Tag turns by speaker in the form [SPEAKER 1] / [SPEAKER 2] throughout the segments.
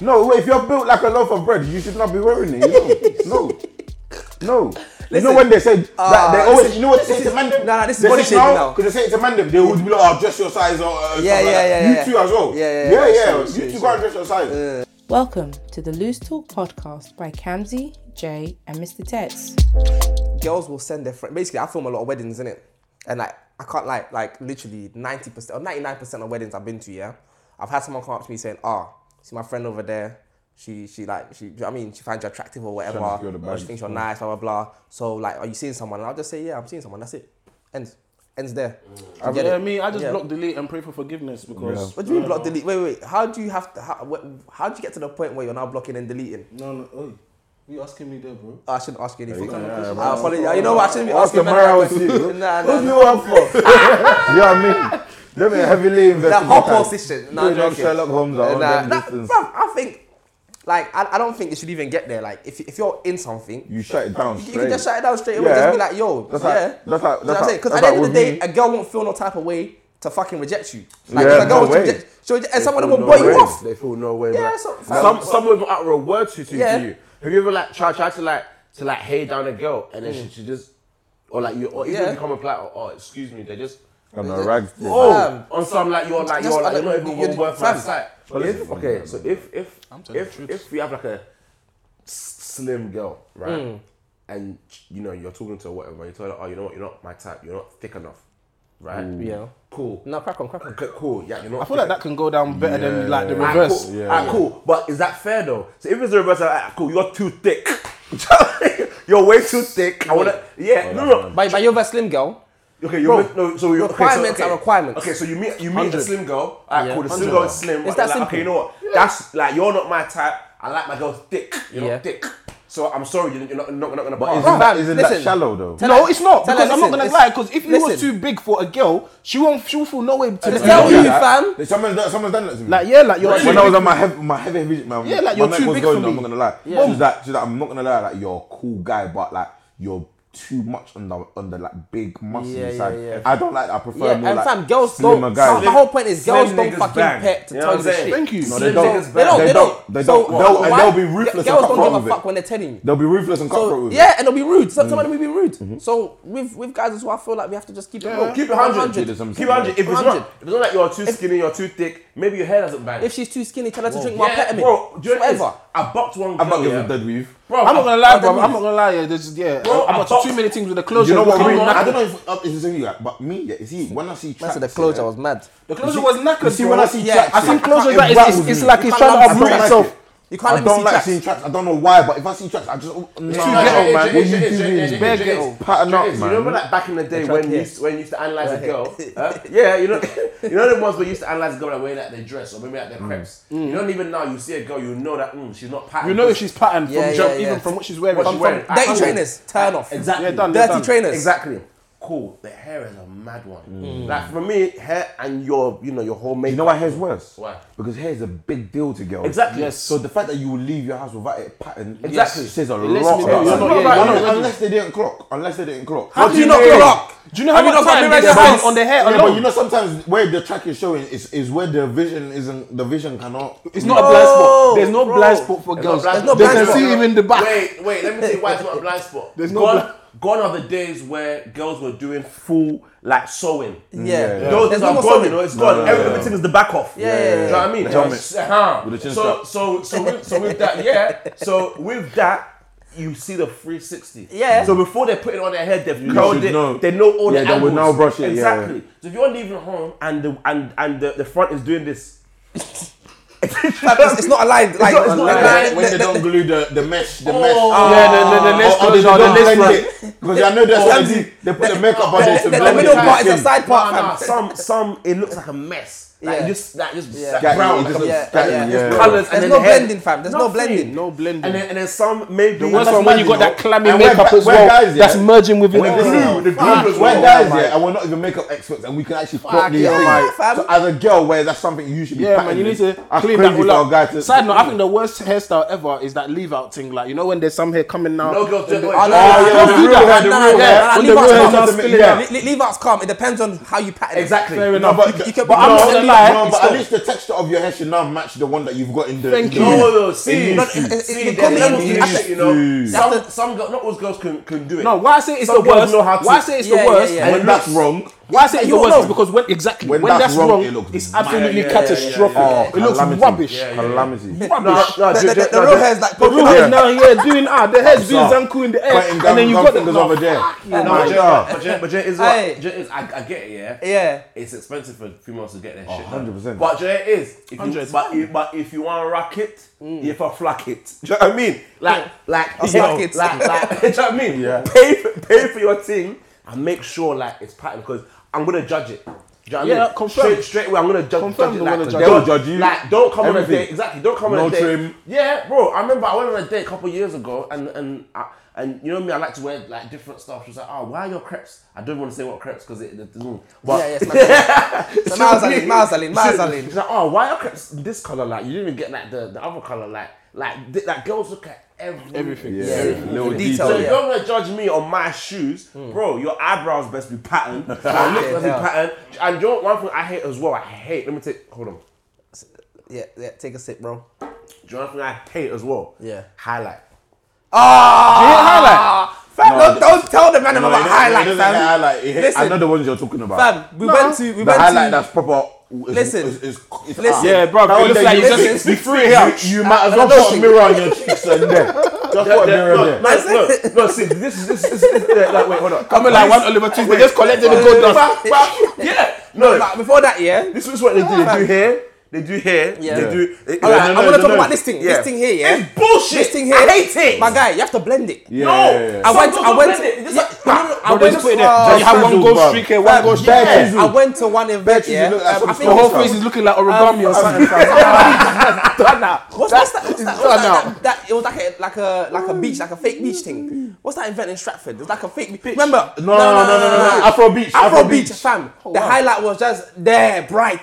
[SPEAKER 1] No, if you're built like a loaf of bread, you should not be wearing it. You know? no. No. you know
[SPEAKER 2] Listen.
[SPEAKER 1] when they say that
[SPEAKER 2] Ah,
[SPEAKER 1] they always
[SPEAKER 2] listen.
[SPEAKER 1] you know what they say
[SPEAKER 2] This
[SPEAKER 1] to
[SPEAKER 2] is-
[SPEAKER 1] man them?
[SPEAKER 2] nah, nah, this is
[SPEAKER 1] They
[SPEAKER 2] body
[SPEAKER 1] say
[SPEAKER 2] shaming now.
[SPEAKER 1] Because they say it to man them, they would be like, oh, dress your size or
[SPEAKER 2] Yeah,
[SPEAKER 1] uh, stuff like
[SPEAKER 2] yeah,
[SPEAKER 1] that.
[SPEAKER 2] yeah,
[SPEAKER 1] You
[SPEAKER 2] yeah.
[SPEAKER 1] too as well.
[SPEAKER 2] Yeah, yeah,
[SPEAKER 1] yeah.
[SPEAKER 2] yeah,
[SPEAKER 1] yeah.
[SPEAKER 2] true, true,
[SPEAKER 1] you two
[SPEAKER 2] true.
[SPEAKER 1] gotta dress your size.
[SPEAKER 3] Welcome to the Loose Talk podcast by Camzy, Jay, and Mr. Tets.
[SPEAKER 2] girls will send their friends. Basically, I film a lot of weddings, innit? And like, I can't like, like literally 90% or 99% of weddings I've been to, yeah? I've had someone come up to me saying, ah, see my friend over there. She, she like, she, do you know what I mean? She finds you attractive or whatever.
[SPEAKER 1] Trying to build a
[SPEAKER 2] Or she
[SPEAKER 1] bag.
[SPEAKER 2] thinks you're nice, blah, blah, blah. So like, are you seeing someone? And I'll just say, yeah, I'm seeing someone. That's it. Ends. Ends there. I
[SPEAKER 4] Yeah, I mean, I just
[SPEAKER 2] Yeah.
[SPEAKER 4] block, delete, and pray for forgiveness because.
[SPEAKER 2] What do you mean block, delete? Wait, wait, wait. How do you have to, how, wh- how do you get to the point where you're now blocking and deleting? Oh,
[SPEAKER 4] No, no, oi. You asking me there, bro?
[SPEAKER 2] I shouldn't ask you anything.
[SPEAKER 4] Yeah, yeah,
[SPEAKER 2] I apologize. You know what? I shouldn't be
[SPEAKER 1] Ask
[SPEAKER 2] asking
[SPEAKER 1] the
[SPEAKER 2] men
[SPEAKER 1] man
[SPEAKER 2] about
[SPEAKER 1] was you.
[SPEAKER 2] this.
[SPEAKER 1] What
[SPEAKER 2] Nah, nah,
[SPEAKER 1] do you want for? you know what I mean? Them are heavily invested.
[SPEAKER 2] That whole position. Nah,
[SPEAKER 1] you know,
[SPEAKER 2] joking.
[SPEAKER 1] Sherlock Holmes are
[SPEAKER 2] Nah,
[SPEAKER 1] on them
[SPEAKER 2] nah,
[SPEAKER 1] distance.
[SPEAKER 2] bruv, I think, like, I, I don't think it should even get there. Like, if, if you're in something, you,
[SPEAKER 1] You shut it down
[SPEAKER 2] you
[SPEAKER 1] straight.
[SPEAKER 2] can just shut it down straight away. Just be like, yo,
[SPEAKER 1] That's
[SPEAKER 2] yeah.
[SPEAKER 1] like- that's like-
[SPEAKER 2] You know what
[SPEAKER 1] that's
[SPEAKER 2] I'm
[SPEAKER 1] like-
[SPEAKER 2] saying? Because
[SPEAKER 1] that's
[SPEAKER 2] at the end
[SPEAKER 1] like
[SPEAKER 2] of the day,
[SPEAKER 1] with
[SPEAKER 2] a girl won't feel no type of way to fucking reject you. Like,
[SPEAKER 1] Yeah,
[SPEAKER 2] if a girl
[SPEAKER 1] no
[SPEAKER 2] wants to
[SPEAKER 1] way.
[SPEAKER 2] reject, she'll reject, and someone
[SPEAKER 5] They
[SPEAKER 2] will
[SPEAKER 5] feel
[SPEAKER 2] buy
[SPEAKER 5] no
[SPEAKER 2] you
[SPEAKER 5] way.
[SPEAKER 2] off.
[SPEAKER 5] They feel no way.
[SPEAKER 2] Yeah,
[SPEAKER 5] like-
[SPEAKER 2] so-
[SPEAKER 5] some some will utter a word to, to,
[SPEAKER 2] Yeah.
[SPEAKER 5] to you. Have you ever like tried tried to like to like hey down a girl and then she, she just or like you or even
[SPEAKER 2] Mm. Yeah.
[SPEAKER 5] if you come and like oh, oh, excuse me they just
[SPEAKER 4] Um,
[SPEAKER 1] I'm a rags. dude.
[SPEAKER 5] oh
[SPEAKER 2] Fam.
[SPEAKER 5] on some like you're like
[SPEAKER 2] Just-
[SPEAKER 5] you're like
[SPEAKER 2] I
[SPEAKER 5] you're not
[SPEAKER 2] don't-
[SPEAKER 5] even
[SPEAKER 2] you-
[SPEAKER 5] one worth
[SPEAKER 2] fam.
[SPEAKER 5] my sight. But if, okay, so if if
[SPEAKER 4] telling
[SPEAKER 5] if
[SPEAKER 4] the truth.
[SPEAKER 5] if we have like a s- slim girl right
[SPEAKER 2] Mm.
[SPEAKER 5] and you know you're talking to her whatever you tell her oh you know what you're not my type you're not thick enough right
[SPEAKER 2] Yeah.
[SPEAKER 5] cool
[SPEAKER 2] No, crack on, crack on.
[SPEAKER 5] Okay, cool yeah you're not
[SPEAKER 4] I feel like that can go down better than like the
[SPEAKER 5] Alright,
[SPEAKER 4] reverse.
[SPEAKER 5] cool. Alright, cool. But is that fair though? So if it's the reverse, alright, cool. You're too thick. you're way too thick. I wanna. Yeah. no, no.
[SPEAKER 2] By, by your best slim girl,
[SPEAKER 5] Okay, you
[SPEAKER 2] Bro,
[SPEAKER 5] meet, no, so you, okay, so-
[SPEAKER 2] requirements
[SPEAKER 5] okay.
[SPEAKER 2] are requirements.
[SPEAKER 5] Okay, so you meet you meet
[SPEAKER 4] 100.
[SPEAKER 5] a slim girl. Alright,
[SPEAKER 2] Yeah,
[SPEAKER 5] cool. The slim
[SPEAKER 4] 100.
[SPEAKER 5] girl is slim. but
[SPEAKER 2] It's
[SPEAKER 5] you're
[SPEAKER 2] that
[SPEAKER 5] like,
[SPEAKER 2] simple.
[SPEAKER 5] Okay, you know what? That's like you're not my type. I like my girls thick. You're
[SPEAKER 2] Yeah.
[SPEAKER 5] not thick. So I'm sorry, you're you're not, not, not gonna
[SPEAKER 1] But
[SPEAKER 5] pass.
[SPEAKER 1] isn't, that,
[SPEAKER 2] Bruh,
[SPEAKER 1] isn't
[SPEAKER 2] listen.
[SPEAKER 1] that shallow though?
[SPEAKER 2] Tell
[SPEAKER 4] No,
[SPEAKER 2] her-
[SPEAKER 4] it's not.
[SPEAKER 2] tell
[SPEAKER 4] Because
[SPEAKER 2] her,
[SPEAKER 4] I'm not
[SPEAKER 2] listen,
[SPEAKER 4] gonna
[SPEAKER 2] listen.
[SPEAKER 4] lie. Because if you was
[SPEAKER 2] Listen.
[SPEAKER 4] too big for a girl, she won't. She will feel no way to
[SPEAKER 2] Just
[SPEAKER 4] the
[SPEAKER 2] tell
[SPEAKER 4] girl.
[SPEAKER 2] you, fam.
[SPEAKER 1] Someone's done, someone's done that to me.
[SPEAKER 4] Like yeah, like you're.
[SPEAKER 1] when I was on my heavy, my heavy, heavy my,
[SPEAKER 4] Yeah, like,
[SPEAKER 1] my
[SPEAKER 4] you're
[SPEAKER 1] neck
[SPEAKER 4] too
[SPEAKER 1] was
[SPEAKER 4] big
[SPEAKER 1] going
[SPEAKER 4] for
[SPEAKER 1] down,
[SPEAKER 4] me.
[SPEAKER 1] I'm not gonna lie.
[SPEAKER 4] Yeah.
[SPEAKER 1] She's like, she's like, I'm not gonna lie, like you're a cool guy, but like you're too much on the on the like big muscly
[SPEAKER 2] Yeah, yeah,
[SPEAKER 1] side.
[SPEAKER 2] yeah.
[SPEAKER 1] I don't like. that. I prefer
[SPEAKER 2] Yeah,
[SPEAKER 1] more
[SPEAKER 2] and
[SPEAKER 1] like
[SPEAKER 2] fam, girls
[SPEAKER 1] slimmer
[SPEAKER 2] don't.
[SPEAKER 1] guys.
[SPEAKER 2] The whole point is
[SPEAKER 5] Slim
[SPEAKER 2] girls don't
[SPEAKER 5] niggas
[SPEAKER 2] fucking
[SPEAKER 5] bang.
[SPEAKER 2] pet to
[SPEAKER 5] You know what
[SPEAKER 2] tell
[SPEAKER 5] I'm
[SPEAKER 2] you
[SPEAKER 5] saying?
[SPEAKER 2] shit.
[SPEAKER 4] Thank you.
[SPEAKER 5] No,
[SPEAKER 4] So
[SPEAKER 5] they
[SPEAKER 2] They don't.
[SPEAKER 5] don't.
[SPEAKER 2] They don't. They don't.
[SPEAKER 1] They
[SPEAKER 2] So
[SPEAKER 1] don't. They'll-
[SPEAKER 2] why-
[SPEAKER 1] and they'll be ruthless
[SPEAKER 2] Girls
[SPEAKER 1] and
[SPEAKER 2] don't give
[SPEAKER 1] cutthroat
[SPEAKER 2] a
[SPEAKER 1] with it.
[SPEAKER 2] fuck when they're telling you.
[SPEAKER 1] They'll be ruthless and cutthroat
[SPEAKER 2] So
[SPEAKER 1] with
[SPEAKER 2] yeah, and they'll be rude. So, Sometimes we be rude. So with with guys as well, I feel like we have to just keep it real.
[SPEAKER 5] Keep it hundred.
[SPEAKER 1] Yeah,
[SPEAKER 5] Keep
[SPEAKER 1] there's
[SPEAKER 5] it
[SPEAKER 1] some-
[SPEAKER 5] hundred. If it's
[SPEAKER 2] 100.
[SPEAKER 5] not, if it's not like you're too skinny, you're too thick. Maybe your hair doesn't bang.
[SPEAKER 2] If she's too skinny, tell her to drink more
[SPEAKER 5] yeah,
[SPEAKER 2] peppermint.
[SPEAKER 5] bro, do you know what it is?
[SPEAKER 2] Whatever.
[SPEAKER 5] I bucked one.
[SPEAKER 1] I'm not
[SPEAKER 5] girl,
[SPEAKER 1] giving
[SPEAKER 5] yeah.
[SPEAKER 1] a dead weave.
[SPEAKER 5] Bro,
[SPEAKER 4] I'm
[SPEAKER 5] I-
[SPEAKER 4] not gonna lie,
[SPEAKER 5] I
[SPEAKER 4] bro. I'm
[SPEAKER 5] didn't-
[SPEAKER 4] not gonna lie. Yeah, there's, yeah.
[SPEAKER 5] Bro,
[SPEAKER 4] I'm
[SPEAKER 5] I
[SPEAKER 4] not too
[SPEAKER 5] thought-
[SPEAKER 4] many things with the closure.
[SPEAKER 1] You know what?
[SPEAKER 4] because
[SPEAKER 1] Really,
[SPEAKER 4] I'm not-
[SPEAKER 1] I don't know if uh, it's only you, like, but me, yeah, you see, when I see tracks,
[SPEAKER 2] the closure was mad.
[SPEAKER 4] The closure was knackered.
[SPEAKER 1] you see
[SPEAKER 4] bro.
[SPEAKER 1] when I see
[SPEAKER 4] yeah.
[SPEAKER 1] tracks,
[SPEAKER 4] I think
[SPEAKER 1] yeah.
[SPEAKER 4] closure
[SPEAKER 1] It
[SPEAKER 4] is like it's,
[SPEAKER 1] rattles
[SPEAKER 4] it's
[SPEAKER 1] me.
[SPEAKER 4] like
[SPEAKER 1] You
[SPEAKER 4] it's
[SPEAKER 2] can't
[SPEAKER 4] trying
[SPEAKER 2] love tracks.
[SPEAKER 4] to
[SPEAKER 1] I don't
[SPEAKER 4] uproot
[SPEAKER 1] like
[SPEAKER 4] itself.
[SPEAKER 1] it.
[SPEAKER 2] You can't
[SPEAKER 1] I
[SPEAKER 2] let me
[SPEAKER 1] don't
[SPEAKER 2] see
[SPEAKER 1] like
[SPEAKER 2] tracks.
[SPEAKER 1] seeing tracks. I don't know why, but if I see tracks, I just oh, no,
[SPEAKER 5] Too
[SPEAKER 1] no,
[SPEAKER 5] ghetto,
[SPEAKER 1] man.
[SPEAKER 5] Jay-
[SPEAKER 1] What you
[SPEAKER 5] Jay- Jay- Jay-
[SPEAKER 1] doing?
[SPEAKER 5] Jay-
[SPEAKER 1] Bare
[SPEAKER 5] Jay-
[SPEAKER 1] ghetto.
[SPEAKER 5] Jay-
[SPEAKER 1] Pattern
[SPEAKER 5] Jay-
[SPEAKER 1] up,
[SPEAKER 5] Jay- You remember
[SPEAKER 1] man.
[SPEAKER 5] like back in the day
[SPEAKER 2] tried
[SPEAKER 5] when you
[SPEAKER 2] here.
[SPEAKER 5] used, when you used to analyze a
[SPEAKER 2] Right
[SPEAKER 5] girl?
[SPEAKER 2] here.
[SPEAKER 5] huh? Yeah, you know, you know the ones where you used to analyze a girl like wearing like their dress or maybe like
[SPEAKER 4] Mm.
[SPEAKER 5] their crepes. You don't even now you see a girl, you know that mm, she's not patterned.
[SPEAKER 4] You know if she's patterned
[SPEAKER 2] Yeah,
[SPEAKER 4] from jump,
[SPEAKER 2] yeah, yeah.
[SPEAKER 4] even from what she's wearing.
[SPEAKER 5] What she's
[SPEAKER 4] From-
[SPEAKER 5] wearing.
[SPEAKER 4] from-
[SPEAKER 5] Dirty
[SPEAKER 4] I- I-
[SPEAKER 2] trainers, turn off.
[SPEAKER 5] exactly
[SPEAKER 4] Yeah, done. they're
[SPEAKER 2] Dirty
[SPEAKER 4] done.
[SPEAKER 2] trainers.
[SPEAKER 5] Exactly. Cool. The hair is a mad one.
[SPEAKER 4] Mm.
[SPEAKER 5] Mm. Like for me, hair and your you know your whole makeup.
[SPEAKER 1] You know why hair's worse?
[SPEAKER 5] Why?
[SPEAKER 1] Because hair is a big deal to girls.
[SPEAKER 5] Exactly.
[SPEAKER 4] Yes.
[SPEAKER 1] So the fact that you will leave your house without it pattern
[SPEAKER 5] Exactly.
[SPEAKER 1] says a
[SPEAKER 4] lets
[SPEAKER 1] lot
[SPEAKER 4] me know
[SPEAKER 1] about
[SPEAKER 4] you're
[SPEAKER 1] you.
[SPEAKER 4] not- yeah,
[SPEAKER 1] Unless-
[SPEAKER 4] you're not ready.
[SPEAKER 1] Unless they didn't clock. Unless they didn't clock.
[SPEAKER 2] How do you not
[SPEAKER 4] mean?
[SPEAKER 2] clock?
[SPEAKER 4] Do you know how
[SPEAKER 2] Have you
[SPEAKER 4] much
[SPEAKER 2] not got
[SPEAKER 4] time
[SPEAKER 2] me
[SPEAKER 4] they
[SPEAKER 2] right
[SPEAKER 4] spend
[SPEAKER 2] now?
[SPEAKER 4] on the hair
[SPEAKER 1] Yeah, but you
[SPEAKER 4] alone?
[SPEAKER 1] know sometimes where the track is showing is, is where the vision isn't the vision cannot.
[SPEAKER 4] It's not a blind spot. There's no
[SPEAKER 2] bro.
[SPEAKER 4] blind spot for
[SPEAKER 5] There's
[SPEAKER 4] girls.
[SPEAKER 5] no blind
[SPEAKER 2] There's no
[SPEAKER 4] They
[SPEAKER 2] blind
[SPEAKER 4] can
[SPEAKER 2] spot.
[SPEAKER 4] see even the back.
[SPEAKER 5] Wait, wait, let me tell you why it's not a blind spot.
[SPEAKER 4] There's no
[SPEAKER 5] gone,
[SPEAKER 4] blind-
[SPEAKER 5] gone are the days where girls were doing full like sewing.
[SPEAKER 2] Yeah.
[SPEAKER 1] Yeah.
[SPEAKER 5] Those
[SPEAKER 2] There's
[SPEAKER 5] things
[SPEAKER 2] no
[SPEAKER 5] are
[SPEAKER 2] more
[SPEAKER 5] gone, you
[SPEAKER 2] sewing.
[SPEAKER 5] know, it's gone.
[SPEAKER 1] no,
[SPEAKER 5] Everything
[SPEAKER 1] no.
[SPEAKER 5] is the back off.
[SPEAKER 2] Yeah, yeah, yeah.
[SPEAKER 5] Do you know what I mean?
[SPEAKER 1] The helmets.
[SPEAKER 5] Uh-huh.
[SPEAKER 1] With the chin
[SPEAKER 5] so, so, so, with, so with that, yeah. So with that, you see the 360.
[SPEAKER 2] Yeah.
[SPEAKER 5] So before they put it on their head, they've curled
[SPEAKER 1] should
[SPEAKER 5] it.
[SPEAKER 1] know.
[SPEAKER 5] They know all
[SPEAKER 1] Yeah,
[SPEAKER 5] the
[SPEAKER 1] they
[SPEAKER 5] angles.
[SPEAKER 1] would now brush it, yeah.
[SPEAKER 5] Exactly. So if you're leaving home and the and and the, the front is doing this.
[SPEAKER 2] It's it's not aligned. Like
[SPEAKER 5] not- it's not
[SPEAKER 2] like- Oh.
[SPEAKER 5] aligned.
[SPEAKER 1] when they don't glue the, the mesh, the mesh.
[SPEAKER 4] Yeah, the- the- the lace
[SPEAKER 1] or, or
[SPEAKER 4] closure,
[SPEAKER 1] they
[SPEAKER 4] the
[SPEAKER 1] don't
[SPEAKER 4] lace
[SPEAKER 1] blend
[SPEAKER 4] front.
[SPEAKER 1] it. Because I know that's what
[SPEAKER 2] The-
[SPEAKER 1] they do. They put the makeup on there
[SPEAKER 2] Oh. the-
[SPEAKER 1] to
[SPEAKER 2] the
[SPEAKER 1] blend
[SPEAKER 2] middle
[SPEAKER 1] it.
[SPEAKER 2] part is a side
[SPEAKER 5] Nah,
[SPEAKER 2] part,
[SPEAKER 5] nah,
[SPEAKER 2] fam.
[SPEAKER 5] some some it looks like a mess. Like
[SPEAKER 2] Yeah.
[SPEAKER 5] just like just
[SPEAKER 1] Yeah,
[SPEAKER 5] brown,
[SPEAKER 1] it just
[SPEAKER 5] like a-
[SPEAKER 1] looks
[SPEAKER 2] Yeah,
[SPEAKER 1] dirty,
[SPEAKER 2] yeah.
[SPEAKER 1] yeah.
[SPEAKER 5] colours and
[SPEAKER 2] There's
[SPEAKER 5] then
[SPEAKER 2] no
[SPEAKER 5] the hair.
[SPEAKER 2] blending, fam. There's no
[SPEAKER 5] Nothing.
[SPEAKER 2] blending.
[SPEAKER 4] No blending.
[SPEAKER 5] And then and then some maybe
[SPEAKER 4] The worst one when you got that clammy
[SPEAKER 1] And
[SPEAKER 4] makeup
[SPEAKER 1] when-
[SPEAKER 4] as
[SPEAKER 1] when
[SPEAKER 4] well.
[SPEAKER 1] guys, yeah.
[SPEAKER 4] that's merging with it.
[SPEAKER 1] When the glue, the glue
[SPEAKER 5] Fuck
[SPEAKER 1] was
[SPEAKER 5] you.
[SPEAKER 1] well guys, yeah, and we're not even makeup experts, and we can actually properly
[SPEAKER 2] yeah,
[SPEAKER 1] yeah,
[SPEAKER 2] fam.
[SPEAKER 1] So as a girl, where that's something you should be.
[SPEAKER 4] Yeah, man, you
[SPEAKER 1] patterning.
[SPEAKER 4] need to
[SPEAKER 1] That's
[SPEAKER 4] clean
[SPEAKER 1] crazy
[SPEAKER 4] that all
[SPEAKER 1] for a guy
[SPEAKER 4] up.
[SPEAKER 1] to.
[SPEAKER 4] Side note, I think the worst hairstyle ever is that leave out thing. Like, you know, when there's some hair coming out.
[SPEAKER 5] No girls do it.
[SPEAKER 2] Oh, no,
[SPEAKER 1] Oh,
[SPEAKER 2] no,
[SPEAKER 1] yeah,
[SPEAKER 2] no,
[SPEAKER 1] the
[SPEAKER 2] no,
[SPEAKER 1] real
[SPEAKER 2] no,
[SPEAKER 1] hair,
[SPEAKER 2] no,
[SPEAKER 1] the
[SPEAKER 2] no,
[SPEAKER 1] real
[SPEAKER 2] no,
[SPEAKER 1] hair.
[SPEAKER 2] no, no,
[SPEAKER 1] When
[SPEAKER 2] leave
[SPEAKER 1] the
[SPEAKER 2] us
[SPEAKER 1] real
[SPEAKER 2] calm.
[SPEAKER 1] hair's not
[SPEAKER 2] Le-
[SPEAKER 1] spilling out.
[SPEAKER 2] le- Leave us calm. It depends on how you pattern. it.
[SPEAKER 5] Exactly.
[SPEAKER 4] Fair
[SPEAKER 1] No,
[SPEAKER 4] enough.
[SPEAKER 1] but,
[SPEAKER 2] You can-
[SPEAKER 1] but
[SPEAKER 2] you can
[SPEAKER 1] I'm not
[SPEAKER 2] leave guy.
[SPEAKER 1] No, but
[SPEAKER 2] Stop.
[SPEAKER 1] at least the texture of your hair should now match the one that you've got in the.
[SPEAKER 4] Thank
[SPEAKER 1] in
[SPEAKER 4] you.
[SPEAKER 1] the-
[SPEAKER 5] No, no, no. See,
[SPEAKER 1] It
[SPEAKER 5] no,
[SPEAKER 1] used
[SPEAKER 5] see,
[SPEAKER 1] to.
[SPEAKER 5] see
[SPEAKER 2] It
[SPEAKER 5] there's
[SPEAKER 2] become
[SPEAKER 5] levels
[SPEAKER 2] easy.
[SPEAKER 5] to this shit, you
[SPEAKER 1] It
[SPEAKER 5] know.
[SPEAKER 1] used
[SPEAKER 5] Some, some girls, not all girls can, can do it.
[SPEAKER 4] No, why I say it's
[SPEAKER 5] Some
[SPEAKER 4] the
[SPEAKER 5] girls
[SPEAKER 4] worst?
[SPEAKER 5] know how to-
[SPEAKER 4] Why I say it's
[SPEAKER 2] Yeah,
[SPEAKER 4] the worst?
[SPEAKER 2] yeah, yeah.
[SPEAKER 4] when
[SPEAKER 1] When that's wrong,
[SPEAKER 4] Why I say it's the
[SPEAKER 2] You
[SPEAKER 4] worst
[SPEAKER 2] know.
[SPEAKER 4] is because when exactly
[SPEAKER 1] When
[SPEAKER 4] when,
[SPEAKER 1] that's
[SPEAKER 4] that's,
[SPEAKER 1] wrong,
[SPEAKER 4] wrong,
[SPEAKER 1] it looks
[SPEAKER 4] it's
[SPEAKER 1] mad.
[SPEAKER 4] absolutely
[SPEAKER 5] Yeah, yeah, yeah, yeah,
[SPEAKER 4] catastrophic.
[SPEAKER 5] yeah.
[SPEAKER 4] Oh, It looks
[SPEAKER 1] calamity.
[SPEAKER 4] rubbish.
[SPEAKER 1] Calamity.
[SPEAKER 5] No, no,
[SPEAKER 2] The,
[SPEAKER 5] ju-
[SPEAKER 2] the,
[SPEAKER 5] ju-
[SPEAKER 2] the,
[SPEAKER 5] no,
[SPEAKER 2] real
[SPEAKER 5] ju-
[SPEAKER 2] hair is like
[SPEAKER 4] The
[SPEAKER 2] poking
[SPEAKER 4] rule
[SPEAKER 2] out.
[SPEAKER 4] is now here doing ah the head's doing
[SPEAKER 1] Bizarre.
[SPEAKER 4] zanku in the air,
[SPEAKER 1] Cutting
[SPEAKER 4] and
[SPEAKER 1] down
[SPEAKER 4] then you
[SPEAKER 1] thumb
[SPEAKER 4] got the
[SPEAKER 1] fingers
[SPEAKER 4] no,
[SPEAKER 1] over there.
[SPEAKER 5] No,
[SPEAKER 1] Nah,
[SPEAKER 5] but Jen-
[SPEAKER 1] nah.
[SPEAKER 5] but Jen- but Jen is
[SPEAKER 2] Aye.
[SPEAKER 5] what- Jen is- I I get it, yeah.
[SPEAKER 2] Yeah.
[SPEAKER 5] It's expensive for females to get their shit.
[SPEAKER 1] 100%.
[SPEAKER 5] done. But Jen, it is. If you,
[SPEAKER 4] 100%.
[SPEAKER 5] but, if, but if you want to rock it,
[SPEAKER 2] Mm.
[SPEAKER 5] you have to flack it. Do you know what I mean? Like, like,
[SPEAKER 2] I'll
[SPEAKER 5] yo,
[SPEAKER 2] flack it.
[SPEAKER 5] like, like, do you know what I mean?
[SPEAKER 1] Yeah.
[SPEAKER 5] Pay for, pay for your thing and make sure like it's patterned because I'm gonna judge it. Do you know what
[SPEAKER 4] Yeah,
[SPEAKER 5] I mean?
[SPEAKER 4] confirm.
[SPEAKER 5] Straight, straight away, I'm gonna judge,
[SPEAKER 4] Confirm
[SPEAKER 5] judge it.
[SPEAKER 4] they're
[SPEAKER 5] Like,
[SPEAKER 4] gonna judge
[SPEAKER 5] don't-
[SPEAKER 1] it. They'll judge you.
[SPEAKER 5] Like, don't come on a
[SPEAKER 1] Everything.
[SPEAKER 5] day. Exactly, don't come
[SPEAKER 1] No
[SPEAKER 5] on a day.
[SPEAKER 1] trim.
[SPEAKER 5] Yeah, bro. I remember I went on a date a couple of years ago, and and I, and you know me, I like to wear like different stuff. She was like, "Oh, why are your crepes?" I don't want to say what crepes because it, it, mm, but
[SPEAKER 2] Yeah, yeah, it's my- So miles Allen, miles Allen, miles Allen.
[SPEAKER 5] She's like, "Oh, why are your crepes this color? Like, you didn't even get like the, the other color. Like, like th- like girls look at every,
[SPEAKER 4] Everything.
[SPEAKER 1] Yeah.
[SPEAKER 5] everything.
[SPEAKER 1] Little
[SPEAKER 2] detail,
[SPEAKER 5] So
[SPEAKER 2] yeah.
[SPEAKER 5] if you're gonna judge me on my shoes,
[SPEAKER 2] Hmm.
[SPEAKER 5] bro, your eyebrows best be patterned. Your lips best be
[SPEAKER 2] hell.
[SPEAKER 5] patterned. And you know what? one thing I hate as well. I hate. Let me take. Hold on.
[SPEAKER 2] Yeah, yeah, take a sip, bro.
[SPEAKER 5] Do you know what I hate as well?
[SPEAKER 2] Yeah.
[SPEAKER 5] Highlight.
[SPEAKER 2] Ah! Fam,
[SPEAKER 1] No,
[SPEAKER 2] no, don't tell the man
[SPEAKER 1] No,
[SPEAKER 2] about
[SPEAKER 1] it doesn't- it
[SPEAKER 2] highlights,
[SPEAKER 1] doesn't
[SPEAKER 2] fam.
[SPEAKER 1] hit highlight. It hit- I
[SPEAKER 2] Listen.
[SPEAKER 1] know the ones you're talking about.
[SPEAKER 2] Fam, we went to we
[SPEAKER 1] the
[SPEAKER 2] went
[SPEAKER 1] highlight
[SPEAKER 2] to
[SPEAKER 1] that's proper. Is,
[SPEAKER 2] Listen.
[SPEAKER 1] is, is, is,
[SPEAKER 2] Listen.
[SPEAKER 4] Yeah, bro. It looks
[SPEAKER 1] Nowadays,
[SPEAKER 4] like you
[SPEAKER 2] listen,
[SPEAKER 4] just
[SPEAKER 1] you threw it out. You, might as well put a mirror on your cheeks and there. Just put a mirror
[SPEAKER 5] no,
[SPEAKER 1] there.
[SPEAKER 5] No, no, no, see, this is this is this is yeah, like wait, hold on.
[SPEAKER 4] coming like one Oliver Tuesday, just collecting the gold dust.
[SPEAKER 5] Back, back, yeah. No,
[SPEAKER 2] Like, before that, yeah.
[SPEAKER 5] this is what they do. They do here. They do here.
[SPEAKER 2] Yeah.
[SPEAKER 5] They do. They,
[SPEAKER 2] All right,
[SPEAKER 1] no,
[SPEAKER 2] I'm
[SPEAKER 1] no,
[SPEAKER 2] gonna
[SPEAKER 1] no,
[SPEAKER 2] talk
[SPEAKER 1] no.
[SPEAKER 2] about this thing.
[SPEAKER 5] Yeah.
[SPEAKER 2] This thing here, yeah.
[SPEAKER 5] It's bullshit.
[SPEAKER 2] This thing here.
[SPEAKER 5] I hate it.
[SPEAKER 2] My guy, you have to blend it.
[SPEAKER 1] Yeah.
[SPEAKER 5] No,
[SPEAKER 2] I went. I went.
[SPEAKER 5] Sometimes
[SPEAKER 2] To,
[SPEAKER 5] it's
[SPEAKER 2] yeah,
[SPEAKER 5] like-
[SPEAKER 2] no, no, no, I
[SPEAKER 4] Bro,
[SPEAKER 2] went.
[SPEAKER 4] just put it there.
[SPEAKER 2] uh,
[SPEAKER 4] you have one
[SPEAKER 1] Chiseled,
[SPEAKER 4] gold
[SPEAKER 1] bro.
[SPEAKER 4] streak here, one gold streak
[SPEAKER 1] bare
[SPEAKER 4] there.
[SPEAKER 1] chiseled.
[SPEAKER 2] I went to one event.
[SPEAKER 1] you
[SPEAKER 2] Yeah.
[SPEAKER 1] look
[SPEAKER 2] Um, I
[SPEAKER 1] like
[SPEAKER 2] think
[SPEAKER 1] some Yeah.
[SPEAKER 4] The whole
[SPEAKER 1] Bro.
[SPEAKER 4] face is looking like origami or something.
[SPEAKER 2] What's, what's that? What's that, what's that,
[SPEAKER 4] now.
[SPEAKER 2] that, that- It was like a like a like a beach, like a fake beach thing. What's that event in Stratford? It was like a fake beach. Remember?
[SPEAKER 1] No, no, no, no, no, no. Afro Beach. Oh,
[SPEAKER 2] Afro beach, fam. The highlight was just there, bright,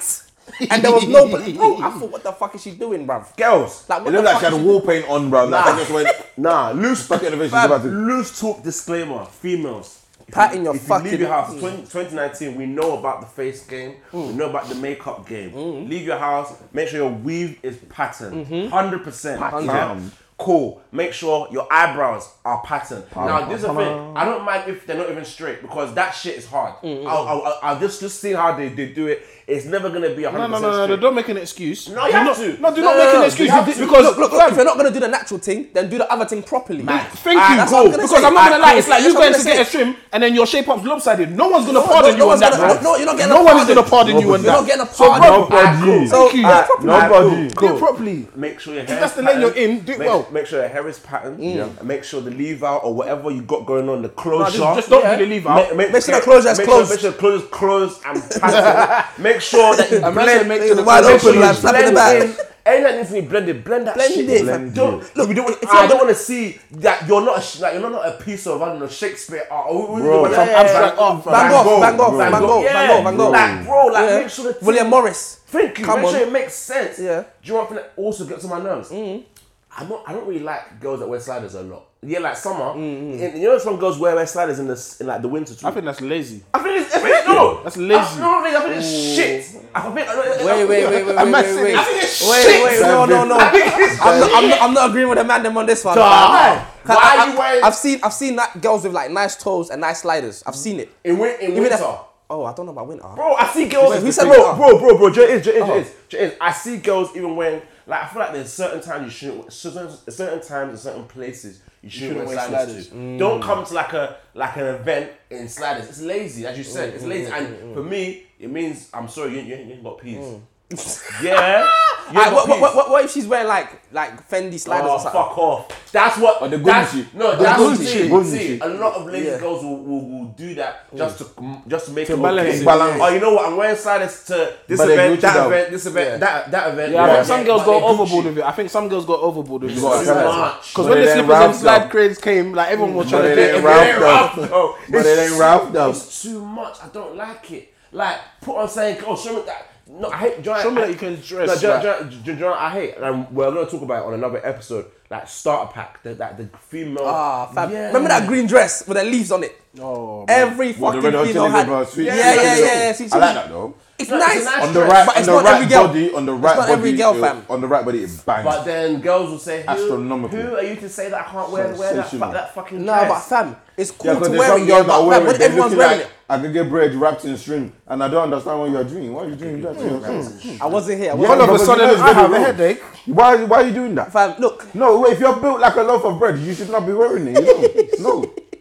[SPEAKER 2] and there was no. Bro, I thought, what the fuck is she doing, bruv?
[SPEAKER 5] girls.
[SPEAKER 2] Like,
[SPEAKER 1] It
[SPEAKER 2] what the
[SPEAKER 1] looked like
[SPEAKER 2] fuck?
[SPEAKER 1] she had
[SPEAKER 2] is
[SPEAKER 1] wall paint on, bro. Like, I just went,
[SPEAKER 5] Nah, loose
[SPEAKER 1] stuck it in the face. She's
[SPEAKER 2] Fam,
[SPEAKER 1] about to.
[SPEAKER 5] loose talk disclaimer. Females. If
[SPEAKER 2] Pat
[SPEAKER 5] you-
[SPEAKER 2] in your
[SPEAKER 5] if
[SPEAKER 2] fucking-
[SPEAKER 5] You leave your house. 20, 2019. We know about the face game. We know about the makeup game. Leave your house. Make sure your weave is patterned. 100 percent.
[SPEAKER 1] Patterned.
[SPEAKER 5] Cool. Make sure your eyebrows are patterned. Now, this is the thing. I don't mind if they're not even straight because that shit is hard. I'll, I'll, I'll- I'll just just see how they, they do it. It's never gonna be 100
[SPEAKER 4] No, no,
[SPEAKER 5] percent
[SPEAKER 4] no, no, no,
[SPEAKER 5] straight.
[SPEAKER 4] don't make an excuse.
[SPEAKER 5] No, you
[SPEAKER 4] Do
[SPEAKER 5] have
[SPEAKER 4] not-
[SPEAKER 5] to.
[SPEAKER 4] No, do
[SPEAKER 5] No,
[SPEAKER 4] not
[SPEAKER 5] no,
[SPEAKER 4] make
[SPEAKER 5] no,
[SPEAKER 4] an
[SPEAKER 5] you
[SPEAKER 4] excuse.
[SPEAKER 5] have
[SPEAKER 4] You did-
[SPEAKER 5] to.
[SPEAKER 4] Because
[SPEAKER 2] Look, look, look, if you're not gonna do the natural thing, then do the other thing properly.
[SPEAKER 4] Thank
[SPEAKER 2] Ah,
[SPEAKER 4] you,
[SPEAKER 2] that's what
[SPEAKER 4] cool.
[SPEAKER 2] I'm gonna
[SPEAKER 4] Because
[SPEAKER 2] say.
[SPEAKER 4] I'm not
[SPEAKER 2] Ah,
[SPEAKER 4] gonna lie,
[SPEAKER 2] cool.
[SPEAKER 4] it's like
[SPEAKER 2] That's
[SPEAKER 4] you
[SPEAKER 2] what I'm
[SPEAKER 4] going to
[SPEAKER 2] gonna
[SPEAKER 4] get a
[SPEAKER 2] say.
[SPEAKER 4] trim and then your shape up's lopsided. No one's gonna
[SPEAKER 2] no,
[SPEAKER 4] pardon
[SPEAKER 2] no
[SPEAKER 4] you on
[SPEAKER 2] one's
[SPEAKER 4] that,
[SPEAKER 2] gonna-
[SPEAKER 4] bro.
[SPEAKER 2] no, you're not getting
[SPEAKER 4] No
[SPEAKER 2] a
[SPEAKER 4] one is gonna
[SPEAKER 2] pardon.
[SPEAKER 4] pardon you on
[SPEAKER 2] You're not
[SPEAKER 4] that.
[SPEAKER 2] getting a
[SPEAKER 4] So,
[SPEAKER 2] pardon.
[SPEAKER 4] bro,
[SPEAKER 1] No pardon.
[SPEAKER 4] so-
[SPEAKER 2] Thank you.
[SPEAKER 5] Uh,
[SPEAKER 4] Alright,
[SPEAKER 2] Properly. Uh,
[SPEAKER 1] No body.
[SPEAKER 4] Do it properly.
[SPEAKER 5] Make sure your hair.
[SPEAKER 4] If that's the lane you're in, do it
[SPEAKER 5] make,
[SPEAKER 4] well.
[SPEAKER 5] Make sure your hair is patterned.
[SPEAKER 2] Mm.
[SPEAKER 5] And make sure the leave out or whatever you got going on, the closure.
[SPEAKER 4] just- just don't do the leave out.
[SPEAKER 2] Make sure the closure is
[SPEAKER 5] make
[SPEAKER 2] closed.
[SPEAKER 5] Sure, make sure the closure is closed and patterned. make sure that you
[SPEAKER 4] And make sure-
[SPEAKER 5] blend.
[SPEAKER 4] make
[SPEAKER 5] Make
[SPEAKER 4] sure the
[SPEAKER 2] wide
[SPEAKER 4] closure
[SPEAKER 2] open,
[SPEAKER 5] you
[SPEAKER 2] like flap in the
[SPEAKER 5] blend
[SPEAKER 2] back.
[SPEAKER 5] in. Anything that needs to be blended, blend that
[SPEAKER 2] Blend
[SPEAKER 5] shit.
[SPEAKER 2] it,
[SPEAKER 5] Like,
[SPEAKER 1] fam.
[SPEAKER 5] Don't,
[SPEAKER 2] Look,
[SPEAKER 5] we don't,
[SPEAKER 2] if
[SPEAKER 5] I
[SPEAKER 2] you're-
[SPEAKER 5] don't want to see that you're not a, sh- like, you're not a piece of I don't know Shakespeare art. Or, or,
[SPEAKER 1] Bro,
[SPEAKER 5] or-
[SPEAKER 1] some
[SPEAKER 5] yeah,
[SPEAKER 4] abstract
[SPEAKER 5] Van
[SPEAKER 4] art,
[SPEAKER 5] Gogh,
[SPEAKER 2] Van Gogh, Van Gogh, Van Gogh,
[SPEAKER 5] Yeah.
[SPEAKER 2] Van Gogh, Van Gogh.
[SPEAKER 5] Like, bro, like
[SPEAKER 2] Yeah.
[SPEAKER 5] make sure the
[SPEAKER 2] William Morris.
[SPEAKER 5] Thank you.
[SPEAKER 2] Come
[SPEAKER 5] Make
[SPEAKER 2] on.
[SPEAKER 5] sure it makes sense.
[SPEAKER 2] Yeah. Mm.
[SPEAKER 5] Do you know what thing that also gets on my nerves? I'm not. I don't really like girls that wear sliders a lot. Yeah, like summer.
[SPEAKER 2] Mm,
[SPEAKER 5] And you know, some girls wear, wear sliders in the s- in like the winter too.
[SPEAKER 4] I think that's lazy.
[SPEAKER 5] I think it's, I think it's no.
[SPEAKER 4] That's lazy.
[SPEAKER 5] I, no, I think it's shit. I think. I don't- I-
[SPEAKER 2] Wait, wait, wait, wait,
[SPEAKER 4] I'm
[SPEAKER 2] wait,
[SPEAKER 4] not
[SPEAKER 2] wait,
[SPEAKER 4] saying-
[SPEAKER 2] wait.
[SPEAKER 5] I think it's
[SPEAKER 2] Wait,
[SPEAKER 5] shit.
[SPEAKER 2] wait, no, no, no.
[SPEAKER 5] I think it's
[SPEAKER 2] I'm not, I'm not, I'm not agreeing with the man them on this one.
[SPEAKER 5] Why?
[SPEAKER 2] fam.
[SPEAKER 5] Why
[SPEAKER 2] I-
[SPEAKER 5] you wearing-
[SPEAKER 2] I've seen, I've seen that girls with like nice toes and nice sliders. I've seen it.
[SPEAKER 5] in, win- in
[SPEAKER 2] Even
[SPEAKER 5] winter.
[SPEAKER 2] if- oh, I don't know about winter.
[SPEAKER 5] Bro, I see girls.
[SPEAKER 2] Wait, who said Oh.
[SPEAKER 5] bro, bro,
[SPEAKER 2] winter?
[SPEAKER 5] bro, bro, Joe is, Joe is, Joe is, Joe is. I see girls even when, like, I feel like there's certain times you shouldn't, certain, certain times and certain places you shouldn't,
[SPEAKER 4] shouldn't
[SPEAKER 5] wear
[SPEAKER 4] wear
[SPEAKER 5] sliders. To.
[SPEAKER 2] Mm.
[SPEAKER 5] Don't come to like a like an event in sliders. It's lazy, as you
[SPEAKER 2] Mm,
[SPEAKER 5] said. It's lazy, and for me, it means I'm sorry, you, you, ain't- you ain't got peas. Yeah. You
[SPEAKER 2] Mm. Alright,
[SPEAKER 5] ain't
[SPEAKER 2] what,
[SPEAKER 5] got
[SPEAKER 2] what,
[SPEAKER 5] peas.
[SPEAKER 2] what, what, what if she's wearing like like Fendi sliders
[SPEAKER 5] Oh,
[SPEAKER 2] or something?
[SPEAKER 5] fuck off. That's what.
[SPEAKER 1] Or the
[SPEAKER 5] that's,
[SPEAKER 1] Gucci.
[SPEAKER 5] No,
[SPEAKER 1] The
[SPEAKER 5] that's
[SPEAKER 1] Gucci.
[SPEAKER 5] See,
[SPEAKER 1] Gucci.
[SPEAKER 5] see, a lot of lazy
[SPEAKER 2] Yeah.
[SPEAKER 5] girls will, will, will do that just to just to make it
[SPEAKER 4] balance
[SPEAKER 5] okay.
[SPEAKER 4] it.
[SPEAKER 1] Balance.
[SPEAKER 5] Oh, you know what? I'm wearing sliders to this
[SPEAKER 1] But they
[SPEAKER 5] event,
[SPEAKER 1] Gucci
[SPEAKER 5] that
[SPEAKER 1] though.
[SPEAKER 5] event, this event, that that event.
[SPEAKER 4] Yeah, I think
[SPEAKER 5] but-
[SPEAKER 4] some girls
[SPEAKER 5] but
[SPEAKER 4] got
[SPEAKER 5] they
[SPEAKER 4] overboard
[SPEAKER 5] Gucci.
[SPEAKER 4] with it. I think some girls got overboard with it.
[SPEAKER 1] got
[SPEAKER 5] Too much.
[SPEAKER 4] Because
[SPEAKER 1] But
[SPEAKER 4] when the
[SPEAKER 1] it ain't
[SPEAKER 4] slippers and
[SPEAKER 1] Ralph,
[SPEAKER 4] slide
[SPEAKER 1] though.
[SPEAKER 4] cranes came, like everyone was trying
[SPEAKER 1] But
[SPEAKER 4] to
[SPEAKER 1] it
[SPEAKER 4] get
[SPEAKER 1] ain't
[SPEAKER 4] everything.
[SPEAKER 1] Ralph, though.
[SPEAKER 5] though.
[SPEAKER 1] But it ain't Ralph, though.
[SPEAKER 5] It's too much. I don't like it. Like put on saying, oh, show me that. No, I hate. do you know-
[SPEAKER 4] Show me
[SPEAKER 5] I-
[SPEAKER 4] that you can dress,
[SPEAKER 5] No, do you-
[SPEAKER 4] like-
[SPEAKER 5] do you- do you know what I hate, and we're gonna talk about it on another episode. Like starter pack, the, like the female.
[SPEAKER 2] Ah, fab.
[SPEAKER 5] Yeah.
[SPEAKER 2] Remember that green dress with the leaves on it?
[SPEAKER 4] Oh, man.
[SPEAKER 2] Every
[SPEAKER 1] What,
[SPEAKER 2] fucking
[SPEAKER 1] the red hot
[SPEAKER 2] female
[SPEAKER 1] chili
[SPEAKER 2] had.
[SPEAKER 1] pepper, sweet
[SPEAKER 2] yeah,
[SPEAKER 1] chili
[SPEAKER 2] yeah, yeah,
[SPEAKER 1] pepper.
[SPEAKER 2] yeah, See,
[SPEAKER 1] I
[SPEAKER 2] see,
[SPEAKER 1] like that though.
[SPEAKER 2] It's
[SPEAKER 5] No, it's
[SPEAKER 2] nice.
[SPEAKER 5] a nice
[SPEAKER 1] On the
[SPEAKER 5] dress,
[SPEAKER 1] right,
[SPEAKER 2] but
[SPEAKER 1] on
[SPEAKER 2] it's
[SPEAKER 1] the
[SPEAKER 2] not
[SPEAKER 1] right
[SPEAKER 2] every girl.
[SPEAKER 1] body, on the
[SPEAKER 2] It's
[SPEAKER 1] right
[SPEAKER 2] not
[SPEAKER 1] body,
[SPEAKER 2] every girl,
[SPEAKER 1] it-
[SPEAKER 2] fam.
[SPEAKER 1] on the right body, it bangs.
[SPEAKER 5] But then girls will say, who,
[SPEAKER 1] Astronomical.
[SPEAKER 5] Who are you to say that I can't wear, wear that, fu-
[SPEAKER 1] Sensational.
[SPEAKER 5] that fucking
[SPEAKER 2] No,
[SPEAKER 5] dress?
[SPEAKER 2] but fam, it's cool
[SPEAKER 1] Yeah,
[SPEAKER 2] to
[SPEAKER 1] because there's
[SPEAKER 2] wear
[SPEAKER 1] some
[SPEAKER 2] it. Yeah,
[SPEAKER 1] girls that
[SPEAKER 2] but
[SPEAKER 1] wear
[SPEAKER 2] fam,
[SPEAKER 1] it.
[SPEAKER 2] when
[SPEAKER 1] They're
[SPEAKER 2] everyone's
[SPEAKER 1] looking
[SPEAKER 2] wearing
[SPEAKER 1] like
[SPEAKER 2] it.
[SPEAKER 1] I could get bread wrapped in string, and I don't understand what you're doing. Why are you
[SPEAKER 2] Mm-hmm.
[SPEAKER 1] doing that? to yourself?
[SPEAKER 2] I wasn't here. I wasn't
[SPEAKER 1] Yeah, no,
[SPEAKER 4] All of
[SPEAKER 1] because
[SPEAKER 4] a
[SPEAKER 1] you
[SPEAKER 4] sudden,
[SPEAKER 1] know it's
[SPEAKER 4] I have a
[SPEAKER 1] very wrong.
[SPEAKER 4] headache.
[SPEAKER 1] Why? Why are you doing that?
[SPEAKER 2] Fam, look.
[SPEAKER 1] No, if you're built like a loaf of bread, you should not be wearing it. You know? no,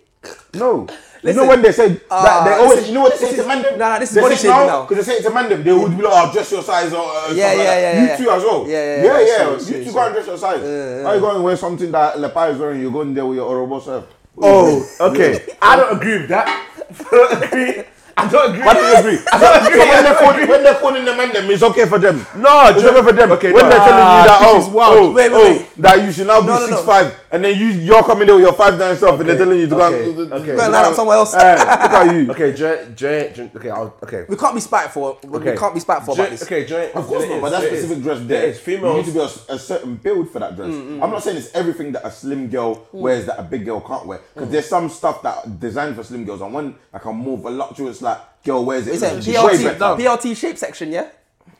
[SPEAKER 1] no. you
[SPEAKER 2] Listen,
[SPEAKER 1] know when they say that, they
[SPEAKER 2] uh,
[SPEAKER 1] always,
[SPEAKER 2] this is-
[SPEAKER 1] you know what they say
[SPEAKER 2] this
[SPEAKER 1] to
[SPEAKER 2] is-
[SPEAKER 1] man them?
[SPEAKER 2] nah, nah, this is
[SPEAKER 1] They
[SPEAKER 2] body
[SPEAKER 1] say
[SPEAKER 2] shaming now.
[SPEAKER 1] Because they say it to man them, they would be like, oh, dress your size. Or, uh, stuff
[SPEAKER 2] Yeah, yeah,
[SPEAKER 1] like that.
[SPEAKER 2] yeah,
[SPEAKER 1] You
[SPEAKER 2] yeah.
[SPEAKER 1] too as well.
[SPEAKER 2] Yeah, yeah,
[SPEAKER 1] yeah.
[SPEAKER 2] yeah,
[SPEAKER 1] yeah.
[SPEAKER 2] true, true,
[SPEAKER 1] you two
[SPEAKER 2] true.
[SPEAKER 1] go and dress your size. Why you going to wear something that Lepa is wearing? You're going there with your horrible self.
[SPEAKER 5] Oh, okay. I don't agree with that. I don't agree. I don't agree.
[SPEAKER 1] Why do you agree?
[SPEAKER 5] I don't agree.
[SPEAKER 1] So when they're calling, when they're calling the man them, it's okay for them.
[SPEAKER 5] No,
[SPEAKER 1] it's okay for them. Okay, when
[SPEAKER 5] no.
[SPEAKER 1] they're telling you that,
[SPEAKER 4] Ah, this
[SPEAKER 1] oh,
[SPEAKER 4] is wild.
[SPEAKER 1] oh,
[SPEAKER 2] Wait, wait,
[SPEAKER 1] oh,
[SPEAKER 2] wait.
[SPEAKER 1] that you should now be
[SPEAKER 2] No, no,
[SPEAKER 1] six
[SPEAKER 2] no.
[SPEAKER 1] five, and then you you're coming there with your five nine stuff, and they're telling you to
[SPEAKER 5] okay,
[SPEAKER 1] go and
[SPEAKER 5] okay.
[SPEAKER 2] Go and line up somewhere else.
[SPEAKER 1] Eh, look at you.
[SPEAKER 5] Okay, Jay, Jay, Jay- okay, I'll, okay.
[SPEAKER 2] We can't be spiteful.
[SPEAKER 5] Okay.
[SPEAKER 2] We can't be spiteful about
[SPEAKER 5] Jay-
[SPEAKER 2] this.
[SPEAKER 5] Okay, Jay,
[SPEAKER 1] Of course not, but that specific dress there,
[SPEAKER 5] There is
[SPEAKER 1] you need
[SPEAKER 5] females.
[SPEAKER 1] to be a, s- a certain build for that dress. I'm not saying it's everything that a slim girl wears that a big girl can't wear, because there's some stuff that are designed for slim girls, and when like a more voluptuous like girl wears it,
[SPEAKER 2] It's a
[SPEAKER 1] it's way
[SPEAKER 2] PLT,
[SPEAKER 1] better.
[SPEAKER 2] PLT shape section, yeah?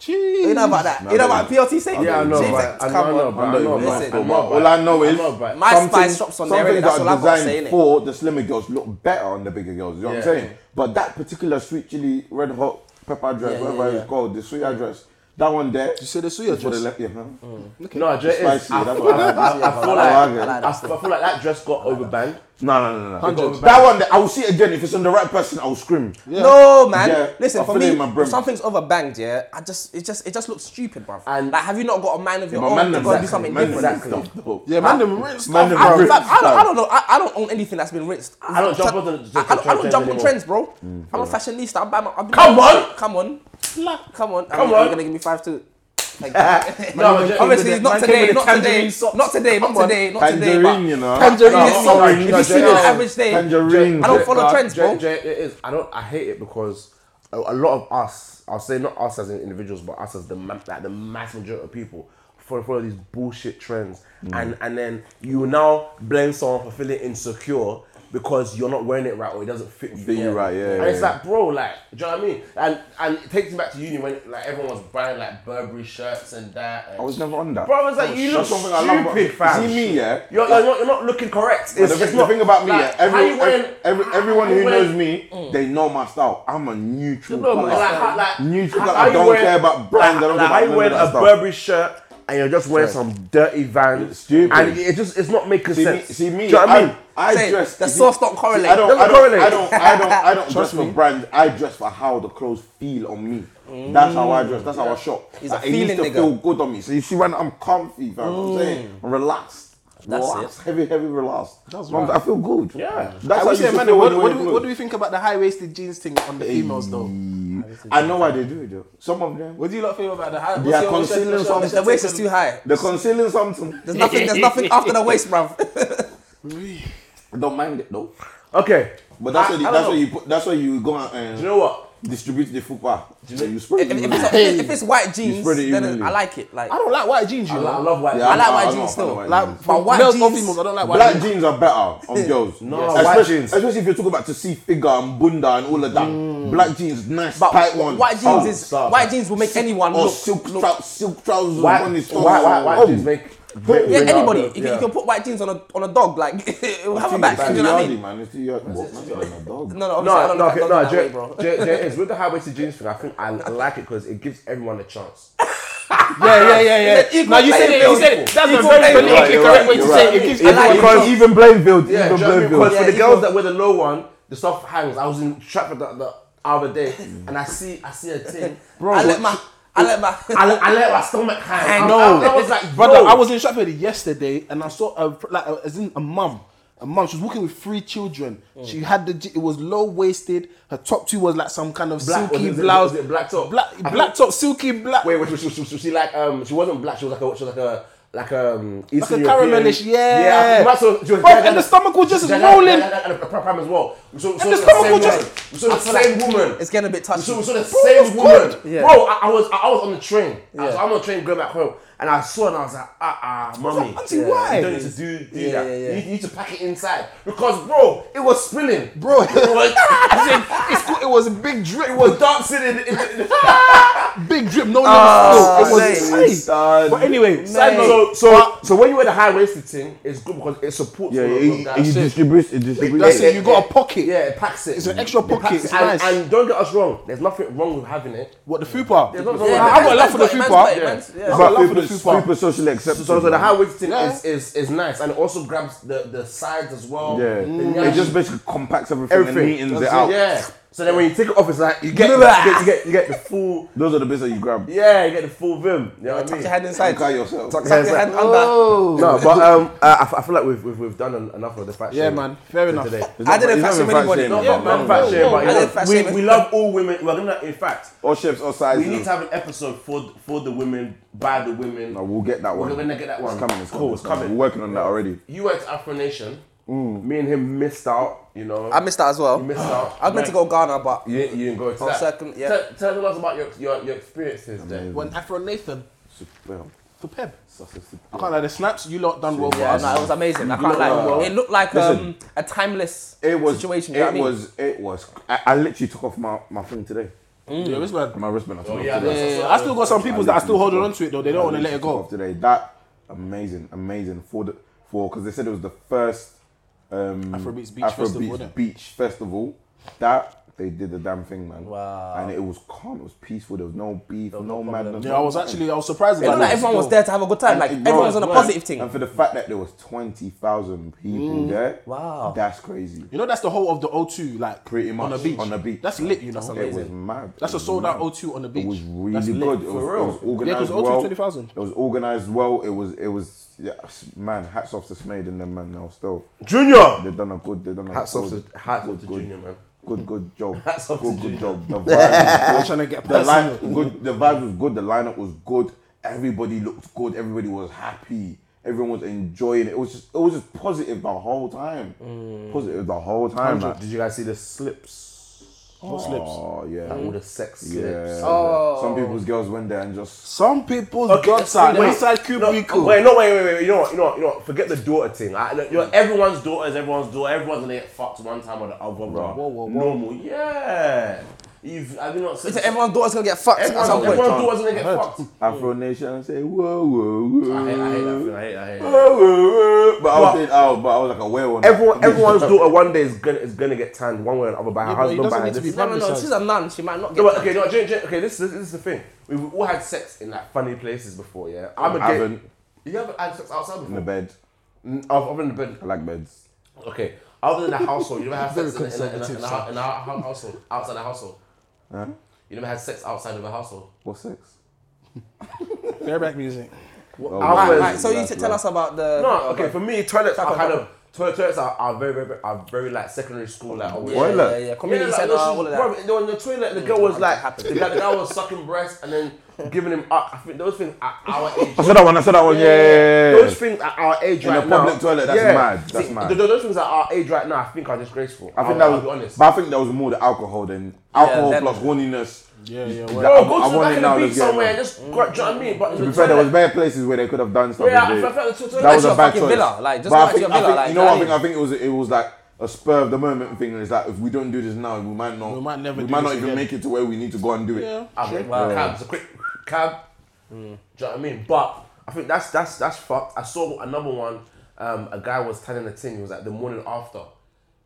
[SPEAKER 2] You
[SPEAKER 4] Jeez.
[SPEAKER 1] Mm.
[SPEAKER 2] know about that? You know about PLT shape?
[SPEAKER 5] Yeah, I know,
[SPEAKER 2] shape
[SPEAKER 5] but
[SPEAKER 2] sections?
[SPEAKER 5] I know,
[SPEAKER 2] Come
[SPEAKER 5] I know,
[SPEAKER 2] on.
[SPEAKER 5] but I know, but
[SPEAKER 2] Listen,
[SPEAKER 5] I know, but
[SPEAKER 1] All I know is
[SPEAKER 5] know, but-
[SPEAKER 2] My
[SPEAKER 1] something-
[SPEAKER 2] spice shops on there,
[SPEAKER 1] something
[SPEAKER 2] innit? That's
[SPEAKER 1] that
[SPEAKER 2] all
[SPEAKER 1] are
[SPEAKER 2] I've got to
[SPEAKER 1] designed
[SPEAKER 2] say, innit?
[SPEAKER 1] for the slimmer girls look better on the bigger girls. You know what I'm
[SPEAKER 5] Yeah.
[SPEAKER 1] saying? But that particular sweet chili red hot pepper dress,
[SPEAKER 2] Yeah, yeah,
[SPEAKER 1] whatever
[SPEAKER 2] yeah.
[SPEAKER 1] it's called, the sweet dress, that one there.
[SPEAKER 4] You say the suya
[SPEAKER 1] for the
[SPEAKER 4] dress?
[SPEAKER 1] left, yeah. huh?
[SPEAKER 5] No, Jay is. I,
[SPEAKER 1] Spicy,
[SPEAKER 5] I,
[SPEAKER 1] that's what I like.
[SPEAKER 5] I, I feel
[SPEAKER 1] I like
[SPEAKER 5] like
[SPEAKER 1] it.
[SPEAKER 5] I, I feel like that dress got overbanned.
[SPEAKER 1] No, no, no, no.
[SPEAKER 5] Hundred.
[SPEAKER 1] That one, there, I will see it again. If it's on the right person, I will scream.
[SPEAKER 2] No man,
[SPEAKER 1] Yeah, I
[SPEAKER 2] listen for
[SPEAKER 1] feel it
[SPEAKER 2] me.
[SPEAKER 1] in my brain.
[SPEAKER 2] If something's overbanged, yeah, I just it just it just looks stupid, bruv.
[SPEAKER 5] And-
[SPEAKER 2] And like, have you not got a mind of your
[SPEAKER 1] But
[SPEAKER 2] own
[SPEAKER 1] man,
[SPEAKER 2] to
[SPEAKER 1] them
[SPEAKER 2] go and do
[SPEAKER 1] exactly,
[SPEAKER 2] something
[SPEAKER 1] man,
[SPEAKER 2] different?
[SPEAKER 1] exactly.
[SPEAKER 4] Yeah, man, them rinsed
[SPEAKER 1] Man,
[SPEAKER 4] off.
[SPEAKER 1] them
[SPEAKER 2] I,
[SPEAKER 1] rinsed
[SPEAKER 2] fam, I, don't, I
[SPEAKER 1] off.
[SPEAKER 2] don't know. I, I don't own anything that's been rinsed.
[SPEAKER 5] I don't jump on the-
[SPEAKER 2] I, I don't, I don't jump on
[SPEAKER 5] anymore.
[SPEAKER 2] trends, bro. I'm a fashionista. I buy my. I buy
[SPEAKER 5] Come
[SPEAKER 2] my-
[SPEAKER 5] on!
[SPEAKER 2] come on, come on.
[SPEAKER 5] Come
[SPEAKER 2] Come on.
[SPEAKER 5] on.
[SPEAKER 2] You're gonna give me five too. Like, no,
[SPEAKER 5] No, Jay-
[SPEAKER 2] obviously
[SPEAKER 5] man
[SPEAKER 2] not
[SPEAKER 5] came
[SPEAKER 2] today,
[SPEAKER 5] with the
[SPEAKER 2] not today,
[SPEAKER 5] tangerine socks.
[SPEAKER 2] not today, not today, not today. But
[SPEAKER 1] Tangerine, you know.
[SPEAKER 2] Tangerine,
[SPEAKER 1] No,
[SPEAKER 2] listen,
[SPEAKER 1] sorry,
[SPEAKER 2] if
[SPEAKER 1] no,
[SPEAKER 2] you see me
[SPEAKER 1] Jay-
[SPEAKER 2] on an average day,
[SPEAKER 1] Tangerine.
[SPEAKER 2] I don't
[SPEAKER 1] Jay-
[SPEAKER 2] follow
[SPEAKER 5] Nah,
[SPEAKER 2] trends,
[SPEAKER 5] Uh, Jay-
[SPEAKER 2] bro.
[SPEAKER 5] Jay, it is. I don't. I hate it because a, a lot of us. I'll say not us as in individuals, but us as the ma- like the mass majority of people follow, follow these bullshit trends,
[SPEAKER 1] Mm.
[SPEAKER 5] and and then you now blame someone for feeling insecure because you're not wearing it right or it doesn't fit you.
[SPEAKER 1] Fit you right, yeah,
[SPEAKER 5] And
[SPEAKER 1] yeah,
[SPEAKER 5] it's
[SPEAKER 1] yeah.
[SPEAKER 5] like, bro, like, do you know what I mean? And and it takes me back to uni when like everyone was buying like Burberry shirts and that. And
[SPEAKER 1] I was never on that.
[SPEAKER 5] Bro, it's like
[SPEAKER 1] Oh,
[SPEAKER 5] you
[SPEAKER 1] shit.
[SPEAKER 5] look
[SPEAKER 1] Something I love about-
[SPEAKER 5] stupid, fam.
[SPEAKER 1] See me, yeah?
[SPEAKER 5] You're, you're, not, you're not looking correct. It's,
[SPEAKER 1] the,
[SPEAKER 5] it's
[SPEAKER 1] thing, the
[SPEAKER 5] not-
[SPEAKER 1] thing about me,
[SPEAKER 5] like,
[SPEAKER 1] yeah,
[SPEAKER 5] how
[SPEAKER 1] every,
[SPEAKER 5] you wearing-
[SPEAKER 1] every,
[SPEAKER 5] how-
[SPEAKER 1] everyone
[SPEAKER 5] how you
[SPEAKER 1] who
[SPEAKER 5] wearing- Mm.
[SPEAKER 1] knows me, they know my style. I'm a neutral.
[SPEAKER 5] No, but
[SPEAKER 1] colour.
[SPEAKER 5] like, how- like,
[SPEAKER 1] neutral.
[SPEAKER 5] how-
[SPEAKER 1] colour.
[SPEAKER 5] how
[SPEAKER 1] I
[SPEAKER 5] you
[SPEAKER 1] don't
[SPEAKER 5] wearing-
[SPEAKER 1] care about brands. I don't
[SPEAKER 5] like,
[SPEAKER 1] care
[SPEAKER 5] how
[SPEAKER 1] about
[SPEAKER 5] you
[SPEAKER 1] none
[SPEAKER 5] wearing
[SPEAKER 1] of
[SPEAKER 5] a
[SPEAKER 1] that stuff.
[SPEAKER 5] Burberry shirt and you're just wearing some dirty Vans.
[SPEAKER 1] It's stupid.
[SPEAKER 5] And it just it's not making
[SPEAKER 1] See me,
[SPEAKER 5] sense.
[SPEAKER 1] see me.
[SPEAKER 5] Do you know what I mean?
[SPEAKER 1] I,
[SPEAKER 2] Say,
[SPEAKER 1] dress.
[SPEAKER 2] the
[SPEAKER 1] see,
[SPEAKER 2] sauce don't correlate.
[SPEAKER 1] I don't. I
[SPEAKER 5] Doesn't
[SPEAKER 1] don't.
[SPEAKER 5] correlate.
[SPEAKER 1] I don't. I don't. I don't dress for brand. I dress for how the clothes feel on me. That's how I dress. That's how I shop.
[SPEAKER 2] He's a
[SPEAKER 1] Like, it needs
[SPEAKER 2] feeling
[SPEAKER 1] to
[SPEAKER 2] nigga.
[SPEAKER 1] feel good on me. So you see when I'm comfy, fam. I'm saying I'm relaxed.
[SPEAKER 2] That's
[SPEAKER 1] relaxed, heavy, heavy, relaxed. That's right. I feel good.
[SPEAKER 5] Yeah.
[SPEAKER 1] that's
[SPEAKER 4] I
[SPEAKER 1] how you
[SPEAKER 4] was saying,
[SPEAKER 1] should
[SPEAKER 4] man,
[SPEAKER 1] feel
[SPEAKER 4] what,
[SPEAKER 1] when
[SPEAKER 4] what,
[SPEAKER 1] you're
[SPEAKER 4] do we,
[SPEAKER 1] good.
[SPEAKER 4] what do we think about the high waisted jeans thing on the females, though?
[SPEAKER 1] I know why they do it though. Some of them,
[SPEAKER 4] What do you lot think about the high
[SPEAKER 1] They are concealing something.
[SPEAKER 2] The waist is too high.
[SPEAKER 1] they're concealing something.
[SPEAKER 2] There's nothing. There's nothing after the waist, bruv.
[SPEAKER 1] Don't mind it though.
[SPEAKER 5] Okay.
[SPEAKER 1] But that's
[SPEAKER 5] I-
[SPEAKER 1] why you,
[SPEAKER 5] I don't
[SPEAKER 1] that's why
[SPEAKER 5] know.
[SPEAKER 1] you put, that's why you go and uh,
[SPEAKER 5] Do you know what?
[SPEAKER 1] distribute the football. So you spread
[SPEAKER 2] If,
[SPEAKER 1] it
[SPEAKER 2] if,
[SPEAKER 1] evenly.
[SPEAKER 2] it's, if it's white jeans,
[SPEAKER 1] spread it
[SPEAKER 2] then
[SPEAKER 1] evenly.
[SPEAKER 2] I like it. Like
[SPEAKER 4] I don't like white jeans, you
[SPEAKER 5] I,
[SPEAKER 4] know.
[SPEAKER 5] lo- I love white.
[SPEAKER 1] Yeah,
[SPEAKER 2] I like
[SPEAKER 1] I'm-
[SPEAKER 2] white
[SPEAKER 1] I'm
[SPEAKER 2] jeans
[SPEAKER 1] not a fan of
[SPEAKER 2] still.
[SPEAKER 1] white jeans.
[SPEAKER 4] Like, for
[SPEAKER 2] white
[SPEAKER 4] males or
[SPEAKER 2] jeans-
[SPEAKER 4] females, I don't like white
[SPEAKER 1] Black
[SPEAKER 4] jeans.
[SPEAKER 1] jeans are better on girls.
[SPEAKER 5] No,
[SPEAKER 1] Yes.
[SPEAKER 5] white
[SPEAKER 1] especially,
[SPEAKER 5] jeans. Mm.
[SPEAKER 1] Especially if you're talking about to see figure and bunda and all of that. Black jeans, nice
[SPEAKER 2] But
[SPEAKER 1] tight ones.
[SPEAKER 2] white jeans
[SPEAKER 1] Oh,
[SPEAKER 2] is
[SPEAKER 5] stop.
[SPEAKER 2] white jeans will make anyone
[SPEAKER 1] or
[SPEAKER 2] look.
[SPEAKER 1] silk
[SPEAKER 2] look-
[SPEAKER 1] trou- silk trousers.
[SPEAKER 5] White,
[SPEAKER 1] on
[SPEAKER 5] white,
[SPEAKER 1] his
[SPEAKER 5] white, white,
[SPEAKER 1] Oh.
[SPEAKER 5] jeans make.
[SPEAKER 1] Yeah,
[SPEAKER 2] Yeah,
[SPEAKER 5] bring out
[SPEAKER 2] anybody.
[SPEAKER 5] the-
[SPEAKER 2] You, can,
[SPEAKER 5] yeah.
[SPEAKER 2] you can put white jeans on a on a dog, like it will have a back.
[SPEAKER 1] It's
[SPEAKER 2] Do you know what I mean?
[SPEAKER 1] Yardi, man. It's the Yardi. What, man, it's like a dog.
[SPEAKER 2] No, no, obviously I
[SPEAKER 5] No,
[SPEAKER 2] don't
[SPEAKER 5] no,
[SPEAKER 2] like
[SPEAKER 5] okay,
[SPEAKER 2] dogs
[SPEAKER 5] no,
[SPEAKER 2] that way,
[SPEAKER 5] Jay,
[SPEAKER 2] bro.
[SPEAKER 5] Jay, Jay is with the high waisted jeans thing. I think I, I like it because it gives everyone a chance.
[SPEAKER 4] Yeah, yeah, yeah,
[SPEAKER 2] It's
[SPEAKER 4] yeah.
[SPEAKER 2] an
[SPEAKER 4] No, you
[SPEAKER 2] equal
[SPEAKER 4] said it. You
[SPEAKER 2] playing
[SPEAKER 4] said it.
[SPEAKER 2] field.
[SPEAKER 4] That's a
[SPEAKER 2] Equal
[SPEAKER 4] very
[SPEAKER 2] playing
[SPEAKER 1] You're right,
[SPEAKER 4] politically
[SPEAKER 1] you're
[SPEAKER 4] correct
[SPEAKER 1] right,
[SPEAKER 4] way to
[SPEAKER 1] you're
[SPEAKER 4] say
[SPEAKER 1] right.
[SPEAKER 4] it. It gives
[SPEAKER 2] I like
[SPEAKER 4] everyone
[SPEAKER 2] it.
[SPEAKER 4] a chance.
[SPEAKER 1] Because even Blainfield,
[SPEAKER 5] Yeah,
[SPEAKER 1] even
[SPEAKER 5] do you know what I mean?
[SPEAKER 1] Blainfield.
[SPEAKER 5] Because for the
[SPEAKER 2] Yeah,
[SPEAKER 5] girls
[SPEAKER 2] even-
[SPEAKER 5] that wear the low one, the stuff hangs. I was in Stratford the, the other day, and I see, I see a thing, bro.
[SPEAKER 2] I let my I let my
[SPEAKER 5] I, let- I let my stomach hang.
[SPEAKER 2] I
[SPEAKER 5] I,
[SPEAKER 2] know.
[SPEAKER 5] I, was like,
[SPEAKER 4] brother,
[SPEAKER 5] yo.
[SPEAKER 4] I was in Stratford yesterday and I saw a like a, as in a mum. A mum, she was walking with three children. She had the j- it was low waisted. Her top two was like some kind of
[SPEAKER 5] Black-
[SPEAKER 4] silky
[SPEAKER 5] was it-
[SPEAKER 4] blouse,
[SPEAKER 5] was it black top?
[SPEAKER 4] black
[SPEAKER 5] I
[SPEAKER 4] black
[SPEAKER 5] think-
[SPEAKER 4] top, silky black.
[SPEAKER 5] Wait, wait, she, she, she, she like um, she wasn't black. She was like a, she was like a like um Eastern
[SPEAKER 4] a caramelish,
[SPEAKER 5] European-
[SPEAKER 4] yeah.
[SPEAKER 5] yeah. might as well- she was
[SPEAKER 4] Bro,
[SPEAKER 5] Jack-
[SPEAKER 4] and the stomach was just
[SPEAKER 5] Jack-
[SPEAKER 4] rolling.
[SPEAKER 5] Jack- Jack- and the prime as well. We saw, saw
[SPEAKER 4] the stomach
[SPEAKER 5] same
[SPEAKER 4] was
[SPEAKER 5] woman.
[SPEAKER 4] just-
[SPEAKER 5] We saw the
[SPEAKER 2] I feel like
[SPEAKER 5] same woman.
[SPEAKER 2] it's getting a bit touchy.
[SPEAKER 5] We saw, we saw the
[SPEAKER 4] it was
[SPEAKER 5] same woman,
[SPEAKER 4] good.
[SPEAKER 2] Yeah.
[SPEAKER 5] bro. I, I was I, I was on the train. I was,
[SPEAKER 2] Yeah.
[SPEAKER 5] I'm on the train going back home, and I saw it and I was like, ah, ah, mommy.
[SPEAKER 4] auntie, why?
[SPEAKER 5] You don't need to do, do
[SPEAKER 2] Yeah,
[SPEAKER 5] that.
[SPEAKER 2] yeah, yeah.
[SPEAKER 5] You, you need to pack it inside because, bro, it was spilling,
[SPEAKER 4] Bro.
[SPEAKER 5] It was,
[SPEAKER 4] It's cool. It was a big drip.
[SPEAKER 5] it was dancing in, in, in,
[SPEAKER 4] big drip. No
[SPEAKER 5] Ah,
[SPEAKER 4] limit. still. It was
[SPEAKER 2] mate.
[SPEAKER 4] tight. But anyway, side note.
[SPEAKER 5] So, so, so when you wear the high waisted thing, it's good because it supports
[SPEAKER 1] Yeah,
[SPEAKER 5] all of
[SPEAKER 1] it,
[SPEAKER 5] that
[SPEAKER 1] it, it
[SPEAKER 5] shit.
[SPEAKER 1] distributes. It distributes.
[SPEAKER 4] That's it. You got a pocket.
[SPEAKER 5] Yeah, it packs it.
[SPEAKER 4] It's an extra
[SPEAKER 5] It
[SPEAKER 4] pocket,
[SPEAKER 5] packs it.
[SPEAKER 4] it's
[SPEAKER 5] and,
[SPEAKER 4] nice.
[SPEAKER 5] and don't get us wrong, there's nothing wrong with having it.
[SPEAKER 4] What the fupa?
[SPEAKER 5] There's nothing wrong
[SPEAKER 4] I
[SPEAKER 5] with
[SPEAKER 4] got
[SPEAKER 5] it.
[SPEAKER 4] a lot for the
[SPEAKER 2] Man's
[SPEAKER 4] fupa.
[SPEAKER 2] got it, man's- yeah.
[SPEAKER 1] It's
[SPEAKER 4] I love
[SPEAKER 1] about
[SPEAKER 4] for the
[SPEAKER 1] super,
[SPEAKER 4] fupa.
[SPEAKER 1] super socially acceptable.
[SPEAKER 5] So, so the high waisted thing
[SPEAKER 4] Yeah.
[SPEAKER 5] is, is is nice and it also grabs the, the sides as well.
[SPEAKER 1] yeah,
[SPEAKER 5] The nyashes,
[SPEAKER 1] it just basically compacts everything,
[SPEAKER 5] everything.
[SPEAKER 1] and neatens it
[SPEAKER 5] That's
[SPEAKER 1] out.
[SPEAKER 5] Yeah. So then when you take it off, it's like you get you
[SPEAKER 2] Blah.
[SPEAKER 5] get, you get you get the full
[SPEAKER 1] Those are the bits that you grab.
[SPEAKER 5] yeah you get the full vim. You know what I
[SPEAKER 2] Tuck
[SPEAKER 5] mean?
[SPEAKER 2] your head inside.
[SPEAKER 1] Look at yourself.
[SPEAKER 2] Tuck, tuck
[SPEAKER 5] Yeah, it's
[SPEAKER 2] your
[SPEAKER 5] like,
[SPEAKER 2] head under.
[SPEAKER 5] No, but um, I, I f- I feel like we've, we've we've done en- enough of the fact.
[SPEAKER 4] Yeah,
[SPEAKER 5] shaming
[SPEAKER 4] man. Fair
[SPEAKER 5] for
[SPEAKER 4] enough.
[SPEAKER 5] Today.
[SPEAKER 2] I didn't fact shame anybody.
[SPEAKER 1] No,
[SPEAKER 5] Yeah, man, fact
[SPEAKER 4] no,
[SPEAKER 5] shame,
[SPEAKER 4] no,
[SPEAKER 5] but you
[SPEAKER 4] no,
[SPEAKER 5] know,
[SPEAKER 2] fact
[SPEAKER 5] we,
[SPEAKER 2] shaming.
[SPEAKER 5] we love all women. We're gonna, in fact,
[SPEAKER 1] All shapes, all sizes.
[SPEAKER 5] we need to have an episode for th- for the women by the women.
[SPEAKER 1] No, we'll get that one.
[SPEAKER 5] We're gonna get that one.
[SPEAKER 1] It's coming. It's
[SPEAKER 5] cool.
[SPEAKER 1] cool.
[SPEAKER 5] It's coming.
[SPEAKER 1] We're working on that already.
[SPEAKER 5] You went to Afro Nation. Me and him missed out. You know,
[SPEAKER 2] I missed that as
[SPEAKER 5] You
[SPEAKER 2] well.
[SPEAKER 5] missed out.
[SPEAKER 2] I was meant to go Ghana, but
[SPEAKER 5] You didn't, you didn't go to
[SPEAKER 2] Oh,
[SPEAKER 5] that.
[SPEAKER 2] second- yeah.
[SPEAKER 5] tell, tell us about your your, your experiences there.
[SPEAKER 4] When Afro Nathan
[SPEAKER 1] Superb.
[SPEAKER 4] for Peb.
[SPEAKER 1] Sausage
[SPEAKER 4] I
[SPEAKER 1] superb.
[SPEAKER 4] can't lie, the snaps, you lot done well for
[SPEAKER 2] yeah,
[SPEAKER 4] us.
[SPEAKER 2] no, it was amazing. I can't lie. It looked like um, a timeless
[SPEAKER 1] It was.
[SPEAKER 2] situation.
[SPEAKER 1] It
[SPEAKER 2] You know what I mean?
[SPEAKER 1] was. It was. I, I literally took off my my thing today.
[SPEAKER 4] Yeah, it's bad.
[SPEAKER 1] My wristband. I took
[SPEAKER 5] Oh,
[SPEAKER 1] off
[SPEAKER 5] yeah,
[SPEAKER 1] today.
[SPEAKER 5] yeah,
[SPEAKER 4] Yeah, I still got some people that are still holding on to it though. They don't want to let it
[SPEAKER 1] took off
[SPEAKER 4] go.
[SPEAKER 1] today. That amazing, amazing for the for because they said it was the first um,
[SPEAKER 4] Afrobeats Beach
[SPEAKER 1] Afrobeats
[SPEAKER 4] Festival, wasn't it?
[SPEAKER 1] Beach Festival. That they did the damn thing, man.
[SPEAKER 2] Wow.
[SPEAKER 1] And it was calm. It was peaceful. There was no beef, no,
[SPEAKER 2] no problem.
[SPEAKER 1] madness.
[SPEAKER 4] Yeah, I was
[SPEAKER 1] nothing.
[SPEAKER 4] actually I was surprised.
[SPEAKER 2] It
[SPEAKER 4] about
[SPEAKER 2] looked like
[SPEAKER 4] that.
[SPEAKER 2] everyone was there to have a good time. Like
[SPEAKER 1] It
[SPEAKER 2] everyone was on a
[SPEAKER 1] man.
[SPEAKER 2] positive thing.
[SPEAKER 1] And for the fact that there was twenty thousand people there,
[SPEAKER 2] Wow.
[SPEAKER 1] that's crazy.
[SPEAKER 4] Mm. You know that's the whole of the O2 like
[SPEAKER 1] Pretty much
[SPEAKER 4] on the beach.
[SPEAKER 1] on the beach.
[SPEAKER 4] That's lit, you know.
[SPEAKER 1] It was mad.
[SPEAKER 4] That's a
[SPEAKER 1] It was
[SPEAKER 4] sold out
[SPEAKER 1] mad.
[SPEAKER 4] O2 on the beach.
[SPEAKER 1] It was really
[SPEAKER 4] That's lit,
[SPEAKER 1] good. It
[SPEAKER 4] for
[SPEAKER 1] was,
[SPEAKER 4] real.
[SPEAKER 1] it was organized
[SPEAKER 4] Yeah, because
[SPEAKER 1] well.
[SPEAKER 4] O2 20,000.
[SPEAKER 1] It was organized well. It was it was yeah, man. Hats off to Smade and them man. Now still,
[SPEAKER 5] Junior.
[SPEAKER 1] they've done a good. They've done a
[SPEAKER 5] Hats off
[SPEAKER 1] good,
[SPEAKER 5] to hats off to
[SPEAKER 1] good,
[SPEAKER 5] Junior, man.
[SPEAKER 1] Good good job.
[SPEAKER 5] Hats off
[SPEAKER 1] good,
[SPEAKER 5] to Junior.
[SPEAKER 1] good job. The vibe,
[SPEAKER 4] I'm trying to get
[SPEAKER 1] the line,
[SPEAKER 4] personal.
[SPEAKER 1] good. The vibe was good. The lineup was good. Everybody looked good. Everybody was happy. Everyone was enjoying it. It was just it was just positive the whole time.
[SPEAKER 4] Mm.
[SPEAKER 1] Positive the whole time. man.
[SPEAKER 5] Did you guys see the slips?
[SPEAKER 4] What slips? Oh.
[SPEAKER 1] Oh yeah.
[SPEAKER 5] Like, all the sex
[SPEAKER 1] Yeah.
[SPEAKER 5] slips.
[SPEAKER 1] Some people's girls went there and just
[SPEAKER 4] Some people
[SPEAKER 5] Okay,
[SPEAKER 4] got that
[SPEAKER 5] wait,
[SPEAKER 4] inside
[SPEAKER 5] no,
[SPEAKER 4] cubicle.
[SPEAKER 5] Wait, no, wait, wait, wait. You know what? You know what? You know what? Forget the daughter thing. I, you know, everyone's daughter is everyone's daughter. Everyone's gonna get fucked one time or the other. Bro.
[SPEAKER 4] Whoa, whoa, whoa.
[SPEAKER 5] Normal. Yeah. You've have you not said
[SPEAKER 2] It's like everyone's daughter's gonna get fucked at
[SPEAKER 5] Everyone's,
[SPEAKER 2] some
[SPEAKER 5] everyone's
[SPEAKER 2] point.
[SPEAKER 5] daughter's gonna get fucked.
[SPEAKER 1] Mm. Afro Nation and say whoa whoa whoa.
[SPEAKER 5] I hate, I hate that feeling. I hate, I hate. That.
[SPEAKER 1] But, I was,
[SPEAKER 5] But-
[SPEAKER 1] dead out, but I was like a werewolf.
[SPEAKER 5] Everyone, everyone's daughter one day is gonna is gonna get tanned one way or another by her
[SPEAKER 4] Yeah, but it
[SPEAKER 5] husband, by
[SPEAKER 4] doesn't
[SPEAKER 5] her
[SPEAKER 4] need to
[SPEAKER 5] this-
[SPEAKER 4] be
[SPEAKER 2] No, no, no.
[SPEAKER 4] publicised.
[SPEAKER 2] She's a nun. She might not get.
[SPEAKER 5] No, but, okay, no, gen- gen- okay. This, this, this is the thing. We've all had sex in like funny places before, yeah. I'm a
[SPEAKER 1] I
[SPEAKER 5] gay.
[SPEAKER 1] haven't
[SPEAKER 5] You haven't had sex outside
[SPEAKER 1] in the
[SPEAKER 5] before.
[SPEAKER 1] bed.
[SPEAKER 5] Mm, I've, I've been in the bed.
[SPEAKER 1] I like beds.
[SPEAKER 5] Okay. Other than the household, you never have
[SPEAKER 4] Very
[SPEAKER 5] sex in a, in a, in a, in
[SPEAKER 4] conservative,
[SPEAKER 5] a, hou- in a hou- household outside the household.
[SPEAKER 1] Huh?
[SPEAKER 5] You never had sex outside of the household.
[SPEAKER 1] What sex?
[SPEAKER 4] Bareback music.
[SPEAKER 1] Oh,
[SPEAKER 5] Hours.
[SPEAKER 1] right,
[SPEAKER 2] Right, so you
[SPEAKER 1] That's
[SPEAKER 2] t- tell
[SPEAKER 1] right.
[SPEAKER 2] us about the.
[SPEAKER 5] No, okay. For me, toilets
[SPEAKER 2] Talk
[SPEAKER 5] are kind
[SPEAKER 2] about-
[SPEAKER 5] of toilet, toilets are, are very, very, are very like secondary school, like always.
[SPEAKER 2] Yeah,
[SPEAKER 1] Toilet?
[SPEAKER 2] yeah, yeah. Community
[SPEAKER 5] like,
[SPEAKER 2] center,
[SPEAKER 5] no, she-
[SPEAKER 2] all of that.
[SPEAKER 5] bruv, in the toilet, the girl was
[SPEAKER 2] that
[SPEAKER 5] like,
[SPEAKER 2] happened.
[SPEAKER 5] the guy, the guy was sucking breasts and then giving him up. I think those things at our age.
[SPEAKER 1] I saw that one. I saw that one. Yeah. yeah, yeah,
[SPEAKER 5] Those things at our age
[SPEAKER 1] In
[SPEAKER 5] right
[SPEAKER 1] a
[SPEAKER 5] now.
[SPEAKER 1] public toilet, that's mad, that's
[SPEAKER 5] See,
[SPEAKER 1] mad.
[SPEAKER 5] th- Those things at our age right now, I think are disgraceful.
[SPEAKER 1] I think
[SPEAKER 5] Oh, I'll,
[SPEAKER 1] that
[SPEAKER 5] I'll be
[SPEAKER 1] was,
[SPEAKER 5] honest.
[SPEAKER 1] but I think that was more the alcohol than alcohol
[SPEAKER 2] then-
[SPEAKER 1] plus horniness.
[SPEAKER 4] Yeah, yeah,
[SPEAKER 1] That-
[SPEAKER 5] Bro,
[SPEAKER 4] well.
[SPEAKER 1] I-
[SPEAKER 5] go
[SPEAKER 1] I
[SPEAKER 5] to the
[SPEAKER 1] want
[SPEAKER 5] back
[SPEAKER 1] it
[SPEAKER 5] of
[SPEAKER 1] now,
[SPEAKER 5] the beach
[SPEAKER 1] let's get it
[SPEAKER 5] somewhere
[SPEAKER 1] now.
[SPEAKER 5] and just, gra- do you know what I mean? But
[SPEAKER 1] To be fair, there was bare places where they could have done stuff.
[SPEAKER 5] Yeah,
[SPEAKER 1] with
[SPEAKER 5] I- I felt
[SPEAKER 1] it.
[SPEAKER 5] the toilet-
[SPEAKER 1] that
[SPEAKER 5] like
[SPEAKER 1] was
[SPEAKER 2] your
[SPEAKER 1] a bad
[SPEAKER 2] fucking
[SPEAKER 1] choice.
[SPEAKER 2] villa, like, just
[SPEAKER 1] But
[SPEAKER 2] go
[SPEAKER 1] I
[SPEAKER 2] back to
[SPEAKER 1] think-
[SPEAKER 2] your
[SPEAKER 1] I
[SPEAKER 2] villa,
[SPEAKER 1] think-
[SPEAKER 2] like,
[SPEAKER 1] you know what I
[SPEAKER 2] Ali.
[SPEAKER 1] think? I think it was it was like a spur of the moment thing. Is that if we don't do this now, we might not.
[SPEAKER 4] We might never
[SPEAKER 1] We
[SPEAKER 4] do
[SPEAKER 1] might
[SPEAKER 4] this
[SPEAKER 1] not even
[SPEAKER 4] again.
[SPEAKER 1] make it to where we need to go and do it.
[SPEAKER 4] Yeah.
[SPEAKER 5] I mean, cab, it's a quick cab.
[SPEAKER 2] Mm.
[SPEAKER 5] Do you know what I mean? But I think that's that's that's fucked. I saw another one. Um, a guy was telling a thing. It was like the morning after.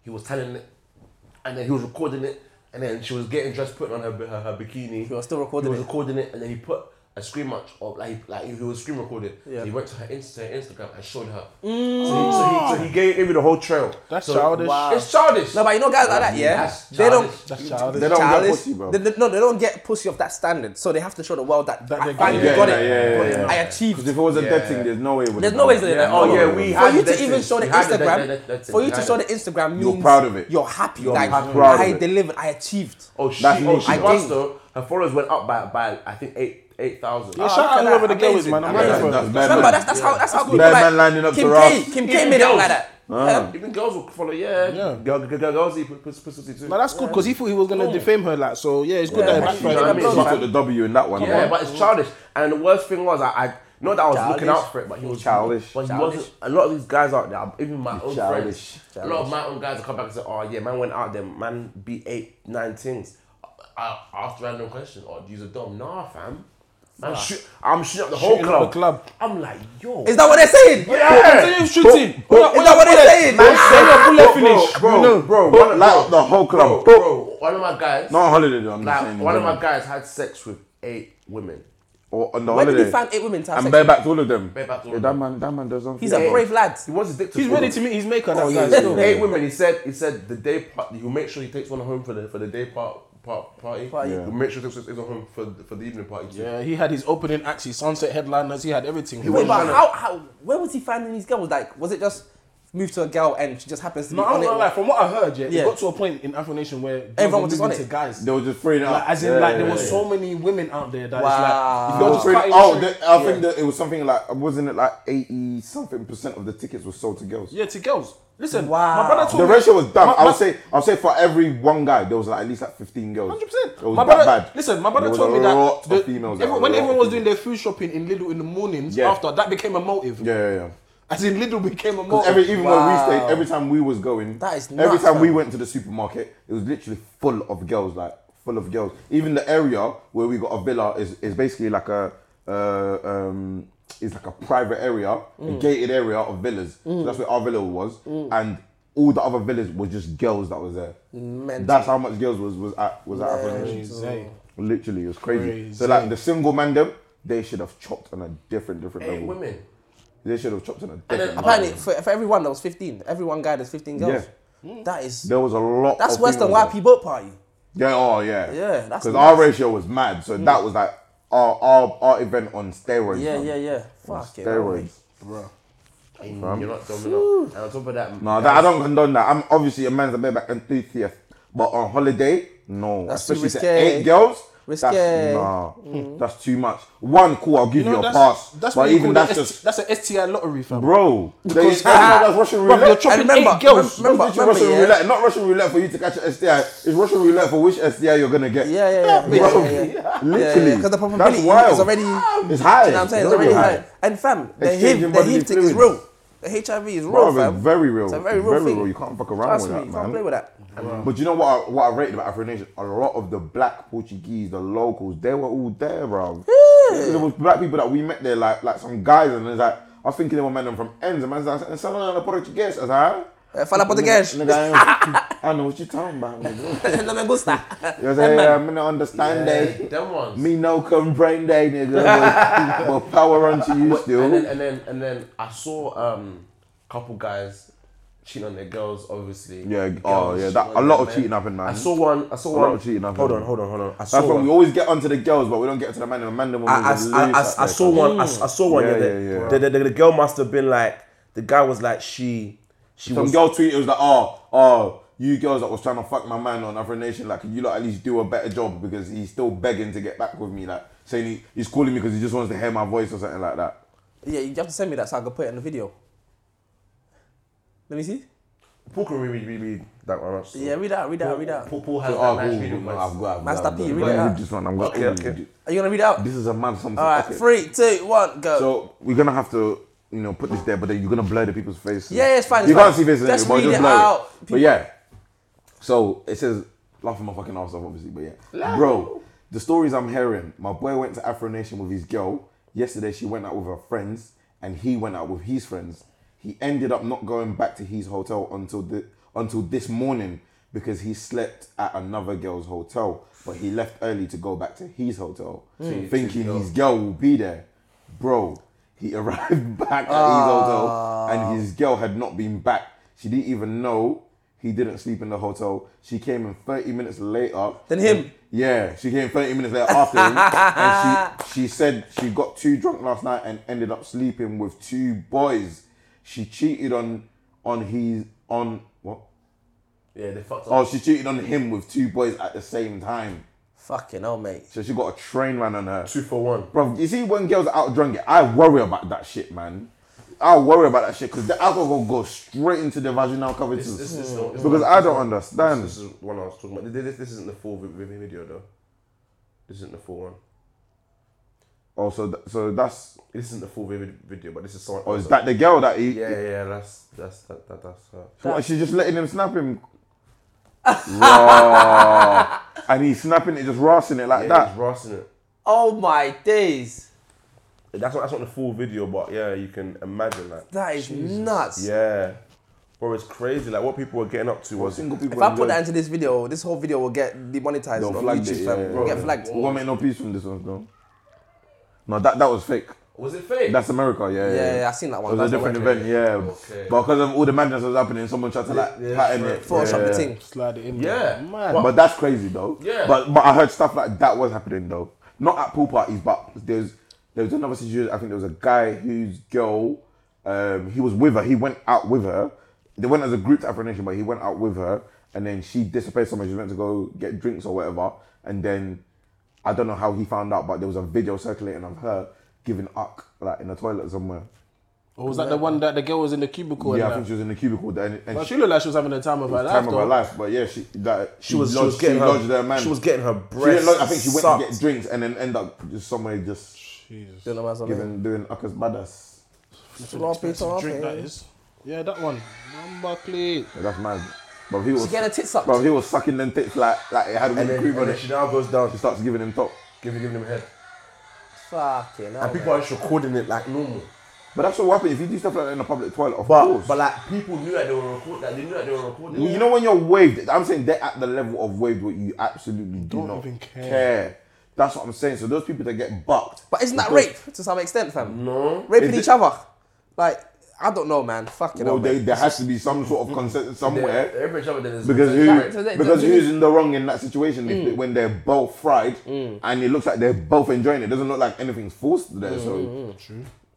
[SPEAKER 5] He was telling it, and then he was recording it, and then she was getting dressed, putting on her her, her bikini.
[SPEAKER 2] He was still recording
[SPEAKER 5] He was
[SPEAKER 2] it.
[SPEAKER 5] recording it, and then he put a screen match of like like he was screen recorded.
[SPEAKER 2] Yeah. Mm.
[SPEAKER 5] He went to her, Insta, her Instagram and showed her. So, he, so, he, so he gave gave me the whole trail.
[SPEAKER 4] That's
[SPEAKER 5] so,
[SPEAKER 4] childish.
[SPEAKER 5] It's childish.
[SPEAKER 2] No, but you know guys like that, yeah.
[SPEAKER 5] That's
[SPEAKER 2] They don't.
[SPEAKER 5] childish.
[SPEAKER 4] That's childish.
[SPEAKER 1] They don't get
[SPEAKER 2] childish.
[SPEAKER 1] pussy, bro.
[SPEAKER 2] They- they- no, they don't get pussy of that standard, so they have to show the world that,
[SPEAKER 4] That
[SPEAKER 2] I
[SPEAKER 4] they got
[SPEAKER 2] finally
[SPEAKER 1] it.
[SPEAKER 2] got
[SPEAKER 1] Yeah,
[SPEAKER 2] it.
[SPEAKER 1] yeah, yeah, yeah.
[SPEAKER 2] I
[SPEAKER 1] Because
[SPEAKER 2] achieved.
[SPEAKER 1] if it was a
[SPEAKER 5] Yeah.
[SPEAKER 1] dead thing, there's no way. it would've
[SPEAKER 2] There's
[SPEAKER 1] been
[SPEAKER 2] no way
[SPEAKER 1] done.
[SPEAKER 2] they did that.
[SPEAKER 5] Oh yeah, we
[SPEAKER 2] For
[SPEAKER 5] had
[SPEAKER 2] you to
[SPEAKER 5] that
[SPEAKER 2] even
[SPEAKER 5] thing.
[SPEAKER 2] show the
[SPEAKER 5] We had that-
[SPEAKER 2] Instagram,
[SPEAKER 5] that- that- that
[SPEAKER 2] for you
[SPEAKER 5] thing.
[SPEAKER 2] to show the Instagram, means
[SPEAKER 1] You're proud of it.
[SPEAKER 2] You're happy.
[SPEAKER 1] You're
[SPEAKER 2] like
[SPEAKER 1] happy. Proud of
[SPEAKER 2] I
[SPEAKER 1] it.
[SPEAKER 2] delivered. I achieved.
[SPEAKER 5] Oh, she,
[SPEAKER 1] That's
[SPEAKER 5] oh,
[SPEAKER 1] niche.
[SPEAKER 5] she
[SPEAKER 1] I
[SPEAKER 5] was
[SPEAKER 2] think-
[SPEAKER 5] though. Her followers went up by, by I think eight eight thousand.
[SPEAKER 4] Yeah, shout out
[SPEAKER 2] look at
[SPEAKER 4] whoever
[SPEAKER 2] that.
[SPEAKER 4] the girl is,
[SPEAKER 2] Amazing.
[SPEAKER 4] man. I'm
[SPEAKER 2] Amazing.
[SPEAKER 4] happy for her.
[SPEAKER 1] That's bad.
[SPEAKER 2] Remember,
[SPEAKER 1] man.
[SPEAKER 2] that's, that's how that's how people
[SPEAKER 1] Bad
[SPEAKER 2] like
[SPEAKER 1] man lining up
[SPEAKER 2] Kim
[SPEAKER 1] to
[SPEAKER 2] K.
[SPEAKER 1] Ralph.
[SPEAKER 2] Kim K
[SPEAKER 5] Even
[SPEAKER 2] made it
[SPEAKER 5] girls.
[SPEAKER 2] like that.
[SPEAKER 1] Ah.
[SPEAKER 5] Even girls will follow. Yeah,
[SPEAKER 4] Yeah.
[SPEAKER 5] Girl, girl, girl, girls eat pus- pus- pussy too.
[SPEAKER 4] No, that's good because he thought he was gonna defame her. Like, so yeah, it's good
[SPEAKER 5] Yeah,
[SPEAKER 4] that
[SPEAKER 5] but
[SPEAKER 4] that.
[SPEAKER 5] she-
[SPEAKER 4] backfired.
[SPEAKER 5] I
[SPEAKER 1] I
[SPEAKER 5] mean,
[SPEAKER 1] mean, she
[SPEAKER 5] like-
[SPEAKER 1] took the W in that one.
[SPEAKER 5] Yeah,
[SPEAKER 1] man.
[SPEAKER 5] but it's childish. And the worst thing was, I, I not that I was looking out for it, but he was
[SPEAKER 1] Childish.
[SPEAKER 5] But he
[SPEAKER 1] Childish.
[SPEAKER 5] wasn't. A lot of these guys out there, even my own
[SPEAKER 1] Childish.
[SPEAKER 5] friends, a lot of my own guys will come back and say, "Oh yeah, man went out there, man beat eight, nine things." I, I asked random question, "Oh, you's a dom?" Nah, fam. Man, shoot, I'm shooting up the whole
[SPEAKER 4] Shooting
[SPEAKER 5] club.
[SPEAKER 4] up the club.
[SPEAKER 5] I'm like, yo.
[SPEAKER 2] Is that what they're saying?
[SPEAKER 4] Yeah, continue shooting. Well,
[SPEAKER 1] But- but-
[SPEAKER 2] Is that what they're saying?
[SPEAKER 4] Say your bullet finish.
[SPEAKER 1] Bro,
[SPEAKER 4] You know.
[SPEAKER 1] bro, bro, one- light up the whole club.
[SPEAKER 5] bro, one of my guys,
[SPEAKER 1] Not on holiday though. I'm just
[SPEAKER 5] like
[SPEAKER 1] saying.
[SPEAKER 5] one of my guys had sex with eight women.
[SPEAKER 1] Or on the
[SPEAKER 2] Where
[SPEAKER 1] holiday.
[SPEAKER 2] did he find eight women to have
[SPEAKER 1] and
[SPEAKER 2] sex?
[SPEAKER 1] bareback to all of them.
[SPEAKER 5] Bareback to all
[SPEAKER 1] Yeah,
[SPEAKER 5] of
[SPEAKER 1] that
[SPEAKER 5] them.
[SPEAKER 1] man, that man does something.
[SPEAKER 2] He's a brave lad.
[SPEAKER 5] He wants his dick to
[SPEAKER 4] He's
[SPEAKER 5] fall
[SPEAKER 4] ready
[SPEAKER 5] off.
[SPEAKER 4] to meet his maker. That guy.
[SPEAKER 5] Guys,
[SPEAKER 4] still.
[SPEAKER 5] eight women. He said he said the day part. He'll make sure he takes one home for the for the day part, part party.
[SPEAKER 2] Party.
[SPEAKER 1] Yeah.
[SPEAKER 5] He'll make sure he takes one home for the, for the evening party too.
[SPEAKER 4] Yeah, he had his opening acts, his sunset headliners. He had everything. He
[SPEAKER 2] Wait,
[SPEAKER 4] was
[SPEAKER 2] but
[SPEAKER 5] tryna-
[SPEAKER 2] how, how, where was he finding these girls? Like, was it just move to a girl and she just happens to be
[SPEAKER 4] No, I'm
[SPEAKER 2] on
[SPEAKER 4] not gonna
[SPEAKER 2] it?
[SPEAKER 4] lie. From what I heard, yeah,
[SPEAKER 2] Yeah.
[SPEAKER 4] it got to a point in Afro Nation where
[SPEAKER 2] Everyone was just on
[SPEAKER 4] to
[SPEAKER 2] it.
[SPEAKER 4] guys.
[SPEAKER 1] They were just freeing out.
[SPEAKER 4] Like, as in,
[SPEAKER 1] Yeah,
[SPEAKER 4] like
[SPEAKER 1] yeah,
[SPEAKER 4] there were
[SPEAKER 1] yeah.
[SPEAKER 4] so many women out there that
[SPEAKER 2] Wow.
[SPEAKER 4] it's like if
[SPEAKER 1] They were
[SPEAKER 4] you're just
[SPEAKER 1] freeing-
[SPEAKER 4] cutting
[SPEAKER 1] oh,
[SPEAKER 4] straight-
[SPEAKER 1] they, I
[SPEAKER 4] yeah.
[SPEAKER 1] think that it was something like wasn't it like eighty something percent of the tickets were sold to girls.
[SPEAKER 4] yeah to girls. Listen,
[SPEAKER 2] Wow.
[SPEAKER 4] my brother told
[SPEAKER 1] The
[SPEAKER 4] me
[SPEAKER 1] ratio was dumb.
[SPEAKER 4] My-
[SPEAKER 1] I
[SPEAKER 4] my-
[SPEAKER 1] would say, I would say for every one guy, there was like at least like fifteen girls.
[SPEAKER 4] 100%.
[SPEAKER 1] It was
[SPEAKER 4] My
[SPEAKER 1] that
[SPEAKER 4] brother,
[SPEAKER 1] bad.
[SPEAKER 4] Listen, my brother
[SPEAKER 1] There was
[SPEAKER 4] told
[SPEAKER 1] a
[SPEAKER 4] me that
[SPEAKER 1] lot of
[SPEAKER 4] the- everyone-
[SPEAKER 1] females, like, a
[SPEAKER 4] when
[SPEAKER 1] lot of
[SPEAKER 4] everyone was doing
[SPEAKER 1] females.
[SPEAKER 4] their food shopping in Lidl in the mornings
[SPEAKER 1] Yeah.
[SPEAKER 4] after, that became a motive.
[SPEAKER 1] Yeah, yeah, yeah.
[SPEAKER 4] As in, Lidl became a
[SPEAKER 1] Because
[SPEAKER 4] motive.
[SPEAKER 1] every even
[SPEAKER 2] Wow.
[SPEAKER 1] where we stayed, every time we was going,
[SPEAKER 2] That is
[SPEAKER 1] every
[SPEAKER 2] nuts,
[SPEAKER 1] time we
[SPEAKER 2] man.
[SPEAKER 1] went to the supermarket, it was literally full of girls, like full of girls. Even the area where we got a villa is, is basically like a uh, um, is like a private area,
[SPEAKER 2] Mm.
[SPEAKER 1] a gated area of villas. So that's where our villa was, and all the other villas were just girls that was there.
[SPEAKER 2] Mental.
[SPEAKER 1] That's how much girls was was at was at Afro Nation.
[SPEAKER 4] Crazy.
[SPEAKER 1] Literally, it was crazy. So
[SPEAKER 4] Crazy.
[SPEAKER 1] like the single man them, they should have chopped on a different different
[SPEAKER 5] Eight
[SPEAKER 1] level.
[SPEAKER 5] women.
[SPEAKER 1] They should have chopped on a different.
[SPEAKER 5] then
[SPEAKER 1] level.
[SPEAKER 2] Apparently, for, for everyone, there was 15. Every one guy, there's 15 girls. That is,
[SPEAKER 1] There was a lot.
[SPEAKER 2] that's
[SPEAKER 1] of
[SPEAKER 2] worse than
[SPEAKER 1] females there.
[SPEAKER 2] YP boat party.
[SPEAKER 1] Yeah, oh yeah.
[SPEAKER 2] Yeah, that's
[SPEAKER 1] because our
[SPEAKER 2] nuts.
[SPEAKER 1] ratio was mad. So that was like our our, our event on steroids.
[SPEAKER 2] Yeah,
[SPEAKER 1] man.
[SPEAKER 2] yeah, yeah.
[SPEAKER 1] On
[SPEAKER 2] Fuck it.
[SPEAKER 1] steroids.
[SPEAKER 5] And You're not dumb enough. And on top of that,
[SPEAKER 1] No, that, I don't condone that. I'm obviously a man's a bareback enthusiast, but on holiday, no.
[SPEAKER 2] That's too
[SPEAKER 1] Especially to
[SPEAKER 2] risque.
[SPEAKER 1] eight girls.
[SPEAKER 2] Risque. Mm-hmm.
[SPEAKER 1] That's, nah, that's too much. One, cool, I'll give you,
[SPEAKER 4] You know,
[SPEAKER 1] a pass.
[SPEAKER 4] That's
[SPEAKER 1] but
[SPEAKER 4] what you call
[SPEAKER 1] even that's
[SPEAKER 4] an S-
[SPEAKER 1] just,
[SPEAKER 4] that's an STI lottery, fam.
[SPEAKER 1] bro. Because that's Russian
[SPEAKER 4] Bro, you're
[SPEAKER 1] roulette.
[SPEAKER 4] chopping
[SPEAKER 2] And remember-
[SPEAKER 4] eight girls.
[SPEAKER 2] remember-
[SPEAKER 1] That's literally Russian
[SPEAKER 2] yeah.
[SPEAKER 1] roulette, not Russian roulette for you to catch an STI. It's Russian roulette for which STI you're gonna get.
[SPEAKER 2] Yeah, yeah, yeah. yeah,
[SPEAKER 1] Bro,
[SPEAKER 2] yeah, yeah.
[SPEAKER 1] literally.
[SPEAKER 2] because the
[SPEAKER 1] That's
[SPEAKER 2] probability
[SPEAKER 1] wild.
[SPEAKER 2] is already. You
[SPEAKER 1] It's high.
[SPEAKER 2] know what I'm saying? It's already
[SPEAKER 1] very
[SPEAKER 2] high. And fam, the
[SPEAKER 1] Exchanging
[SPEAKER 2] HIV, the
[SPEAKER 1] bodily
[SPEAKER 2] HIV thing is
[SPEAKER 1] fluids.
[SPEAKER 2] real. The HIV is real,
[SPEAKER 1] Bro,
[SPEAKER 2] fam.
[SPEAKER 1] it's very real.
[SPEAKER 2] It's a very real thing.
[SPEAKER 1] You can't fuck around
[SPEAKER 2] Trust
[SPEAKER 1] with
[SPEAKER 2] me,
[SPEAKER 1] that,
[SPEAKER 2] you
[SPEAKER 1] man.
[SPEAKER 2] can't play with that.
[SPEAKER 1] But you know what? I, what I rated about Afro Nation? A lot of the black Portuguese, the locals, they were all there, bro. Yeah. There was black people that we met there, like like some guys, and it's like I was thinking they were men them from ends, and man's like, "And someone on the Portuguese," I was like,
[SPEAKER 2] Eh, Fala português.
[SPEAKER 1] Nigga, I, I know what you're talking about. nigga.
[SPEAKER 2] No me gusta.
[SPEAKER 1] You know what I'm saying? I'm gonna understand they.
[SPEAKER 5] them ones.
[SPEAKER 1] Me no complain day, nigga. But power onto you
[SPEAKER 5] and then
[SPEAKER 1] still.
[SPEAKER 5] and then and then I saw um couple guys cheating on their girls. Obviously.
[SPEAKER 1] Yeah,
[SPEAKER 5] Girls
[SPEAKER 1] oh, yeah, that-
[SPEAKER 5] cheating on
[SPEAKER 1] a
[SPEAKER 5] their
[SPEAKER 1] lot of
[SPEAKER 5] men.
[SPEAKER 1] cheating happened, man.
[SPEAKER 5] I saw one. I saw
[SPEAKER 1] lot
[SPEAKER 5] one.
[SPEAKER 1] of cheating happened.
[SPEAKER 5] Hold on, hold on, hold on. I saw
[SPEAKER 1] That's why
[SPEAKER 5] one.
[SPEAKER 1] we always get onto the girls, but we don't get to the man. And the man, them
[SPEAKER 5] I, I,
[SPEAKER 1] was
[SPEAKER 5] I, I, I saw one. I, I saw one. Yeah,
[SPEAKER 1] Yeah, Mm. yeah,
[SPEAKER 5] the,
[SPEAKER 1] yeah.
[SPEAKER 5] The, the, the, the girl must have been like the guy was like she she
[SPEAKER 1] Some
[SPEAKER 5] was
[SPEAKER 1] girl tweeted, it was like, oh, oh, you girls that was trying to fuck my man on Afro Nation, like, can you lot at least do a better job because he's still begging to get back with me, like, saying he, he's calling me because he just wants to hear my voice or something like that.
[SPEAKER 2] Yeah, you have to send me that so I can put it in the video. Let me see.
[SPEAKER 5] Paul can read, read, read that one. That's
[SPEAKER 2] Yeah, read out, read out, read out.
[SPEAKER 5] Paul, Paul has
[SPEAKER 1] So,
[SPEAKER 5] that
[SPEAKER 1] oh,
[SPEAKER 5] nice
[SPEAKER 1] cool,
[SPEAKER 5] reading
[SPEAKER 1] no,
[SPEAKER 5] voice.
[SPEAKER 1] I've got- I've got-
[SPEAKER 2] Master
[SPEAKER 1] I've
[SPEAKER 2] P,
[SPEAKER 1] got-
[SPEAKER 2] read
[SPEAKER 1] I've got-
[SPEAKER 2] it
[SPEAKER 1] read
[SPEAKER 2] out.
[SPEAKER 1] this one. I've got-
[SPEAKER 5] Okay, okay.
[SPEAKER 1] Ooh,
[SPEAKER 2] Are you gonna read it out?
[SPEAKER 1] This is a mad something.
[SPEAKER 2] All right,
[SPEAKER 1] Okay.
[SPEAKER 2] three, two, one, go.
[SPEAKER 1] So we're gonna have to, you know, put this there, but then you're gonna blur the people's faces.
[SPEAKER 2] Yeah, yeah, it's fine, it's
[SPEAKER 1] You
[SPEAKER 2] fine.
[SPEAKER 1] can't see faces
[SPEAKER 2] Just
[SPEAKER 1] anymore,
[SPEAKER 2] read
[SPEAKER 1] just
[SPEAKER 2] it
[SPEAKER 1] blur
[SPEAKER 2] out.
[SPEAKER 1] it. But yeah. So it says laughing my fucking ass off, obviously, but yeah. Bro, the stories I'm hearing, my boy went to Afro Nation with his girl. Yesterday she went out with her friends and he went out with his friends. He ended up not going back to his hotel until the until this morning because he slept at another girl's hotel, but he left early to go back Hmm. to his hotel, thinking his girl will be there. Bro, he arrived back at his hotel and his girl had not been back. She didn't even know he didn't sleep in the hotel. She came in 30 minutes later.
[SPEAKER 2] Than him?
[SPEAKER 1] Yeah, she came 30 minutes later after him. and she, she said she got too drunk last night and ended up sleeping with two boys. She cheated on on his on what?
[SPEAKER 5] Yeah, they fucked up.
[SPEAKER 1] Oh, she cheated on him with two boys at the same time.
[SPEAKER 2] Fucking hell, mate.
[SPEAKER 1] So she got a train man on her.
[SPEAKER 5] Two for one.
[SPEAKER 1] Bro, you see when girls are out drunk, I worry about that shit, man. I worry about that shit because the alcohol goes straight into the vaginal cavities.
[SPEAKER 5] This- this- this is not- this is
[SPEAKER 1] because
[SPEAKER 5] not-
[SPEAKER 1] I don't understand.
[SPEAKER 5] This is one I was talking about. This, this isn't the full vi- vi- video though. This isn't the full one.
[SPEAKER 1] Oh, so, th- so that's.
[SPEAKER 5] This isn't the full vi- video, but this is someone.
[SPEAKER 1] Oh, is
[SPEAKER 5] else.
[SPEAKER 1] that the girl that he.
[SPEAKER 5] Yeah, yeah, yeah, that's that's that, that that's her.
[SPEAKER 1] What, she's just letting him snap him. Raw. and he's snapping it, just rassing it like
[SPEAKER 5] Yeah,
[SPEAKER 1] that.
[SPEAKER 5] he's rassing it.
[SPEAKER 2] Oh my days.
[SPEAKER 5] That's not that's not the full video, but yeah, you can imagine that.
[SPEAKER 2] That is nuts.
[SPEAKER 5] Yeah, bro, it's crazy. Like what people were getting up to was
[SPEAKER 1] Single people
[SPEAKER 2] If I
[SPEAKER 1] in
[SPEAKER 2] put that
[SPEAKER 1] jail.
[SPEAKER 2] into this video, this whole video will get demonetized
[SPEAKER 1] They'll
[SPEAKER 2] on
[SPEAKER 1] flag
[SPEAKER 2] YouTube,
[SPEAKER 1] it,
[SPEAKER 2] fam.
[SPEAKER 1] yeah,
[SPEAKER 2] It'll
[SPEAKER 1] yeah.
[SPEAKER 2] get flagged.
[SPEAKER 1] We won't make no peace from this one, though. No, that, that was fake.
[SPEAKER 5] Was it fake?
[SPEAKER 1] That's America, yeah.
[SPEAKER 2] Yeah,
[SPEAKER 1] Yeah,
[SPEAKER 2] yeah, I seen that one.
[SPEAKER 1] It was a
[SPEAKER 2] That's
[SPEAKER 1] different
[SPEAKER 2] not working.
[SPEAKER 1] event, yeah.
[SPEAKER 5] Okay.
[SPEAKER 1] But because of all the madness that was happening, someone tried to like
[SPEAKER 5] Yeah,
[SPEAKER 1] pattern
[SPEAKER 5] sure.
[SPEAKER 1] it.
[SPEAKER 2] Photoshop
[SPEAKER 1] yeah.
[SPEAKER 2] the thing.
[SPEAKER 4] Slide it in.
[SPEAKER 5] Yeah.
[SPEAKER 4] there. man.
[SPEAKER 1] But that's crazy though.
[SPEAKER 5] Yeah.
[SPEAKER 1] But but I heard stuff like that was happening though. Not at pool parties, but there's there was another situation. I think there was a guy whose girl, um, he was with her. He went out with her. They went as a group to Afro Nation, but he went out with her, and then she disappeared somewhere. She was meant to go get drinks or whatever, and then I don't know how he found out, but there was a video circulating of her giving up like in the toilet somewhere.
[SPEAKER 4] Or was that the one that the girl was in the cubicle?
[SPEAKER 1] yeah,
[SPEAKER 4] and
[SPEAKER 1] I think
[SPEAKER 4] that?
[SPEAKER 1] she was in the cubicle, and, and
[SPEAKER 4] Well,
[SPEAKER 1] she,
[SPEAKER 4] she looked like she was having the time of her life.
[SPEAKER 1] time of her
[SPEAKER 4] though.
[SPEAKER 1] life. But yeah, she that
[SPEAKER 5] she was, she
[SPEAKER 1] lodged,
[SPEAKER 5] was getting
[SPEAKER 1] she
[SPEAKER 5] her,
[SPEAKER 1] lodged her man.
[SPEAKER 5] She was getting her
[SPEAKER 1] She
[SPEAKER 5] breasts.
[SPEAKER 1] didn't look, I think she went
[SPEAKER 5] sucked.
[SPEAKER 1] to get drinks and then end up just somewhere just
[SPEAKER 4] Jesus.
[SPEAKER 2] Don't know what's on it.
[SPEAKER 1] giving, doing Uckers Badass.
[SPEAKER 2] Sloppy
[SPEAKER 4] Expensive drink that
[SPEAKER 2] toppy.
[SPEAKER 4] is. Yeah, that one. Number plate.
[SPEAKER 1] Yeah, that's mad. But he was,
[SPEAKER 2] She getting her tits sucked.
[SPEAKER 1] bro, he was sucking them tits like, like it had
[SPEAKER 5] And then,
[SPEAKER 1] cream on
[SPEAKER 5] and then
[SPEAKER 1] it.
[SPEAKER 5] she now goes down.
[SPEAKER 1] She
[SPEAKER 5] She's
[SPEAKER 1] starts giving him top.
[SPEAKER 5] giving giving him head.
[SPEAKER 2] Fucking hell.
[SPEAKER 5] And people are just recording it like normal.
[SPEAKER 1] But that's what happens if you do stuff like that in a public toilet. Of
[SPEAKER 5] But
[SPEAKER 1] course.
[SPEAKER 5] but like people knew that they were recording. That they knew that they were recording.
[SPEAKER 1] you know when you're waved, I'm saying they're at the level of waved where you absolutely do
[SPEAKER 4] Don't
[SPEAKER 1] not
[SPEAKER 4] even care.
[SPEAKER 1] That's what I'm saying. So those people that get bucked,
[SPEAKER 2] But isn't that
[SPEAKER 1] because-
[SPEAKER 2] rape to some extent, fam?
[SPEAKER 5] No.
[SPEAKER 2] Raping
[SPEAKER 1] Is
[SPEAKER 2] each other. Like, I don't know, man. Fucking
[SPEAKER 1] well,
[SPEAKER 2] hell.
[SPEAKER 1] they,
[SPEAKER 2] mate.
[SPEAKER 1] there has to be some sort of consent somewhere.
[SPEAKER 5] Every other then is
[SPEAKER 1] Because
[SPEAKER 5] Like,
[SPEAKER 1] who?
[SPEAKER 2] So Mm. they-
[SPEAKER 1] Because
[SPEAKER 2] they-
[SPEAKER 1] who's in the wrong in that situation if when they're both fried
[SPEAKER 2] Mm.
[SPEAKER 1] and it looks like they're both enjoying it? Doesn't look like anything's forced there.
[SPEAKER 2] Mm,
[SPEAKER 1] So
[SPEAKER 4] True.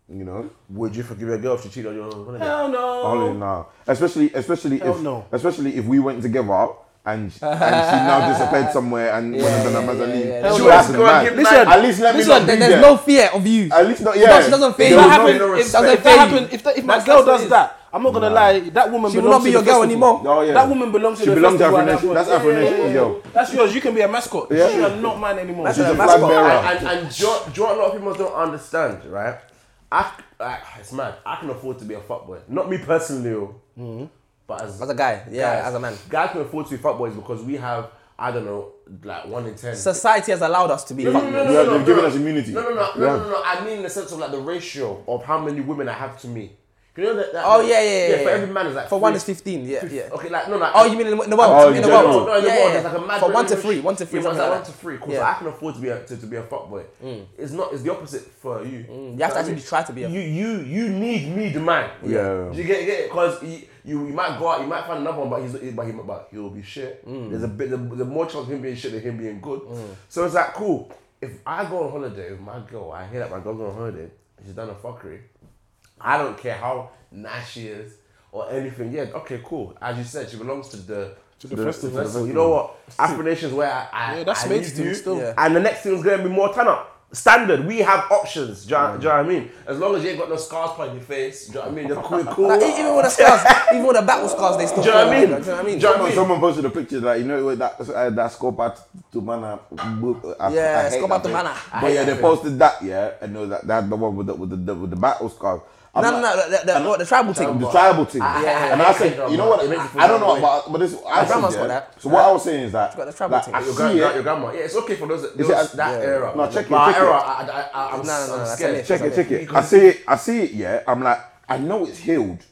[SPEAKER 1] you know,
[SPEAKER 5] Would you forgive a girl if she cheated on your husband?
[SPEAKER 4] Hell no.
[SPEAKER 5] Oh,
[SPEAKER 1] only now. Especially, especially
[SPEAKER 4] Hell
[SPEAKER 1] if,
[SPEAKER 4] no.
[SPEAKER 1] especially if we went together and and she now disappeared somewhere and one of them has a
[SPEAKER 2] yeah, yeah,
[SPEAKER 1] leave. She
[SPEAKER 2] yeah.
[SPEAKER 1] would have
[SPEAKER 5] Hell
[SPEAKER 1] been
[SPEAKER 5] no.
[SPEAKER 1] mad.
[SPEAKER 5] Listen,
[SPEAKER 1] at least let me
[SPEAKER 2] Listen,
[SPEAKER 1] not be
[SPEAKER 2] there- there's
[SPEAKER 1] there.
[SPEAKER 2] no fear of you.
[SPEAKER 1] At least not.
[SPEAKER 2] No,
[SPEAKER 1] Yeah,
[SPEAKER 2] she doesn't
[SPEAKER 1] There
[SPEAKER 2] fear you.
[SPEAKER 1] was
[SPEAKER 2] Happen-
[SPEAKER 1] no-
[SPEAKER 2] if
[SPEAKER 5] respect.
[SPEAKER 2] doesn't
[SPEAKER 4] If that
[SPEAKER 2] fear you.
[SPEAKER 4] happened, if, that, if my
[SPEAKER 2] That's-
[SPEAKER 4] girl
[SPEAKER 2] that's what it
[SPEAKER 4] does
[SPEAKER 2] is.
[SPEAKER 4] that, I'm not gonna lie. That woman
[SPEAKER 2] She will
[SPEAKER 4] belongs
[SPEAKER 2] not be
[SPEAKER 4] to
[SPEAKER 2] your
[SPEAKER 4] the
[SPEAKER 2] girl
[SPEAKER 4] festival.
[SPEAKER 2] anymore.
[SPEAKER 1] Oh, yeah.
[SPEAKER 4] That woman belongs to
[SPEAKER 1] She
[SPEAKER 4] the
[SPEAKER 1] belongs to
[SPEAKER 4] festival
[SPEAKER 1] Afro
[SPEAKER 4] at that
[SPEAKER 1] Nation.
[SPEAKER 4] point.
[SPEAKER 1] That's Afro Nation girl.
[SPEAKER 4] That's yours. You can be a mascot.
[SPEAKER 1] Yeah.
[SPEAKER 4] You are not mine anymore.
[SPEAKER 2] That's
[SPEAKER 1] She's
[SPEAKER 2] Yeah,
[SPEAKER 1] a
[SPEAKER 2] that's
[SPEAKER 1] flag
[SPEAKER 2] what-
[SPEAKER 1] bearer.
[SPEAKER 5] And, and, and do, you know- do you know what a lot of people don't understand, right? I, c- like, it's mad. I can afford to be a fuckboy. Not me personally, mm-hmm. but as,
[SPEAKER 2] As a guy, yeah,
[SPEAKER 5] guys-
[SPEAKER 2] as a man.
[SPEAKER 5] Guys can afford to be fuckboys because we have, I don't know, like one in ten.
[SPEAKER 2] Society has allowed us to be.
[SPEAKER 5] No, no, no, no,
[SPEAKER 1] We
[SPEAKER 5] no,
[SPEAKER 1] have-
[SPEAKER 5] no,
[SPEAKER 1] they've
[SPEAKER 5] no,
[SPEAKER 1] given
[SPEAKER 5] no.
[SPEAKER 1] us immunity.
[SPEAKER 5] No, no, no,
[SPEAKER 1] We
[SPEAKER 5] no,
[SPEAKER 1] have.
[SPEAKER 5] no, no. I mean in the sense of like the ratio of how many women I have to me. You know that? that
[SPEAKER 2] Oh, yeah, yeah, yeah,
[SPEAKER 5] For
[SPEAKER 2] yeah.
[SPEAKER 5] every man is like
[SPEAKER 2] For one
[SPEAKER 5] three-
[SPEAKER 2] is 15, yeah,
[SPEAKER 5] fif-
[SPEAKER 2] yeah.
[SPEAKER 5] Okay, like no, like
[SPEAKER 2] Oh, you mean in the in the world?
[SPEAKER 1] Oh,
[SPEAKER 2] in
[SPEAKER 1] in
[SPEAKER 2] the
[SPEAKER 1] general.
[SPEAKER 2] world?
[SPEAKER 5] No, in the
[SPEAKER 2] yeah,
[SPEAKER 5] world,
[SPEAKER 2] yeah.
[SPEAKER 5] there's like a mad
[SPEAKER 2] From one to
[SPEAKER 5] relationship.
[SPEAKER 2] three, one to three,
[SPEAKER 5] Yeah,
[SPEAKER 2] something
[SPEAKER 5] but it's like
[SPEAKER 2] like
[SPEAKER 5] one to
[SPEAKER 2] that.
[SPEAKER 5] three. Cause
[SPEAKER 2] Yeah. Mm.
[SPEAKER 5] I can afford to be a, to, to be a fuckboy. It's not. It's the opposite for you.
[SPEAKER 2] You have to actually try to be a-
[SPEAKER 5] You you you need me, the man.
[SPEAKER 1] Yeah.
[SPEAKER 5] You get, get it? Cause you, you you might go out, you might find another one, but he's but he but he'll be shit.
[SPEAKER 2] Mm.
[SPEAKER 5] There's a bit. There's more chance of him being shit than him being good. So it's like cool. If I go on holiday with my girl, I hear that my girl going on holiday. and She's done a fuckery. I don't care how nice she is or anything. Yeah, okay, cool. As you said, she belongs to the
[SPEAKER 4] To the festival.
[SPEAKER 5] festival. You know what? Affirmations where I, I
[SPEAKER 4] Yeah, that's
[SPEAKER 5] I
[SPEAKER 4] mates
[SPEAKER 5] need
[SPEAKER 4] to
[SPEAKER 5] you,
[SPEAKER 4] still.
[SPEAKER 2] Yeah.
[SPEAKER 5] and the next thing is going to be more turn up. Standard, we have options. Do you, do you know what I mean? Mm. As long as you ain't got no scars on your face, do you know what I mean? They're cool, cool.
[SPEAKER 2] Like, e- even with the scars, even with the battle scars, they still.
[SPEAKER 5] Do you know what I mean?
[SPEAKER 2] Do you know what I mean?
[SPEAKER 5] Do you know what
[SPEAKER 1] Someone,
[SPEAKER 5] I mean?
[SPEAKER 1] someone posted a picture like you know what that uh, that Scopat to mana.
[SPEAKER 2] Yeah,
[SPEAKER 1] Yeah,
[SPEAKER 2] Scopa to Mana. I
[SPEAKER 1] But
[SPEAKER 5] hate
[SPEAKER 1] yeah,
[SPEAKER 5] that
[SPEAKER 1] they
[SPEAKER 5] thing.
[SPEAKER 1] posted that yeah, and there was that, that the one with the with the, the with the battle scar. I'm
[SPEAKER 2] No, no,
[SPEAKER 1] like-
[SPEAKER 2] no, the, the,
[SPEAKER 1] I'm
[SPEAKER 2] what, the tribal thing. Ah,
[SPEAKER 1] the tribal team.
[SPEAKER 5] I- I- I
[SPEAKER 1] and I,
[SPEAKER 5] hate
[SPEAKER 1] said,
[SPEAKER 5] drama.
[SPEAKER 1] you know what?
[SPEAKER 5] It makes you feel
[SPEAKER 1] I don't
[SPEAKER 5] that
[SPEAKER 1] know,
[SPEAKER 5] way.
[SPEAKER 1] but but this I said,
[SPEAKER 2] grandma's
[SPEAKER 1] yeah.
[SPEAKER 2] got that.
[SPEAKER 1] So what I was saying is that
[SPEAKER 2] got the tribal
[SPEAKER 1] like,
[SPEAKER 2] team.
[SPEAKER 1] I
[SPEAKER 5] Your,
[SPEAKER 1] see
[SPEAKER 5] grand,
[SPEAKER 1] it.
[SPEAKER 5] your grandma. Yeah, it's okay for those, those
[SPEAKER 1] it-
[SPEAKER 5] that
[SPEAKER 1] yeah.
[SPEAKER 5] era.
[SPEAKER 1] No, check it,
[SPEAKER 5] My
[SPEAKER 1] check it.
[SPEAKER 5] era, I, I, I, I'm,
[SPEAKER 2] No, no, no,
[SPEAKER 5] I'm
[SPEAKER 2] that's a
[SPEAKER 5] scared.
[SPEAKER 2] myth.
[SPEAKER 1] Check it, check it. I
[SPEAKER 5] Because-
[SPEAKER 1] see it. I see it. Yeah, I'm like, I know it's healed.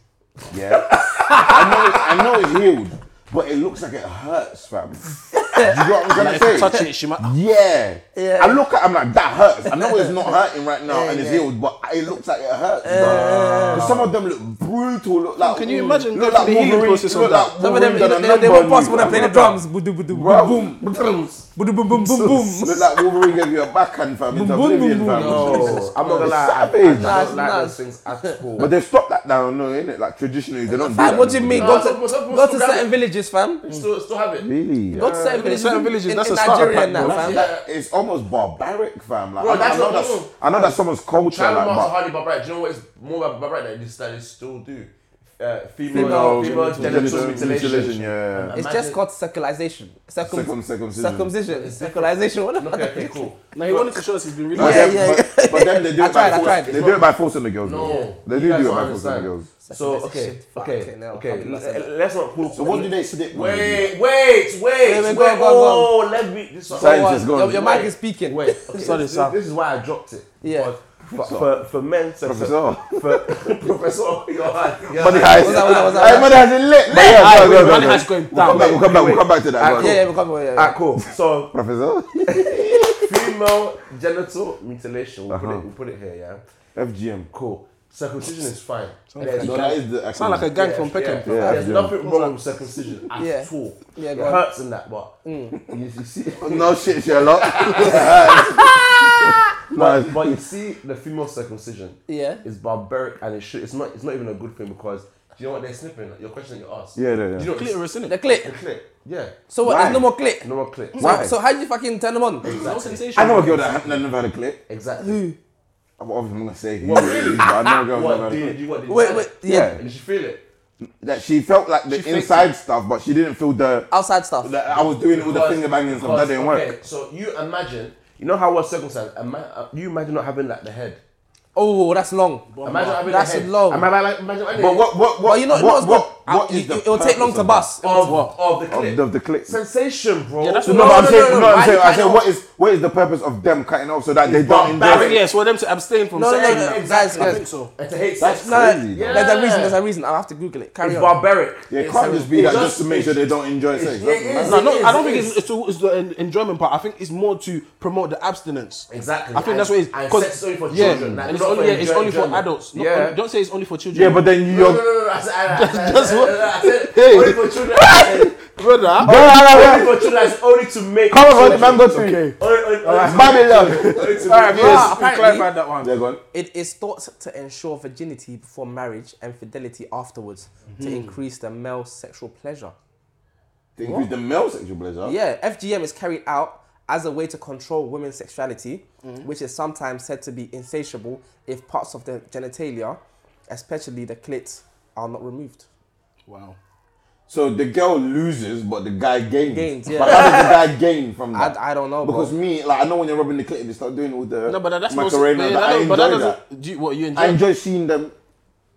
[SPEAKER 1] Yeah, I know. It, I know it's healed, but it looks like it hurts, fam. you know what I'm gonna
[SPEAKER 4] If you
[SPEAKER 1] say?
[SPEAKER 4] touch it, she might.
[SPEAKER 1] Yeah.
[SPEAKER 2] Yeah.
[SPEAKER 1] I look at I'm like, that hurts. I know it's not hurting right now and it's healed, but it looks like it hurts. bruh. 'Cause Some of them look brutal. Look like,
[SPEAKER 4] Can you imagine
[SPEAKER 1] Look
[SPEAKER 4] the-
[SPEAKER 1] like
[SPEAKER 4] the healing
[SPEAKER 1] Wolverine.
[SPEAKER 4] process
[SPEAKER 1] Look
[SPEAKER 4] of
[SPEAKER 1] like
[SPEAKER 4] that?
[SPEAKER 2] Some of them,
[SPEAKER 1] Wolverine
[SPEAKER 2] they,
[SPEAKER 1] done a
[SPEAKER 2] they, they
[SPEAKER 1] number
[SPEAKER 2] were
[SPEAKER 1] on
[SPEAKER 2] fast when
[SPEAKER 1] you,
[SPEAKER 2] they
[SPEAKER 1] bruh.
[SPEAKER 2] play the drums. Boom, boom, boom,
[SPEAKER 1] Bruh.
[SPEAKER 2] boom, boom, boom, boom, boom.
[SPEAKER 1] Look like Wolverine gave you a backhand, fam. Into
[SPEAKER 2] Boom, boom,
[SPEAKER 1] oblivion,
[SPEAKER 2] boom,
[SPEAKER 1] fam. Oh,
[SPEAKER 2] boom.
[SPEAKER 5] No, I'm not gonna lie. I- I
[SPEAKER 1] Savage.
[SPEAKER 5] don't
[SPEAKER 2] Nice,
[SPEAKER 5] like
[SPEAKER 2] nice.
[SPEAKER 5] those things at all.
[SPEAKER 1] But they've stopped that now, no, innit? Like traditionally, they don't do
[SPEAKER 2] Fam,
[SPEAKER 1] that
[SPEAKER 2] what do you
[SPEAKER 1] no
[SPEAKER 2] mean?
[SPEAKER 1] more.
[SPEAKER 2] Go
[SPEAKER 5] No, some-
[SPEAKER 2] to
[SPEAKER 5] some people
[SPEAKER 2] go
[SPEAKER 5] still
[SPEAKER 2] to
[SPEAKER 5] grab
[SPEAKER 2] certain
[SPEAKER 5] it.
[SPEAKER 2] villages, fam.
[SPEAKER 5] still, still have it.
[SPEAKER 1] Really?
[SPEAKER 2] Go to certain
[SPEAKER 4] in
[SPEAKER 2] villages
[SPEAKER 4] certain
[SPEAKER 2] do.
[SPEAKER 4] villages,
[SPEAKER 2] In-
[SPEAKER 4] that's
[SPEAKER 2] in
[SPEAKER 4] a starter
[SPEAKER 2] Nigeria
[SPEAKER 4] pack,
[SPEAKER 2] now,
[SPEAKER 4] bro.
[SPEAKER 2] fam.
[SPEAKER 1] That's- It's almost barbaric, fam. Like,
[SPEAKER 5] Bro,
[SPEAKER 1] I,
[SPEAKER 5] that's
[SPEAKER 1] I know
[SPEAKER 5] not
[SPEAKER 1] that's
[SPEAKER 5] normal.
[SPEAKER 1] I know that's someone's culture,
[SPEAKER 5] Child
[SPEAKER 1] like,
[SPEAKER 5] marks are
[SPEAKER 1] but
[SPEAKER 5] hardly barbaric. Do you know what is more barbaric that they, that they still do? Uh, female,
[SPEAKER 1] Female
[SPEAKER 5] female,
[SPEAKER 1] genital
[SPEAKER 5] genital,
[SPEAKER 1] mutilation,
[SPEAKER 5] mutilation.
[SPEAKER 1] yeah.
[SPEAKER 5] And
[SPEAKER 2] It's
[SPEAKER 5] imagine-
[SPEAKER 2] just called circularization. Circum-
[SPEAKER 1] Circum- circumcision.
[SPEAKER 2] Circumcision. Circularization. What the
[SPEAKER 5] Okay,
[SPEAKER 2] fuck?
[SPEAKER 5] okay, cool.
[SPEAKER 4] No, he wanted to show us he's been really.
[SPEAKER 1] But
[SPEAKER 2] Yeah,
[SPEAKER 1] then-
[SPEAKER 2] yeah,
[SPEAKER 1] but, but then they do
[SPEAKER 2] I
[SPEAKER 1] it by
[SPEAKER 2] tried, I tried.
[SPEAKER 1] force. They do it by forcing the girls.
[SPEAKER 5] No,
[SPEAKER 1] though. they
[SPEAKER 5] you
[SPEAKER 1] do
[SPEAKER 5] guys don't
[SPEAKER 1] do it by forcing the
[SPEAKER 5] understand.
[SPEAKER 1] girls.
[SPEAKER 5] So
[SPEAKER 2] That's
[SPEAKER 5] okay,
[SPEAKER 2] shit.
[SPEAKER 5] okay,
[SPEAKER 2] Fucking hell,
[SPEAKER 5] okay.
[SPEAKER 2] I'm not saying
[SPEAKER 5] l- Let's not call.
[SPEAKER 1] So what do they
[SPEAKER 5] Wait,
[SPEAKER 1] sit?
[SPEAKER 5] wait, wait,
[SPEAKER 2] wait,
[SPEAKER 5] wait.
[SPEAKER 2] go on, go on,
[SPEAKER 5] Oh, let me. This is
[SPEAKER 1] Scientists, go
[SPEAKER 2] Your,
[SPEAKER 1] on.
[SPEAKER 2] your mic is speaking.
[SPEAKER 5] Wait, okay,
[SPEAKER 4] Sorry,
[SPEAKER 5] this,
[SPEAKER 4] sir.
[SPEAKER 5] this is why I dropped it.
[SPEAKER 2] Yeah.
[SPEAKER 5] Because For, for, for men, to-
[SPEAKER 1] Professor.
[SPEAKER 5] for, professor, you're right, you're
[SPEAKER 1] Money
[SPEAKER 5] right.
[SPEAKER 1] has
[SPEAKER 2] What's up, what's up, what's up?
[SPEAKER 1] Hey, money has it lit. lit.
[SPEAKER 4] Aye,
[SPEAKER 1] Yeah, go, go, go,
[SPEAKER 4] money
[SPEAKER 1] go.
[SPEAKER 4] has gone
[SPEAKER 1] We'll come
[SPEAKER 4] down.
[SPEAKER 1] back. We'll come back. We'll come back to that.
[SPEAKER 5] Alright,
[SPEAKER 1] go
[SPEAKER 2] Yeah,
[SPEAKER 1] on.
[SPEAKER 2] yeah, we're coming. Yeah, yeah.
[SPEAKER 5] Ah, cool. So
[SPEAKER 1] Professor.
[SPEAKER 5] female genital mutilation. We'll,
[SPEAKER 1] Uh-huh.
[SPEAKER 5] put it, we'll put it here. Yeah.
[SPEAKER 1] FGM.
[SPEAKER 5] Cool. Circumcision is fine. There's
[SPEAKER 1] No, that is the.
[SPEAKER 4] Sound like a gang
[SPEAKER 5] Yeah,
[SPEAKER 4] from Peckham.
[SPEAKER 5] Yeah,
[SPEAKER 1] Yeah,
[SPEAKER 5] There's
[SPEAKER 1] yeah.
[SPEAKER 5] nothing wrong with circumcision at
[SPEAKER 2] Yeah.
[SPEAKER 5] all.
[SPEAKER 2] Yeah,
[SPEAKER 5] it
[SPEAKER 2] go on. Mm.
[SPEAKER 5] hurts in that, but you, you see,
[SPEAKER 1] No shit, Sherlock.
[SPEAKER 5] but,
[SPEAKER 1] No,
[SPEAKER 5] but you see, the female circumcision
[SPEAKER 2] Yeah.
[SPEAKER 5] is barbaric and it should, it's not it's not even a good thing because do you know what they're snipping? Your question that you asked.
[SPEAKER 1] Yeah, yeah, yeah.
[SPEAKER 5] Do You know,
[SPEAKER 4] Clitoris, innit?
[SPEAKER 2] The clip.
[SPEAKER 5] The clit. Yeah.
[SPEAKER 2] So what?
[SPEAKER 1] Why?
[SPEAKER 2] There's no more clip.
[SPEAKER 5] No more clit.
[SPEAKER 1] Why?
[SPEAKER 2] So how do you fucking turn them on?
[SPEAKER 4] No sensation.
[SPEAKER 1] I know a girl that had- that never had a clip.
[SPEAKER 5] Exactly. Who?
[SPEAKER 1] I'm obviously not gonna say who.
[SPEAKER 5] What,
[SPEAKER 1] it is,
[SPEAKER 5] really?
[SPEAKER 1] But I know a girl that
[SPEAKER 5] What
[SPEAKER 1] never had a
[SPEAKER 5] did
[SPEAKER 1] clip.
[SPEAKER 5] you what did you
[SPEAKER 2] Wait,
[SPEAKER 5] say?
[SPEAKER 2] wait. Yeah.
[SPEAKER 1] Yeah.
[SPEAKER 5] Did you feel it?
[SPEAKER 1] That she felt like the
[SPEAKER 4] She faked
[SPEAKER 1] inside stuff, but she didn't feel the.
[SPEAKER 2] Outside stuff.
[SPEAKER 1] That I was doing all the
[SPEAKER 5] Because-
[SPEAKER 1] finger banging stuff. That
[SPEAKER 5] because-
[SPEAKER 1] didn't work.
[SPEAKER 5] okay, So you imagine, you know how we're circumcised. Ima- uh, you imagine not having like the head.
[SPEAKER 2] Oh, that's long.
[SPEAKER 5] Imagine having
[SPEAKER 2] That's
[SPEAKER 5] the head.
[SPEAKER 2] long.
[SPEAKER 5] Am I like, imagine having the
[SPEAKER 1] But
[SPEAKER 5] head
[SPEAKER 1] what, what, what,
[SPEAKER 2] But you know,
[SPEAKER 1] what,
[SPEAKER 2] you know what's
[SPEAKER 1] what,
[SPEAKER 2] good?
[SPEAKER 1] what
[SPEAKER 2] Uh,
[SPEAKER 1] is
[SPEAKER 2] you-
[SPEAKER 1] the
[SPEAKER 2] it will take long
[SPEAKER 1] purpose
[SPEAKER 2] to
[SPEAKER 1] of that?
[SPEAKER 2] bust.
[SPEAKER 5] Of, of the clip.
[SPEAKER 1] Of, of the clip.
[SPEAKER 5] Sensation, bro.
[SPEAKER 4] that's
[SPEAKER 1] No,
[SPEAKER 4] what-
[SPEAKER 1] no, but I'm
[SPEAKER 4] no,
[SPEAKER 1] saying,
[SPEAKER 4] no,
[SPEAKER 1] no,
[SPEAKER 4] no,
[SPEAKER 1] I'm
[SPEAKER 4] why
[SPEAKER 1] saying,
[SPEAKER 4] you
[SPEAKER 1] I'm
[SPEAKER 4] cutting
[SPEAKER 1] saying,
[SPEAKER 4] off?
[SPEAKER 1] what is what is the purpose of them cutting off so that they don't
[SPEAKER 5] Barbaric.
[SPEAKER 1] embrace? it?
[SPEAKER 4] Yes, for them to abstain from
[SPEAKER 2] No, no,
[SPEAKER 4] saying
[SPEAKER 2] no,
[SPEAKER 4] that.
[SPEAKER 2] guys,
[SPEAKER 4] I
[SPEAKER 2] guys.
[SPEAKER 4] think so.
[SPEAKER 5] It's a hate
[SPEAKER 1] That's
[SPEAKER 5] sex.
[SPEAKER 2] No, no,
[SPEAKER 1] crazy.
[SPEAKER 5] Yeah.
[SPEAKER 2] There's a reason. There's a reason. I'll have to Google it.
[SPEAKER 5] It's
[SPEAKER 2] Carry on.
[SPEAKER 5] barbaric.
[SPEAKER 1] Yeah, it can't just be
[SPEAKER 5] it
[SPEAKER 1] that
[SPEAKER 5] does-
[SPEAKER 1] just to make sure they don't enjoy sex.
[SPEAKER 5] it
[SPEAKER 1] That's
[SPEAKER 5] is.
[SPEAKER 1] mad.
[SPEAKER 4] No, no,
[SPEAKER 5] It
[SPEAKER 4] I don't
[SPEAKER 5] it
[SPEAKER 4] think
[SPEAKER 5] is.
[SPEAKER 4] it's, it's, to- it's the en- enjoyment part. I think it's more to promote the abstinence.
[SPEAKER 5] Exactly.
[SPEAKER 4] I think that's what it is.
[SPEAKER 5] And
[SPEAKER 4] 'Cause-
[SPEAKER 5] sex is only for
[SPEAKER 4] yeah,
[SPEAKER 5] children. Like,
[SPEAKER 4] and it's
[SPEAKER 5] not
[SPEAKER 4] only,
[SPEAKER 5] for
[SPEAKER 4] yeah, it's
[SPEAKER 5] enjoy-
[SPEAKER 4] only for
[SPEAKER 5] enjoyment.
[SPEAKER 4] adults. Not
[SPEAKER 5] Yeah.
[SPEAKER 4] only- don't say it's only for children.
[SPEAKER 1] Yeah, but then you
[SPEAKER 5] No, no,
[SPEAKER 1] you're
[SPEAKER 5] no, uh, no. I said, I, I, said-
[SPEAKER 4] That's what-
[SPEAKER 5] I said,
[SPEAKER 4] Hey.
[SPEAKER 5] only for children. I said,
[SPEAKER 4] brother.
[SPEAKER 5] only for children. It's only to make.
[SPEAKER 1] Come on,
[SPEAKER 5] children.
[SPEAKER 1] man, man, go to
[SPEAKER 4] Okay.
[SPEAKER 5] Only, only, only,
[SPEAKER 1] Alright,
[SPEAKER 5] to-
[SPEAKER 1] Babylon.
[SPEAKER 5] only to
[SPEAKER 4] Alright,
[SPEAKER 5] make-
[SPEAKER 4] bro,
[SPEAKER 5] Yes.
[SPEAKER 2] we
[SPEAKER 4] apparently-
[SPEAKER 2] clarified
[SPEAKER 4] that one.
[SPEAKER 1] They're gone.
[SPEAKER 2] It is thought to ensure virginity before marriage and fidelity afterwards
[SPEAKER 1] Hmm.
[SPEAKER 2] to increase the male sexual pleasure.
[SPEAKER 1] They increase the male sexual pleasure.
[SPEAKER 2] Yeah, FGM is carried out as a way to control women's sexuality,
[SPEAKER 1] Hmm.
[SPEAKER 2] which is sometimes said to be insatiable if parts of the genitalia, especially the clit, are not removed.
[SPEAKER 4] Wow.
[SPEAKER 1] So the girl loses, but the guy gains.
[SPEAKER 2] Gains, yeah.
[SPEAKER 1] But how does the guy gain from that?
[SPEAKER 2] I, I don't know,
[SPEAKER 1] because
[SPEAKER 2] bro.
[SPEAKER 1] me, like, I know when you're rubbing the clit, they start doing all the
[SPEAKER 4] No, but that's not.
[SPEAKER 1] Macarena. that I enjoy that.
[SPEAKER 4] Do you, what you enjoy?
[SPEAKER 1] I enjoy seeing them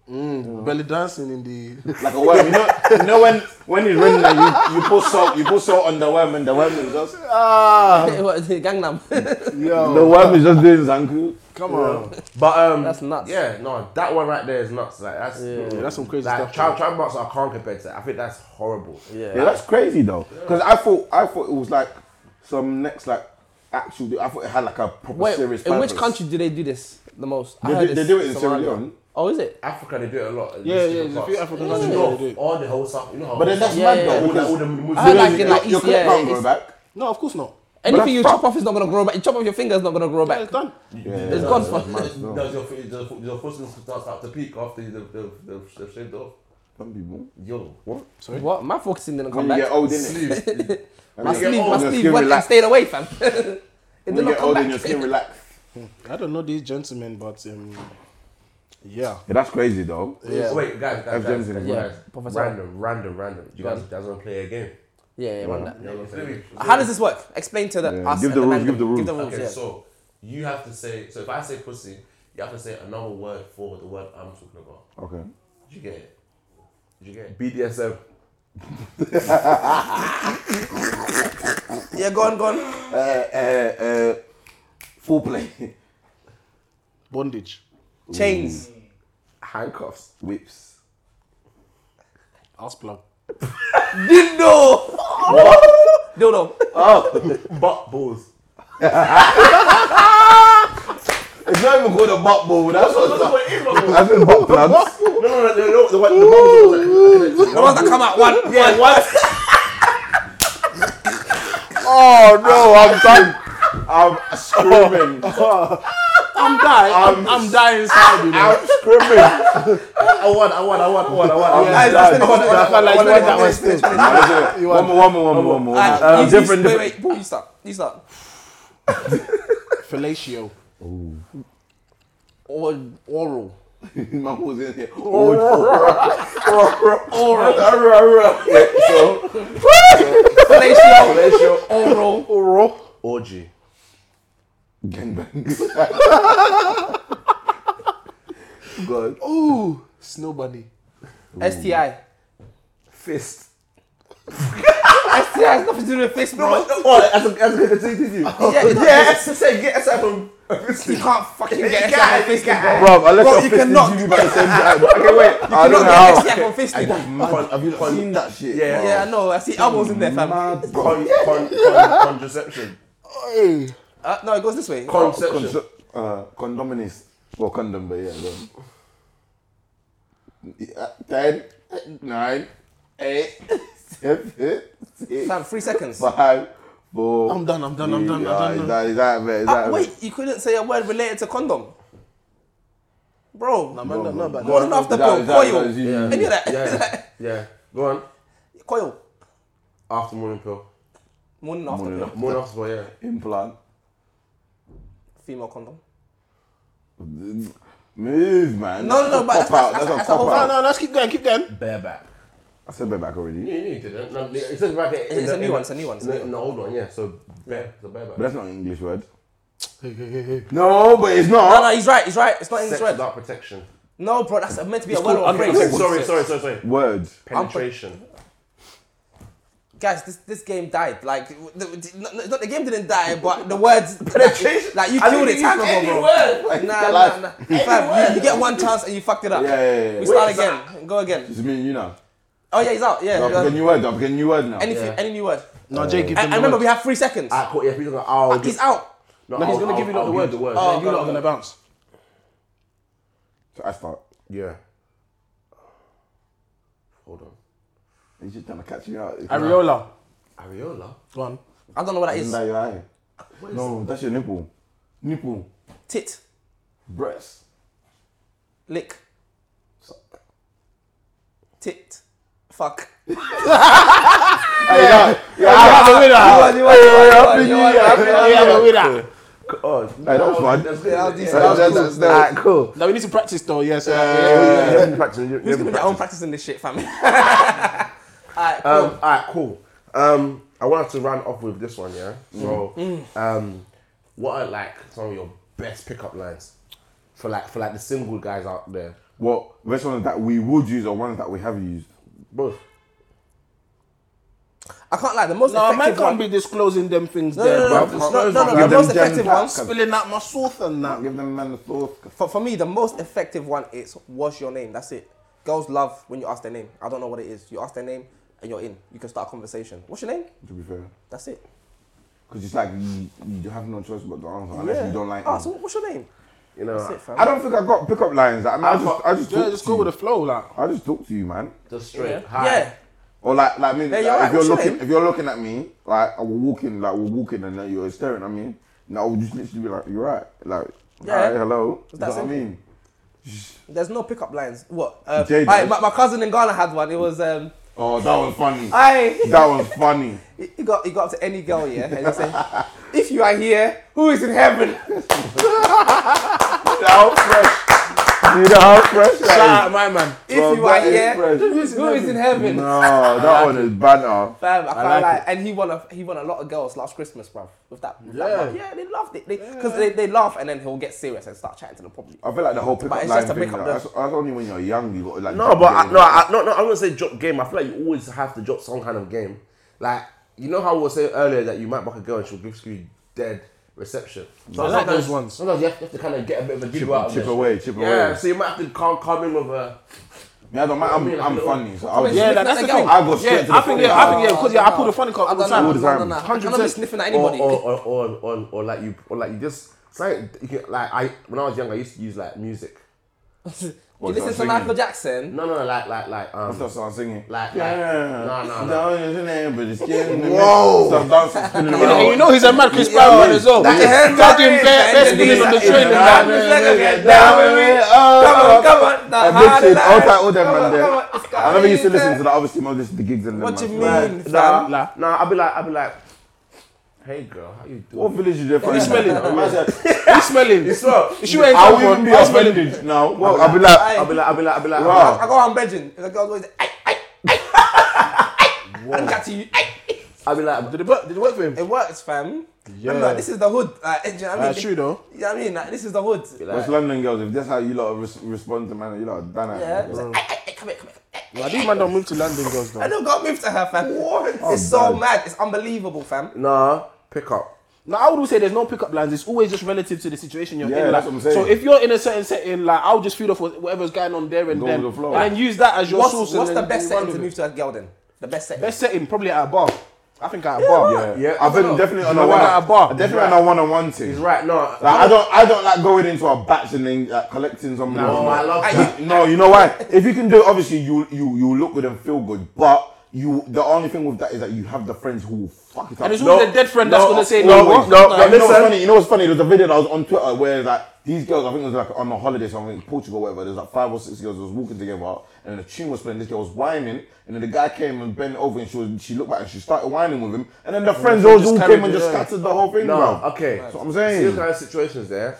[SPEAKER 4] belly dancing in the.
[SPEAKER 1] like a worm. You know, you know when when it's raining, and you you put salt, you put salt on the worm, and the worm is just
[SPEAKER 4] Ah,
[SPEAKER 1] Um.
[SPEAKER 2] What is it,
[SPEAKER 1] Hmm.
[SPEAKER 2] Gangnam.
[SPEAKER 4] yo.
[SPEAKER 1] the worm is just doing zanku.
[SPEAKER 4] Come on.
[SPEAKER 5] But um,
[SPEAKER 2] That's nuts.
[SPEAKER 5] Yeah, no, that one right there is nuts. Like that's
[SPEAKER 4] Yeah, that's some crazy
[SPEAKER 5] like,
[SPEAKER 4] stuff,
[SPEAKER 5] Child, child marks I can't compare to. That. I think that's horrible.
[SPEAKER 2] yeah.
[SPEAKER 1] Yeah, that's crazy though. Because I thought I thought it was like some next like actual. I thought it had like a proper
[SPEAKER 2] Wait,
[SPEAKER 1] serious.
[SPEAKER 2] in which
[SPEAKER 1] purpose.
[SPEAKER 2] country do they do this the most? I
[SPEAKER 1] They
[SPEAKER 2] heard
[SPEAKER 1] do-
[SPEAKER 2] it's
[SPEAKER 1] they do it in Sierra
[SPEAKER 2] Somalia.
[SPEAKER 1] Leone.
[SPEAKER 2] Oh, is it?
[SPEAKER 5] Africa, they do it a lot.
[SPEAKER 4] Yeah, yeah, there's a few African countries
[SPEAKER 5] All,
[SPEAKER 4] that do it.
[SPEAKER 5] all Oh, the whole stuff, you know. How
[SPEAKER 1] But then that's
[SPEAKER 2] Yeah,
[SPEAKER 1] mad
[SPEAKER 2] yeah,
[SPEAKER 1] though.
[SPEAKER 5] all the,
[SPEAKER 1] Because
[SPEAKER 5] all the Muslims.
[SPEAKER 2] I like
[SPEAKER 1] your-
[SPEAKER 2] it, like,
[SPEAKER 1] your
[SPEAKER 2] East-
[SPEAKER 1] clip
[SPEAKER 2] yeah,
[SPEAKER 1] can't grow
[SPEAKER 2] it's-
[SPEAKER 1] back.
[SPEAKER 4] No, of course not.
[SPEAKER 2] Anything you
[SPEAKER 1] that's
[SPEAKER 2] chop off is not gonna grow back. You chop off your finger is not gonna grow
[SPEAKER 4] Yeah,
[SPEAKER 2] back.
[SPEAKER 4] it's done.
[SPEAKER 2] It's gone for.
[SPEAKER 5] Does your does your does your foreskin start start to peak after you- they've they've, they've, they've shaved it off?
[SPEAKER 1] Some people.
[SPEAKER 5] Yo,
[SPEAKER 1] What?
[SPEAKER 2] What? My focusing didn't come
[SPEAKER 1] When you
[SPEAKER 2] back.
[SPEAKER 1] get old, innit?
[SPEAKER 5] sleeve.
[SPEAKER 2] My
[SPEAKER 1] When you get
[SPEAKER 2] sleeve,
[SPEAKER 1] old,
[SPEAKER 2] my
[SPEAKER 1] your
[SPEAKER 2] sleeve
[SPEAKER 1] skin
[SPEAKER 2] went and
[SPEAKER 1] relax.
[SPEAKER 2] stayed away, fam. it did
[SPEAKER 1] When you
[SPEAKER 2] not
[SPEAKER 1] get
[SPEAKER 2] come
[SPEAKER 1] old and your
[SPEAKER 2] back.
[SPEAKER 1] skin relax.
[SPEAKER 4] I don't know these gentlemen, but um, yeah.
[SPEAKER 1] Yeah, that's crazy though.
[SPEAKER 5] yeah. Wait, guys, guys,
[SPEAKER 1] I've
[SPEAKER 5] guys,
[SPEAKER 1] done
[SPEAKER 5] guys,
[SPEAKER 1] it.
[SPEAKER 5] guys.
[SPEAKER 2] Yeah, Professor.
[SPEAKER 5] Random, random, random. You guys, you guys want to play a game?
[SPEAKER 2] Yeah, yeah, run that.
[SPEAKER 5] You know what I'm saying?
[SPEAKER 2] How does this work? Explain to the
[SPEAKER 1] Yeah,
[SPEAKER 2] us
[SPEAKER 1] give
[SPEAKER 2] and
[SPEAKER 1] the rules,
[SPEAKER 2] man-
[SPEAKER 1] give the rules.
[SPEAKER 2] Give the rules.
[SPEAKER 5] Okay,
[SPEAKER 2] yeah.
[SPEAKER 5] so you have to say. So if I say pussy, you have to say another word for the word I'm talking about.
[SPEAKER 1] Okay.
[SPEAKER 5] Did you get it? Did you get it? BDSM.
[SPEAKER 2] yeah, go on, go on.
[SPEAKER 1] Uh, uh, uh, full play.
[SPEAKER 4] Bondage.
[SPEAKER 2] Chains.
[SPEAKER 5] Handcuffs.
[SPEAKER 1] Whips.
[SPEAKER 4] Ass plug.
[SPEAKER 2] Dildo. Dildo.
[SPEAKER 1] Oh!
[SPEAKER 5] Butt balls.
[SPEAKER 1] It's not even called a butt ball. That's
[SPEAKER 5] That's
[SPEAKER 1] what.
[SPEAKER 5] what it is, my boy.
[SPEAKER 1] That's been butt plugs.
[SPEAKER 5] No, no, no, no, no. The one, the butt balls.
[SPEAKER 2] The ones that come out one.
[SPEAKER 5] Yeah, what?
[SPEAKER 1] Oh no, I'm done. I'm screaming.
[SPEAKER 4] I'm dying. I'm, I'm dying inside, you know.
[SPEAKER 1] I'm screaming.
[SPEAKER 5] I won, I won, I won, I won, I won.
[SPEAKER 1] Yeah,
[SPEAKER 5] I'm
[SPEAKER 1] it's
[SPEAKER 5] done.
[SPEAKER 1] just-
[SPEAKER 5] I won, I won, I won, I won, I won, I won.
[SPEAKER 1] One more, one more, one more, one more.
[SPEAKER 2] Alright,
[SPEAKER 1] Uh,
[SPEAKER 2] Ah, you- you-
[SPEAKER 1] different,
[SPEAKER 2] Wait,
[SPEAKER 1] different.
[SPEAKER 2] wait, Paul, you start. You start.
[SPEAKER 4] Fellatio. Or, oral.
[SPEAKER 1] My was in here. Oral. So,
[SPEAKER 2] Fellatio,
[SPEAKER 1] fellatio,
[SPEAKER 2] oral,
[SPEAKER 4] Oral.
[SPEAKER 5] Orgy.
[SPEAKER 1] Gangbangs. God.
[SPEAKER 4] Ooh, snow bunny.
[SPEAKER 2] STI.
[SPEAKER 1] Fist.
[SPEAKER 2] STI has nothing to do with fist, bro.
[SPEAKER 5] Oh, that's a that's a good thing.
[SPEAKER 2] Yeah, it's not-
[SPEAKER 5] say get aside from.
[SPEAKER 2] You can't fucking
[SPEAKER 5] You
[SPEAKER 2] get
[SPEAKER 5] can't,
[SPEAKER 2] STI from
[SPEAKER 5] you
[SPEAKER 2] fisting,
[SPEAKER 5] can't.
[SPEAKER 2] bro.
[SPEAKER 1] Bro, unless
[SPEAKER 2] Bro,
[SPEAKER 1] you're
[SPEAKER 2] you
[SPEAKER 1] fisting
[SPEAKER 2] cannot-
[SPEAKER 1] you at the same time. Okay, wait. You I
[SPEAKER 2] Not
[SPEAKER 1] don't know
[SPEAKER 2] get
[SPEAKER 1] how.
[SPEAKER 2] STI from fisting.
[SPEAKER 5] Have you con,
[SPEAKER 1] seen that shit.
[SPEAKER 5] Yeah.
[SPEAKER 2] Yeah, I know. I see elbows in there, fam. Uh,
[SPEAKER 1] Mad, bro.
[SPEAKER 5] con, con, con, contraception?
[SPEAKER 4] Hey.
[SPEAKER 2] Uh, no, it goes this way.
[SPEAKER 5] Conception.
[SPEAKER 1] Conce- uh, condominist. Well, condom, but yeah. go on. Yeah, Ten, nine, eight, seven, six,
[SPEAKER 2] Fam, three seconds.
[SPEAKER 1] five, four.
[SPEAKER 4] I'm done, I'm done, I'm
[SPEAKER 1] three.
[SPEAKER 4] done, I'm
[SPEAKER 1] Ah,
[SPEAKER 4] done.
[SPEAKER 1] Is that, is that, man? Is
[SPEAKER 2] Uh,
[SPEAKER 1] that
[SPEAKER 2] wait, you couldn't say a word related to condom, bro. No,
[SPEAKER 4] Man, no, but
[SPEAKER 2] Going after
[SPEAKER 1] Is that-
[SPEAKER 2] bro,
[SPEAKER 1] is that-
[SPEAKER 2] coil.
[SPEAKER 1] is that- yeah.
[SPEAKER 2] Any of that?
[SPEAKER 5] Yeah, yeah. Go on.
[SPEAKER 2] coil.
[SPEAKER 5] After morning pill.
[SPEAKER 2] Morning after
[SPEAKER 1] Morning
[SPEAKER 2] pill.
[SPEAKER 1] after.
[SPEAKER 5] Morning after pill, yeah.
[SPEAKER 1] Implant.
[SPEAKER 2] Female condom.
[SPEAKER 1] Move, man.
[SPEAKER 2] No, no, no, but
[SPEAKER 1] That's a
[SPEAKER 2] that's- that's-
[SPEAKER 1] cop out. That's a
[SPEAKER 2] that's a
[SPEAKER 1] cop
[SPEAKER 2] whole-
[SPEAKER 4] No,
[SPEAKER 1] out.
[SPEAKER 4] no, let's keep going, keep going.
[SPEAKER 5] Bareback.
[SPEAKER 1] I said back already.
[SPEAKER 5] You you didn't. No, it says back in
[SPEAKER 2] It's
[SPEAKER 5] the-
[SPEAKER 2] a new
[SPEAKER 5] in
[SPEAKER 2] one,
[SPEAKER 5] the-
[SPEAKER 2] it's a new one, it's
[SPEAKER 5] in the-
[SPEAKER 2] a new
[SPEAKER 5] in the old one, yeah. So bare, it's a bareback.
[SPEAKER 1] But that's not an English word.
[SPEAKER 4] Hey, hey, hey, hey.
[SPEAKER 1] No, but it's
[SPEAKER 2] No,
[SPEAKER 1] not.
[SPEAKER 2] no, he's right. He's right. It's not English
[SPEAKER 5] Sex
[SPEAKER 2] word.
[SPEAKER 5] without protection.
[SPEAKER 2] No, bro, that's meant to be a word or a
[SPEAKER 5] Okay,
[SPEAKER 2] phrase.
[SPEAKER 5] okay, sorry, sorry, sorry, sorry.
[SPEAKER 1] Word.
[SPEAKER 5] Penetration.
[SPEAKER 2] Guys, this this game died. Like, the, the, no, no, the game didn't die, but the words penetration. Like you
[SPEAKER 1] I
[SPEAKER 2] killed it.
[SPEAKER 1] didn't
[SPEAKER 2] Time
[SPEAKER 1] use
[SPEAKER 2] over,
[SPEAKER 1] any
[SPEAKER 2] bro.
[SPEAKER 1] Like,
[SPEAKER 2] Nah, nah,
[SPEAKER 1] like-
[SPEAKER 2] nah. Fam, you, you get one chance and you fucked it up.
[SPEAKER 1] Yeah, yeah, yeah.
[SPEAKER 2] We start
[SPEAKER 1] Wait, is
[SPEAKER 2] again. Go again.
[SPEAKER 1] It's me, you know.
[SPEAKER 2] Oh yeah, he's out. Yeah.
[SPEAKER 1] I'll
[SPEAKER 2] yeah.
[SPEAKER 1] pick a new word. I'll pick a new word now.
[SPEAKER 2] Anything,
[SPEAKER 5] Yeah.
[SPEAKER 2] any new word.
[SPEAKER 4] No, Jay,
[SPEAKER 2] And,
[SPEAKER 4] give them
[SPEAKER 2] and
[SPEAKER 4] the
[SPEAKER 2] remember,
[SPEAKER 4] word.
[SPEAKER 2] we have three seconds.
[SPEAKER 5] Ah, cool, yeah, people go, oh,
[SPEAKER 2] He's out.
[SPEAKER 5] No,
[SPEAKER 4] No, he's
[SPEAKER 5] I'll-
[SPEAKER 4] gonna
[SPEAKER 5] I'll-
[SPEAKER 4] give you lot
[SPEAKER 5] I'll
[SPEAKER 4] the word.
[SPEAKER 5] The word.
[SPEAKER 2] Oh,
[SPEAKER 4] Then you
[SPEAKER 2] God,
[SPEAKER 4] lot are gonna bounce.
[SPEAKER 1] So I start.
[SPEAKER 5] Yeah. Hold on.
[SPEAKER 1] He's just trying to catch me out.
[SPEAKER 4] Areola.
[SPEAKER 5] Areola?
[SPEAKER 4] Go on.
[SPEAKER 2] I don't know what that
[SPEAKER 1] Isn't
[SPEAKER 2] is.
[SPEAKER 1] that your eye? No, that's your nipple. Nipple.
[SPEAKER 2] Tit,
[SPEAKER 1] Breast.
[SPEAKER 2] lick,
[SPEAKER 1] Suck.
[SPEAKER 2] tit, fuck.
[SPEAKER 1] Yeah, I'm a winner. Happy New
[SPEAKER 2] you
[SPEAKER 1] Year. Happy New Year.
[SPEAKER 4] Yeah, we that.
[SPEAKER 5] Oh,
[SPEAKER 1] Hey, that was fun.
[SPEAKER 5] That's good. That was decent.
[SPEAKER 1] That was-
[SPEAKER 5] That was
[SPEAKER 1] that's-
[SPEAKER 5] cool.
[SPEAKER 1] that was-
[SPEAKER 5] Alright, cool.
[SPEAKER 4] No, we need to practice though. Yes. Yeah,
[SPEAKER 5] Yeah, you haven't practiced, you- you
[SPEAKER 2] Who's
[SPEAKER 5] haven't
[SPEAKER 2] gonna be at home
[SPEAKER 5] practiced.
[SPEAKER 2] practicing this shit, fam? Alright, cool.
[SPEAKER 5] Um, all right, cool. Um, I wanted to round off with this one, yeah. So, um, what are like some of your best pickup lines for like for like the single guys out there?
[SPEAKER 1] Well, which ones that we would use or ones that we have used?
[SPEAKER 5] Both.
[SPEAKER 2] I can't lie. The most
[SPEAKER 4] No, man
[SPEAKER 2] effective one.
[SPEAKER 4] can't be disclosing them things
[SPEAKER 2] no,
[SPEAKER 4] there,
[SPEAKER 2] no, no, no, no,
[SPEAKER 4] bro.
[SPEAKER 2] no, no,
[SPEAKER 1] Give
[SPEAKER 2] The
[SPEAKER 1] them
[SPEAKER 2] most
[SPEAKER 1] gem
[SPEAKER 2] effective
[SPEAKER 1] pack.
[SPEAKER 2] one.
[SPEAKER 4] Spilling out my sauce and that.
[SPEAKER 1] Give them man the sauce.
[SPEAKER 2] For, for me, the most effective one is what's your name? That's it. Girls love when you ask their name. I don't know what it is. You ask their name and you're in. You can start a conversation. What's your name?
[SPEAKER 1] To be fair,
[SPEAKER 2] That's it.
[SPEAKER 1] because it's like you, you have no choice but to answer unless
[SPEAKER 2] Yeah.
[SPEAKER 1] you don't like.
[SPEAKER 2] Ah,
[SPEAKER 1] it.
[SPEAKER 2] so what's your name?
[SPEAKER 5] You know,
[SPEAKER 2] That's it, fam.
[SPEAKER 1] I don't think I got pickup lines. Like,
[SPEAKER 2] Ah,
[SPEAKER 1] man, I just, I just,
[SPEAKER 4] Yeah,
[SPEAKER 1] talk
[SPEAKER 4] just
[SPEAKER 1] to
[SPEAKER 4] go
[SPEAKER 1] you.
[SPEAKER 4] with the flow, like.
[SPEAKER 1] I just talk to you, man.
[SPEAKER 5] just straight. Hi.
[SPEAKER 2] Yeah.
[SPEAKER 1] Or like, like, I mean,
[SPEAKER 2] Yeah,
[SPEAKER 1] like,
[SPEAKER 2] you're right.
[SPEAKER 1] if you're
[SPEAKER 2] What's your
[SPEAKER 1] looking,
[SPEAKER 2] name?
[SPEAKER 1] if you're looking at me, like, I will walk in, like, we're walking, and then you're staring at me. And I will just literally be like, "You're right," like,
[SPEAKER 2] Yeah.
[SPEAKER 1] "Alright, hello." You
[SPEAKER 2] that
[SPEAKER 1] know what I
[SPEAKER 2] simple.
[SPEAKER 1] mean?
[SPEAKER 2] There's no pickup lines. What? Uh,
[SPEAKER 1] Jay
[SPEAKER 2] alright,
[SPEAKER 1] does.
[SPEAKER 2] my, my cousin in Ghana had one. It was um,
[SPEAKER 1] Oh, that was funny.
[SPEAKER 2] I.
[SPEAKER 1] that was funny.
[SPEAKER 2] He got he got up to any girl, yeah, and he said, "If you are here, who is in heaven?"
[SPEAKER 1] See how fresh. See how fresh
[SPEAKER 4] Shout
[SPEAKER 1] that
[SPEAKER 4] out my man.
[SPEAKER 2] If
[SPEAKER 1] Bro,
[SPEAKER 2] you
[SPEAKER 1] that
[SPEAKER 2] are
[SPEAKER 1] is
[SPEAKER 2] here,
[SPEAKER 1] fresh.
[SPEAKER 2] who is, who is in
[SPEAKER 1] is.
[SPEAKER 2] heaven?
[SPEAKER 1] No, that one is banter.
[SPEAKER 2] Fam, I,
[SPEAKER 4] like
[SPEAKER 2] can't lie. And he won a he won a lot of girls last Christmas, bruv. With that, with that
[SPEAKER 4] Yeah.
[SPEAKER 2] one. yeah, they loved it. Because they, they laugh and then he'll get serious and start chatting to them properly.
[SPEAKER 1] I feel like the whole pickup
[SPEAKER 2] it's
[SPEAKER 1] line
[SPEAKER 2] just a
[SPEAKER 1] thing.
[SPEAKER 2] pickup
[SPEAKER 1] like,
[SPEAKER 2] line.
[SPEAKER 1] that's, that's only when you're young. You got like.
[SPEAKER 5] No, but I, no, I, no, no. I'm gonna say drop game. I feel like you always have to drop some kind of game. Like you know how we were saying earlier that you might buck a girl and she'll give you dead reception. So
[SPEAKER 4] I like
[SPEAKER 5] sometimes-
[SPEAKER 4] those ones.
[SPEAKER 5] Sometimes you have, you have to kind of get a bit of a giggle out of
[SPEAKER 1] chip
[SPEAKER 5] it.
[SPEAKER 1] away, chip
[SPEAKER 5] Yeah,
[SPEAKER 1] away.
[SPEAKER 5] so you might have to come come in with a.
[SPEAKER 1] Yeah, I don't mind. I'm,
[SPEAKER 5] Yeah,
[SPEAKER 1] I'm
[SPEAKER 5] like,
[SPEAKER 1] funny, so I was.
[SPEAKER 4] Yeah,
[SPEAKER 1] Yeah,
[SPEAKER 4] that, that's the thing.
[SPEAKER 1] I go straight
[SPEAKER 4] yeah,
[SPEAKER 1] to the
[SPEAKER 4] I think,
[SPEAKER 1] funny
[SPEAKER 4] yeah, I
[SPEAKER 1] part.
[SPEAKER 4] think, yeah, because yeah, I pull the funny card all the
[SPEAKER 2] I
[SPEAKER 4] time.
[SPEAKER 1] All
[SPEAKER 2] don't
[SPEAKER 1] the
[SPEAKER 2] know, no, no,
[SPEAKER 1] time.
[SPEAKER 2] no. I
[SPEAKER 5] hundred
[SPEAKER 2] cannot be
[SPEAKER 5] percent Oh,
[SPEAKER 2] sniffing at anybody.
[SPEAKER 5] or or, or, or, or, or like you, or like you just it's like you can, like I when I was young, I used to use like music.
[SPEAKER 1] What,
[SPEAKER 2] listen to
[SPEAKER 1] start
[SPEAKER 2] Michael
[SPEAKER 1] singing?
[SPEAKER 2] Jackson.
[SPEAKER 5] No, no, no, like, like, like, um,
[SPEAKER 1] Stop start singing.
[SPEAKER 5] like, like,
[SPEAKER 1] Yeah.
[SPEAKER 5] no, no, no.
[SPEAKER 1] Down in the name, but it's getting in the
[SPEAKER 5] Whoa.
[SPEAKER 1] mix. Stop dancing, spinning
[SPEAKER 4] You know, you
[SPEAKER 1] around.
[SPEAKER 4] know he's a mad Chris Brown man as well.
[SPEAKER 2] that
[SPEAKER 4] He's
[SPEAKER 2] hand
[SPEAKER 4] got him
[SPEAKER 2] raise,
[SPEAKER 4] bare- bare
[SPEAKER 2] hand
[SPEAKER 4] spinning on the
[SPEAKER 2] raise.
[SPEAKER 4] train and
[SPEAKER 2] Hand
[SPEAKER 4] that.
[SPEAKER 2] raise. Look at
[SPEAKER 1] Down with me,
[SPEAKER 2] Come on,
[SPEAKER 1] oh.
[SPEAKER 2] come on. The
[SPEAKER 1] Addiction,
[SPEAKER 2] highlight.
[SPEAKER 1] all that, all that,
[SPEAKER 2] Come on,
[SPEAKER 1] man. there.
[SPEAKER 2] come on, it's
[SPEAKER 1] I never used to
[SPEAKER 2] crazy.
[SPEAKER 1] listen to that. Obviously, I listen to gigs and them.
[SPEAKER 2] What
[SPEAKER 1] man.
[SPEAKER 2] you mean,
[SPEAKER 5] Nah,
[SPEAKER 2] fam?
[SPEAKER 5] nah, nah, I'll be like, I'll be like, hey girl, how you doing?
[SPEAKER 1] What village you there from?
[SPEAKER 4] You smelling?
[SPEAKER 1] Imagine.
[SPEAKER 4] You smelling? You
[SPEAKER 5] smell.
[SPEAKER 4] You ain't
[SPEAKER 1] I
[SPEAKER 4] come
[SPEAKER 1] wouldn't
[SPEAKER 4] on.
[SPEAKER 1] be
[SPEAKER 4] I smelling.
[SPEAKER 1] offended now. Well, I'll be like,
[SPEAKER 5] I'll be like, I'll be like, I'll be like,
[SPEAKER 1] Wow.
[SPEAKER 2] I go on begging. The girls always, ay, ay, ay, ay. And got to you, ay.
[SPEAKER 5] I'll be like,
[SPEAKER 4] Did it work- did it work for him?
[SPEAKER 2] It works, fam. Yeah.
[SPEAKER 4] Yeah.
[SPEAKER 2] this is the hood. Like, do you know what I mean?
[SPEAKER 4] That's true though.
[SPEAKER 2] You know what I mean? Like, this is the hood.
[SPEAKER 1] West London girls, if that's how you lot res- respond to man, you lot are done at.
[SPEAKER 2] Yeah.
[SPEAKER 1] man.
[SPEAKER 2] It's like, ay, ay, ay, come here, come here. Ay.
[SPEAKER 4] Nah, these man don't move to London girls
[SPEAKER 2] I
[SPEAKER 4] though.
[SPEAKER 2] know, got moved to her, fam. What? It's so mad. It's unbelievable, fam.
[SPEAKER 5] nah, pick up.
[SPEAKER 4] Now I would say there's no pickup lines. It's always just relative to the situation you're
[SPEAKER 1] Yeah,
[SPEAKER 4] in. like-
[SPEAKER 1] that's what I'm saying.
[SPEAKER 4] So if you're in a certain setting, like I'll just feed off what- whatever's going on there and
[SPEAKER 1] Go
[SPEAKER 4] then,
[SPEAKER 1] with the flow.
[SPEAKER 4] and use that as your
[SPEAKER 2] What's,
[SPEAKER 4] source.
[SPEAKER 2] what's
[SPEAKER 4] and
[SPEAKER 2] the
[SPEAKER 4] then
[SPEAKER 2] best
[SPEAKER 4] you run
[SPEAKER 2] setting to
[SPEAKER 4] with it.
[SPEAKER 2] move to a girl then? The best setting.
[SPEAKER 4] Best setting probably at a bar. I think at a bar.
[SPEAKER 1] Yeah.
[SPEAKER 5] Yeah,
[SPEAKER 1] I've been
[SPEAKER 5] no.
[SPEAKER 1] definitely on
[SPEAKER 4] No,
[SPEAKER 1] a
[SPEAKER 4] we're
[SPEAKER 1] one.
[SPEAKER 4] not a bar.
[SPEAKER 1] Definitely on a one-on-one thing.
[SPEAKER 5] He's right, no.
[SPEAKER 1] Like, I don't, I don't like going into a batch and then like, collecting some.
[SPEAKER 5] No, I love that.
[SPEAKER 1] No, you know why? If you can do it, obviously you you you look good and feel good, but you the only thing with that is that you have the friends who will fuck it up.
[SPEAKER 4] And it's always
[SPEAKER 5] No,
[SPEAKER 4] a dead friend that's gonna say
[SPEAKER 1] no,
[SPEAKER 4] no. what?
[SPEAKER 1] no,
[SPEAKER 4] Like,
[SPEAKER 1] no, you know what's
[SPEAKER 5] listen.
[SPEAKER 1] funny? You know what's funny? There was a video that was on Twitter where like these girls, I think it was like on a holiday somewhere in Portugal, or whatever. There's like five or six girls was walking together, and the tune was playing. This girl was whining, and then the guy came and bent over, and she was, she looked back and she started whining with him, and then the friends all
[SPEAKER 4] just
[SPEAKER 1] just
[SPEAKER 4] carried
[SPEAKER 1] came and
[SPEAKER 4] it,
[SPEAKER 1] just
[SPEAKER 4] yeah.
[SPEAKER 1] scattered the whole thing.
[SPEAKER 5] No,
[SPEAKER 1] bruv.
[SPEAKER 5] okay.
[SPEAKER 1] That's what I'm saying.
[SPEAKER 5] See the kind of situations there.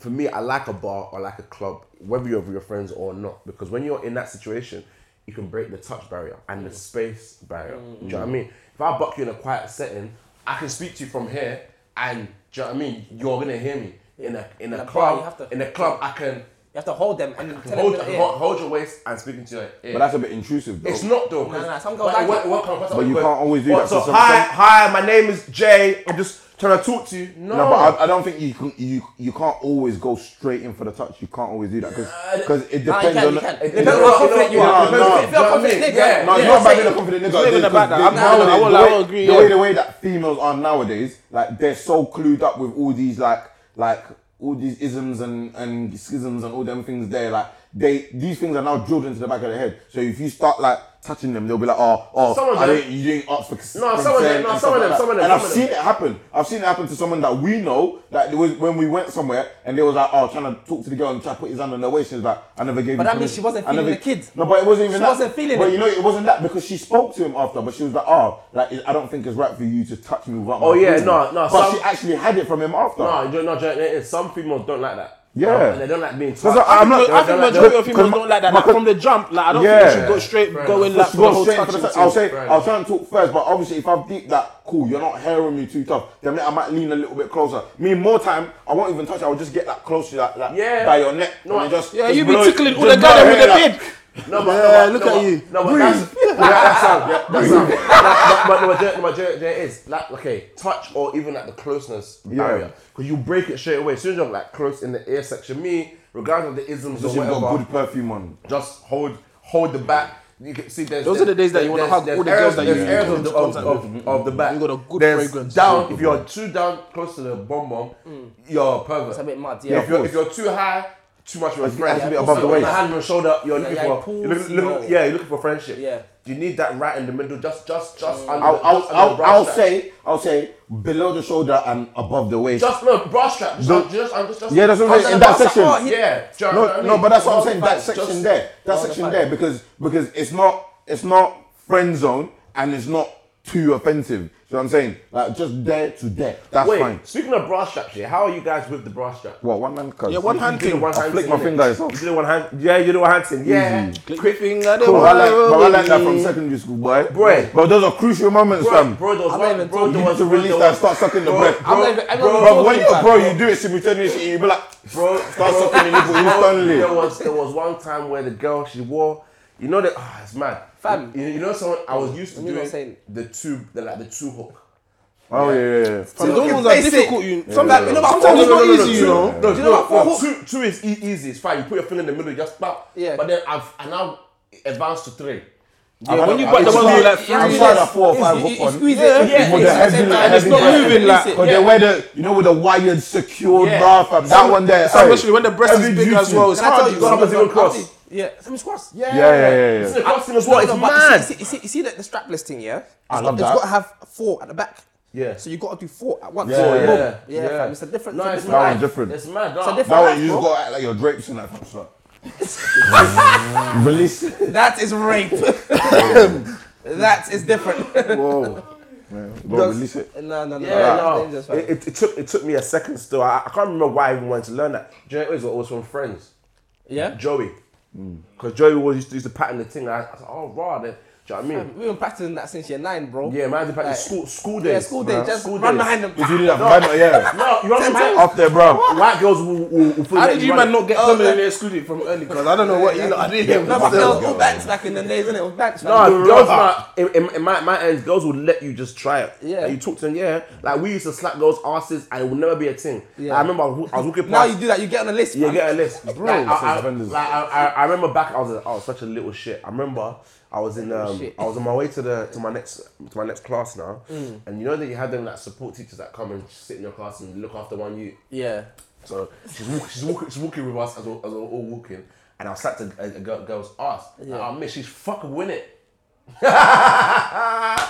[SPEAKER 5] For me, I like a bar or like a club, whether you're with your friends or not, because when you're in that situation, you can break the touch barrier and the space barrier. Do you know what I mean? If I buck you in a quiet setting, I can speak to you from here, and do you know what I mean? You're gonna hear me in a in a,
[SPEAKER 2] In a bar, you
[SPEAKER 5] club.
[SPEAKER 2] have to-
[SPEAKER 5] in a club, I can
[SPEAKER 2] You have to hold them and tell
[SPEAKER 5] hold,
[SPEAKER 2] them. that-
[SPEAKER 5] hold, hold your waist and speak into your ear.
[SPEAKER 1] But that's a bit intrusive. Though.
[SPEAKER 5] It's not though.
[SPEAKER 2] No, no, some
[SPEAKER 5] but
[SPEAKER 2] girls like
[SPEAKER 5] it won't-
[SPEAKER 2] it.
[SPEAKER 5] it won't come across that
[SPEAKER 1] But
[SPEAKER 5] way.
[SPEAKER 1] you can't always do
[SPEAKER 5] What,
[SPEAKER 1] that
[SPEAKER 5] So
[SPEAKER 1] to some-
[SPEAKER 5] hi, hi, my name is Jay. I'm just trying to talk to you. No,
[SPEAKER 1] No, but I, I don't think you can, you you can't always go straight in for the touch. You can't always do that because it
[SPEAKER 2] Uh, Nah,
[SPEAKER 1] depends
[SPEAKER 2] you can,
[SPEAKER 1] on.
[SPEAKER 2] you
[SPEAKER 1] the-
[SPEAKER 2] can.
[SPEAKER 1] it
[SPEAKER 2] Depends on how confident you are.
[SPEAKER 1] No, no.
[SPEAKER 2] If you're a confident nigga,
[SPEAKER 5] Yeah,
[SPEAKER 1] No,
[SPEAKER 5] no,
[SPEAKER 1] it's
[SPEAKER 2] yeah,
[SPEAKER 1] not about
[SPEAKER 2] say
[SPEAKER 1] being a
[SPEAKER 2] it.
[SPEAKER 1] confident nigga.
[SPEAKER 4] not even
[SPEAKER 1] because
[SPEAKER 4] about that.
[SPEAKER 1] they-
[SPEAKER 4] I'm not-
[SPEAKER 1] nowadays,
[SPEAKER 4] I will-
[SPEAKER 1] the
[SPEAKER 4] I
[SPEAKER 1] way-
[SPEAKER 4] will agree,
[SPEAKER 1] The
[SPEAKER 4] yeah.
[SPEAKER 1] way the way that females are nowadays, like they're so clued up with all these like like all these isms and and schisms and all them things there. Like they these things are now drilled into the back of their head. So if you start like touching them, they'll be like, oh, oh,
[SPEAKER 5] Some of
[SPEAKER 1] I
[SPEAKER 5] them-
[SPEAKER 1] didn't, you didn't ask for
[SPEAKER 5] No, some of them- no, some of them, some of them,
[SPEAKER 1] and I've
[SPEAKER 5] some of
[SPEAKER 1] seen
[SPEAKER 5] them.
[SPEAKER 1] it happen. I've seen it happen to someone that we know. Like there was when we went somewhere and they was like, oh, trying to talk to the girl and try to put his hand on her waist. She was like, I never gave.
[SPEAKER 2] But
[SPEAKER 1] you
[SPEAKER 2] that means
[SPEAKER 1] permission.
[SPEAKER 2] she wasn't
[SPEAKER 1] I
[SPEAKER 2] feeling
[SPEAKER 1] never-
[SPEAKER 2] the kid.
[SPEAKER 1] No, but it wasn't even
[SPEAKER 2] She
[SPEAKER 1] that.
[SPEAKER 2] wasn't feeling
[SPEAKER 1] But
[SPEAKER 2] it.
[SPEAKER 1] you know, it wasn't that because she spoke to him after, but she was like, oh, like I don't think it's right for you to touch me without.
[SPEAKER 5] Oh,
[SPEAKER 1] my
[SPEAKER 5] yeah,
[SPEAKER 1] approval."
[SPEAKER 5] no, no,
[SPEAKER 1] But
[SPEAKER 5] some-
[SPEAKER 1] she actually had it from him after.
[SPEAKER 5] No, you don't know, Jay, it is. some females don't like that.
[SPEAKER 1] Yeah.
[SPEAKER 5] And they don't like being touched.
[SPEAKER 1] That's what I'm not-
[SPEAKER 4] But I think
[SPEAKER 5] Don't like
[SPEAKER 4] majority
[SPEAKER 1] that.
[SPEAKER 4] of females
[SPEAKER 1] Because
[SPEAKER 4] don't like that.
[SPEAKER 1] my-
[SPEAKER 4] Like from the jump, like I don't
[SPEAKER 1] Yeah.
[SPEAKER 4] think you should go straight,
[SPEAKER 5] Fair
[SPEAKER 4] go in
[SPEAKER 5] enough.
[SPEAKER 4] like
[SPEAKER 1] Just
[SPEAKER 4] for the
[SPEAKER 1] go
[SPEAKER 4] whole
[SPEAKER 1] straight for the
[SPEAKER 4] touching
[SPEAKER 1] touch. I'll
[SPEAKER 4] thing.
[SPEAKER 1] say, I'll try and talk first, but obviously, if I've deep that, cool, you're not hearing me too tough, then I might lean a little bit closer. Me, more time, I won't even touch, I'll just get that close to you, like, like
[SPEAKER 5] Yeah.
[SPEAKER 1] by your neck.
[SPEAKER 5] No,
[SPEAKER 1] and just,
[SPEAKER 4] Yeah,
[SPEAKER 1] just
[SPEAKER 4] you be
[SPEAKER 1] blow it-
[SPEAKER 4] tickling all
[SPEAKER 1] just
[SPEAKER 4] the guy
[SPEAKER 1] blow
[SPEAKER 4] with
[SPEAKER 1] it,
[SPEAKER 4] the
[SPEAKER 1] like-
[SPEAKER 4] beard.
[SPEAKER 5] No, but,
[SPEAKER 4] Yeah,
[SPEAKER 5] no, but,
[SPEAKER 4] look
[SPEAKER 5] no,
[SPEAKER 4] at
[SPEAKER 5] but-
[SPEAKER 4] you.
[SPEAKER 5] No, but that's, yeah, that sound, yeah, that sound. That- that- But no, but there- no, but there there is like okay, touch or even like the closeness barrier, because you break it straight away. As soon as you're like close in the ear section, me, regardless of the isms
[SPEAKER 1] Just
[SPEAKER 5] or
[SPEAKER 1] you've got
[SPEAKER 5] whatever,
[SPEAKER 1] good perfume on.
[SPEAKER 5] just hold hold the back. You can see there's
[SPEAKER 4] Those are the days that you wanna
[SPEAKER 5] there's-
[SPEAKER 4] hug
[SPEAKER 5] there's
[SPEAKER 4] all the
[SPEAKER 5] areas-
[SPEAKER 4] girls that you
[SPEAKER 5] there's
[SPEAKER 4] can
[SPEAKER 5] areas
[SPEAKER 4] come
[SPEAKER 5] of the,
[SPEAKER 4] into
[SPEAKER 5] of,
[SPEAKER 4] contact
[SPEAKER 5] of, of the back.
[SPEAKER 4] You got a good
[SPEAKER 5] there's
[SPEAKER 4] fragrance.
[SPEAKER 5] Down, if you're too down close to the bum bum, you're a pervert.
[SPEAKER 2] Mm. It's a bit mud, yeah.
[SPEAKER 5] if, you're, if you're too high, too much of a friend.
[SPEAKER 1] that's a bit above the waist.
[SPEAKER 5] Your hand on your shoulder, you're
[SPEAKER 2] Yeah,
[SPEAKER 5] looking
[SPEAKER 2] yeah,
[SPEAKER 5] for
[SPEAKER 2] pulls,
[SPEAKER 5] you're looking,
[SPEAKER 2] you
[SPEAKER 5] looking-
[SPEAKER 2] know.
[SPEAKER 5] yeah, you're looking for friendship.
[SPEAKER 2] Yeah. Mm.
[SPEAKER 5] you need that right in the middle, just just just under.
[SPEAKER 1] I'll, I'll,
[SPEAKER 5] just under
[SPEAKER 1] I'll,
[SPEAKER 5] bra
[SPEAKER 1] I'll
[SPEAKER 5] strap.
[SPEAKER 1] say, I'll say, below the shoulder and above the waist.
[SPEAKER 5] just no bra strap. Just,
[SPEAKER 1] The-
[SPEAKER 5] just, just, just, just
[SPEAKER 1] Yeah, that's what I'm saying. In that section.
[SPEAKER 5] Oh, Yeah, do you know what I
[SPEAKER 1] No,
[SPEAKER 5] mean?
[SPEAKER 1] no, but that's what I'm
[SPEAKER 5] Just-
[SPEAKER 1] saying. That
[SPEAKER 5] just-
[SPEAKER 1] section there, that section there, because because it's not it's not friend zone and it's not too offensive. So I'm saying like just there to there. That's
[SPEAKER 5] Wait,
[SPEAKER 1] fine.
[SPEAKER 5] speaking of bra straps, yeah, how are you guys with the bra strap?
[SPEAKER 1] What one hand? Cause
[SPEAKER 4] Yeah, one hand
[SPEAKER 5] You did
[SPEAKER 4] thing.
[SPEAKER 5] a one
[SPEAKER 1] I
[SPEAKER 5] hand
[SPEAKER 1] flicked
[SPEAKER 5] thing,
[SPEAKER 1] my finger,
[SPEAKER 5] innit?
[SPEAKER 1] it's off.
[SPEAKER 5] You did a one hand. Yeah, you did a one hand thing.
[SPEAKER 4] Mm-hmm.
[SPEAKER 5] Yeah.
[SPEAKER 4] Quick finger,
[SPEAKER 1] Mm-hmm. Cool, I like,
[SPEAKER 4] the
[SPEAKER 1] but I like that from secondary school, boy.
[SPEAKER 5] Boy.
[SPEAKER 1] But those are crucial moments,
[SPEAKER 5] Bro,
[SPEAKER 1] fam.
[SPEAKER 5] bro, there was
[SPEAKER 2] I'm not
[SPEAKER 5] one,
[SPEAKER 2] even
[SPEAKER 5] bro,
[SPEAKER 1] you
[SPEAKER 5] there
[SPEAKER 1] need
[SPEAKER 5] was
[SPEAKER 1] to
[SPEAKER 5] bro,
[SPEAKER 1] release
[SPEAKER 5] there
[SPEAKER 1] that,
[SPEAKER 5] was-
[SPEAKER 1] start sucking the
[SPEAKER 5] bro,
[SPEAKER 1] breath.
[SPEAKER 5] bro,
[SPEAKER 1] Bro,
[SPEAKER 2] I'm not even- I'm not
[SPEAKER 5] bro,
[SPEAKER 2] even
[SPEAKER 1] bro,
[SPEAKER 2] talking
[SPEAKER 1] when you,
[SPEAKER 2] about it.
[SPEAKER 1] bro, you do it simultaneously, you be like,
[SPEAKER 5] bro, bro,
[SPEAKER 1] start sucking the nipple
[SPEAKER 5] bro,
[SPEAKER 1] instantly.
[SPEAKER 5] There was there was one time where the girl she wore, you know that ah, it's mad.
[SPEAKER 2] Fam.
[SPEAKER 5] you, you know someone I was used to
[SPEAKER 2] Let me not
[SPEAKER 5] doing
[SPEAKER 2] say-
[SPEAKER 5] the two, the like the two hook.
[SPEAKER 1] oh yeah, yeah, yeah.
[SPEAKER 4] Some
[SPEAKER 2] Look,
[SPEAKER 4] those ones are
[SPEAKER 2] basic.
[SPEAKER 4] difficult. You
[SPEAKER 2] Yeah.
[SPEAKER 4] sometimes
[SPEAKER 2] You know about
[SPEAKER 4] sometimes it's
[SPEAKER 2] four-
[SPEAKER 4] not
[SPEAKER 2] no, no, no,
[SPEAKER 4] easy.
[SPEAKER 5] two,
[SPEAKER 4] You know.
[SPEAKER 5] No,
[SPEAKER 2] Do you know
[SPEAKER 5] no,
[SPEAKER 2] what for
[SPEAKER 5] no,
[SPEAKER 2] hook-
[SPEAKER 5] two, two is e- easy. It's fine. You put your finger in the middle, you just pop.
[SPEAKER 2] Yeah.
[SPEAKER 5] But then I've and now advanced to three.
[SPEAKER 1] I've
[SPEAKER 4] when
[SPEAKER 1] had-
[SPEAKER 4] you got the
[SPEAKER 1] it's
[SPEAKER 4] one
[SPEAKER 1] like-
[SPEAKER 4] with like
[SPEAKER 1] I'm
[SPEAKER 4] three
[SPEAKER 1] trying
[SPEAKER 4] legs.
[SPEAKER 1] to four or five
[SPEAKER 2] You- you-
[SPEAKER 1] hook
[SPEAKER 2] you
[SPEAKER 1] on.
[SPEAKER 2] squeeze it.
[SPEAKER 5] Yeah,
[SPEAKER 1] With
[SPEAKER 5] yeah,
[SPEAKER 1] the
[SPEAKER 5] it's-
[SPEAKER 1] heavy,
[SPEAKER 5] it's-
[SPEAKER 1] like,
[SPEAKER 5] and
[SPEAKER 4] it's
[SPEAKER 1] heavy
[SPEAKER 4] not
[SPEAKER 1] bag.
[SPEAKER 4] moving, like-
[SPEAKER 1] Because they wear the, you know, with the wired, secured
[SPEAKER 5] Yeah.
[SPEAKER 1] bar, fam. That one there.
[SPEAKER 4] Some-
[SPEAKER 1] aye.
[SPEAKER 4] especially when the breast is
[SPEAKER 1] Every
[SPEAKER 4] big as
[SPEAKER 1] duty.
[SPEAKER 4] well, it's
[SPEAKER 2] Can I
[SPEAKER 4] hard.
[SPEAKER 2] tell
[SPEAKER 4] you
[SPEAKER 2] you
[SPEAKER 4] gotta-
[SPEAKER 5] Someone's
[SPEAKER 2] something?
[SPEAKER 5] even
[SPEAKER 2] After-
[SPEAKER 5] cross.
[SPEAKER 2] Yeah, semi squats. Yeah.
[SPEAKER 1] Yeah, yeah, yeah, yeah.
[SPEAKER 5] It's in the costume as well. It's mad.
[SPEAKER 2] You see, you see, you see that the strapless thing, yeah? It's
[SPEAKER 1] I
[SPEAKER 2] got,
[SPEAKER 1] love that.
[SPEAKER 2] It's got to have four at the back.
[SPEAKER 5] Yeah.
[SPEAKER 2] So you got to do four at once.
[SPEAKER 1] Yeah,
[SPEAKER 2] Four,
[SPEAKER 1] yeah,
[SPEAKER 2] boom.
[SPEAKER 1] yeah.
[SPEAKER 2] yeah. fam, It's a different.
[SPEAKER 5] No,
[SPEAKER 2] it's a
[SPEAKER 5] it's
[SPEAKER 2] different
[SPEAKER 1] mad.
[SPEAKER 5] mad.
[SPEAKER 1] was different.
[SPEAKER 5] It's mad.
[SPEAKER 2] It's a
[SPEAKER 5] dog.
[SPEAKER 2] different
[SPEAKER 1] That way
[SPEAKER 2] life,
[SPEAKER 1] you just
[SPEAKER 2] bro.
[SPEAKER 1] got to act like your drapes in that top slot. Release.
[SPEAKER 2] That is rape. that is different.
[SPEAKER 1] Whoa. Bro, release it.
[SPEAKER 2] No, no, no.
[SPEAKER 5] Yeah,
[SPEAKER 2] that's
[SPEAKER 5] no.
[SPEAKER 2] dangerous, fam.
[SPEAKER 5] It, it, it took it took me a second still. I, I can't remember why I even wanted to learn that. Do you know what it was? It was from friends.
[SPEAKER 2] yeah.
[SPEAKER 5] Joey.
[SPEAKER 2] Mm.
[SPEAKER 5] Because Joey always used to, used to pattern the thing. I, I was like, oh, raw. then." Do you know what I mean?
[SPEAKER 2] We've been practicing that since year nine, bro.
[SPEAKER 5] Yeah, man, the
[SPEAKER 2] Like-
[SPEAKER 5] school school days.
[SPEAKER 2] Yeah, school day.
[SPEAKER 5] man.
[SPEAKER 2] Just
[SPEAKER 5] School
[SPEAKER 2] run
[SPEAKER 5] days.
[SPEAKER 2] behind them.
[SPEAKER 1] If you do that, why not? Yeah.
[SPEAKER 5] No, you run behind.
[SPEAKER 1] Up there, bro.
[SPEAKER 5] White girls will, will, will feel
[SPEAKER 4] How
[SPEAKER 5] that
[SPEAKER 4] did you
[SPEAKER 5] run-
[SPEAKER 4] man not
[SPEAKER 2] Oh,
[SPEAKER 4] get permanently excluded from early? Because I don't know what you know. I didn't hear.
[SPEAKER 2] No,
[SPEAKER 4] what
[SPEAKER 2] but
[SPEAKER 4] you
[SPEAKER 2] there
[SPEAKER 4] said.
[SPEAKER 2] was all banks back in the days, innit? It was banks.
[SPEAKER 5] No,
[SPEAKER 2] fam.
[SPEAKER 5] girls, not, in, in, in my, my ends, girls will let you just try it.
[SPEAKER 2] Yeah.
[SPEAKER 5] Like, you talk to them, yeah. Like, we used to slap girls' asses and it would never be a thing.
[SPEAKER 2] Yeah.
[SPEAKER 5] Like, I remember I was, I was walking past.
[SPEAKER 2] Now you do that, you get on the list.
[SPEAKER 5] Yeah,
[SPEAKER 2] fam.
[SPEAKER 5] get a list, bro. Like, I,
[SPEAKER 1] That's
[SPEAKER 5] I,
[SPEAKER 1] horrendous.
[SPEAKER 5] like, I, I, I remember back, I was, I was such a little shit. I remember I was in, um,
[SPEAKER 2] shit.
[SPEAKER 5] I was on my way to the to my next to my next class now, and you know that you have them like support teachers that come and sit in your class and look after one you.
[SPEAKER 2] Yeah.
[SPEAKER 5] So she's walking, she's walking, she's walking with us as we're, as we're all walking, and I slapped a, a, a girl, girl's ass. Yeah. Like, oh, miss, she's fucking winning.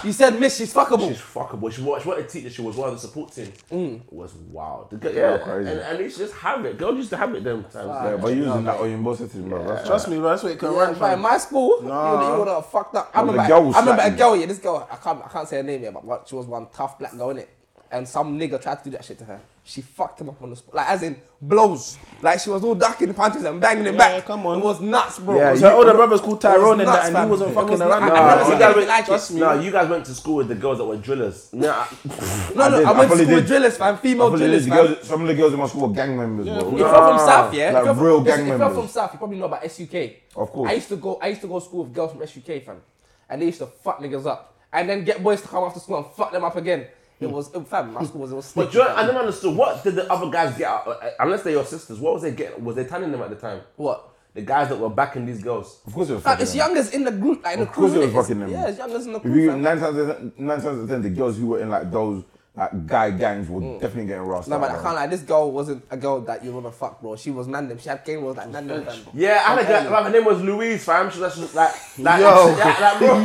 [SPEAKER 2] You said miss, she's fuckable.
[SPEAKER 5] She's fuckable. She was, she was a teacher. She was one of the support team. It was wild. The girl,
[SPEAKER 1] Yeah,
[SPEAKER 5] Mm. yeah,
[SPEAKER 1] crazy.
[SPEAKER 5] And, and they used to just have it. Girls used to have it them times.
[SPEAKER 1] Yeah, but using that Oyinbo setting, bro. That's
[SPEAKER 4] Trust me, bro. That's what it can
[SPEAKER 2] Yeah,
[SPEAKER 4] run
[SPEAKER 2] but in
[SPEAKER 4] from.
[SPEAKER 2] my school, you, would- you would have fucked up. I
[SPEAKER 1] the
[SPEAKER 2] remember,
[SPEAKER 1] girl was
[SPEAKER 2] I remember a
[SPEAKER 1] slapping.
[SPEAKER 2] girl, yeah, this girl, I can't, I can't say her name yet, but what- she was one tough black girl, innit? And some nigga tried to do that shit to her. She fucked him up on the spot, like as in blows. Like she was all ducking the punches and banging him
[SPEAKER 4] Yeah,
[SPEAKER 2] back.
[SPEAKER 4] come on.
[SPEAKER 2] It was nuts, bro.
[SPEAKER 5] Yeah,
[SPEAKER 2] It was
[SPEAKER 4] So
[SPEAKER 5] you-
[SPEAKER 4] her older brother's called Tyrone and
[SPEAKER 2] nuts,
[SPEAKER 4] that, and he
[SPEAKER 2] fam.
[SPEAKER 4] wasn't
[SPEAKER 2] It
[SPEAKER 4] fucking
[SPEAKER 2] was
[SPEAKER 4] around.
[SPEAKER 2] nuts. I
[SPEAKER 4] with that.
[SPEAKER 2] never
[SPEAKER 5] you
[SPEAKER 2] seen
[SPEAKER 5] guys
[SPEAKER 2] anything
[SPEAKER 5] went,
[SPEAKER 2] like it.
[SPEAKER 5] trust me. No, you guys went to school with the girls that were drillers. Nah,
[SPEAKER 2] No, no,
[SPEAKER 1] did.
[SPEAKER 2] I,
[SPEAKER 1] I
[SPEAKER 2] went to
[SPEAKER 1] fully
[SPEAKER 2] school with
[SPEAKER 1] did.
[SPEAKER 2] drillers, fam. Female
[SPEAKER 1] Some of the
[SPEAKER 2] drillers, fam.
[SPEAKER 1] girls- some of the girls in my school were gang members, bro.
[SPEAKER 2] If you're from South, yeah,
[SPEAKER 1] Ah, like
[SPEAKER 2] if you're from,
[SPEAKER 1] real gang
[SPEAKER 2] listen, If
[SPEAKER 1] members.
[SPEAKER 2] you're from South, you probably know about SUK.
[SPEAKER 1] Of course.
[SPEAKER 2] I used to go. I used to go to school with girls from SUK, fam, and they used to fuck niggas up, and then get boys to come after school and fuck them up again. It was, fam, my school was. It was
[SPEAKER 5] But
[SPEAKER 2] sneaky,
[SPEAKER 5] you know, I
[SPEAKER 2] fam.
[SPEAKER 5] never understood what did the other guys get out? uh, Unless they're your sisters, what was they getting? Was they tanning them at the time?
[SPEAKER 2] What?
[SPEAKER 5] The guys that were backing these girls.
[SPEAKER 1] Of course, it was
[SPEAKER 2] Fam,
[SPEAKER 1] fucking
[SPEAKER 2] it's
[SPEAKER 1] them.
[SPEAKER 2] youngers in the group, like in the
[SPEAKER 1] Of course
[SPEAKER 2] crew.
[SPEAKER 1] it
[SPEAKER 2] innit? It's-
[SPEAKER 1] was fucking them.
[SPEAKER 2] Yeah, it's youngers in the
[SPEAKER 1] If
[SPEAKER 2] crew.
[SPEAKER 1] you
[SPEAKER 2] fam.
[SPEAKER 1] nine times out of- nine times out of ten, the girls who were in like those like guy gangs were
[SPEAKER 5] Mm.
[SPEAKER 1] definitely getting roughed.
[SPEAKER 2] No,
[SPEAKER 1] up,
[SPEAKER 2] man, I
[SPEAKER 1] bro.
[SPEAKER 2] can't lie. This girl wasn't a girl that you wanna fuck, bro. She was nandem. She had game was like nandem. fam.
[SPEAKER 5] Yeah, I had a guy. Like, her name was Louise, fam. She was just like, like,
[SPEAKER 4] Yo.
[SPEAKER 5] yeah, like, bro.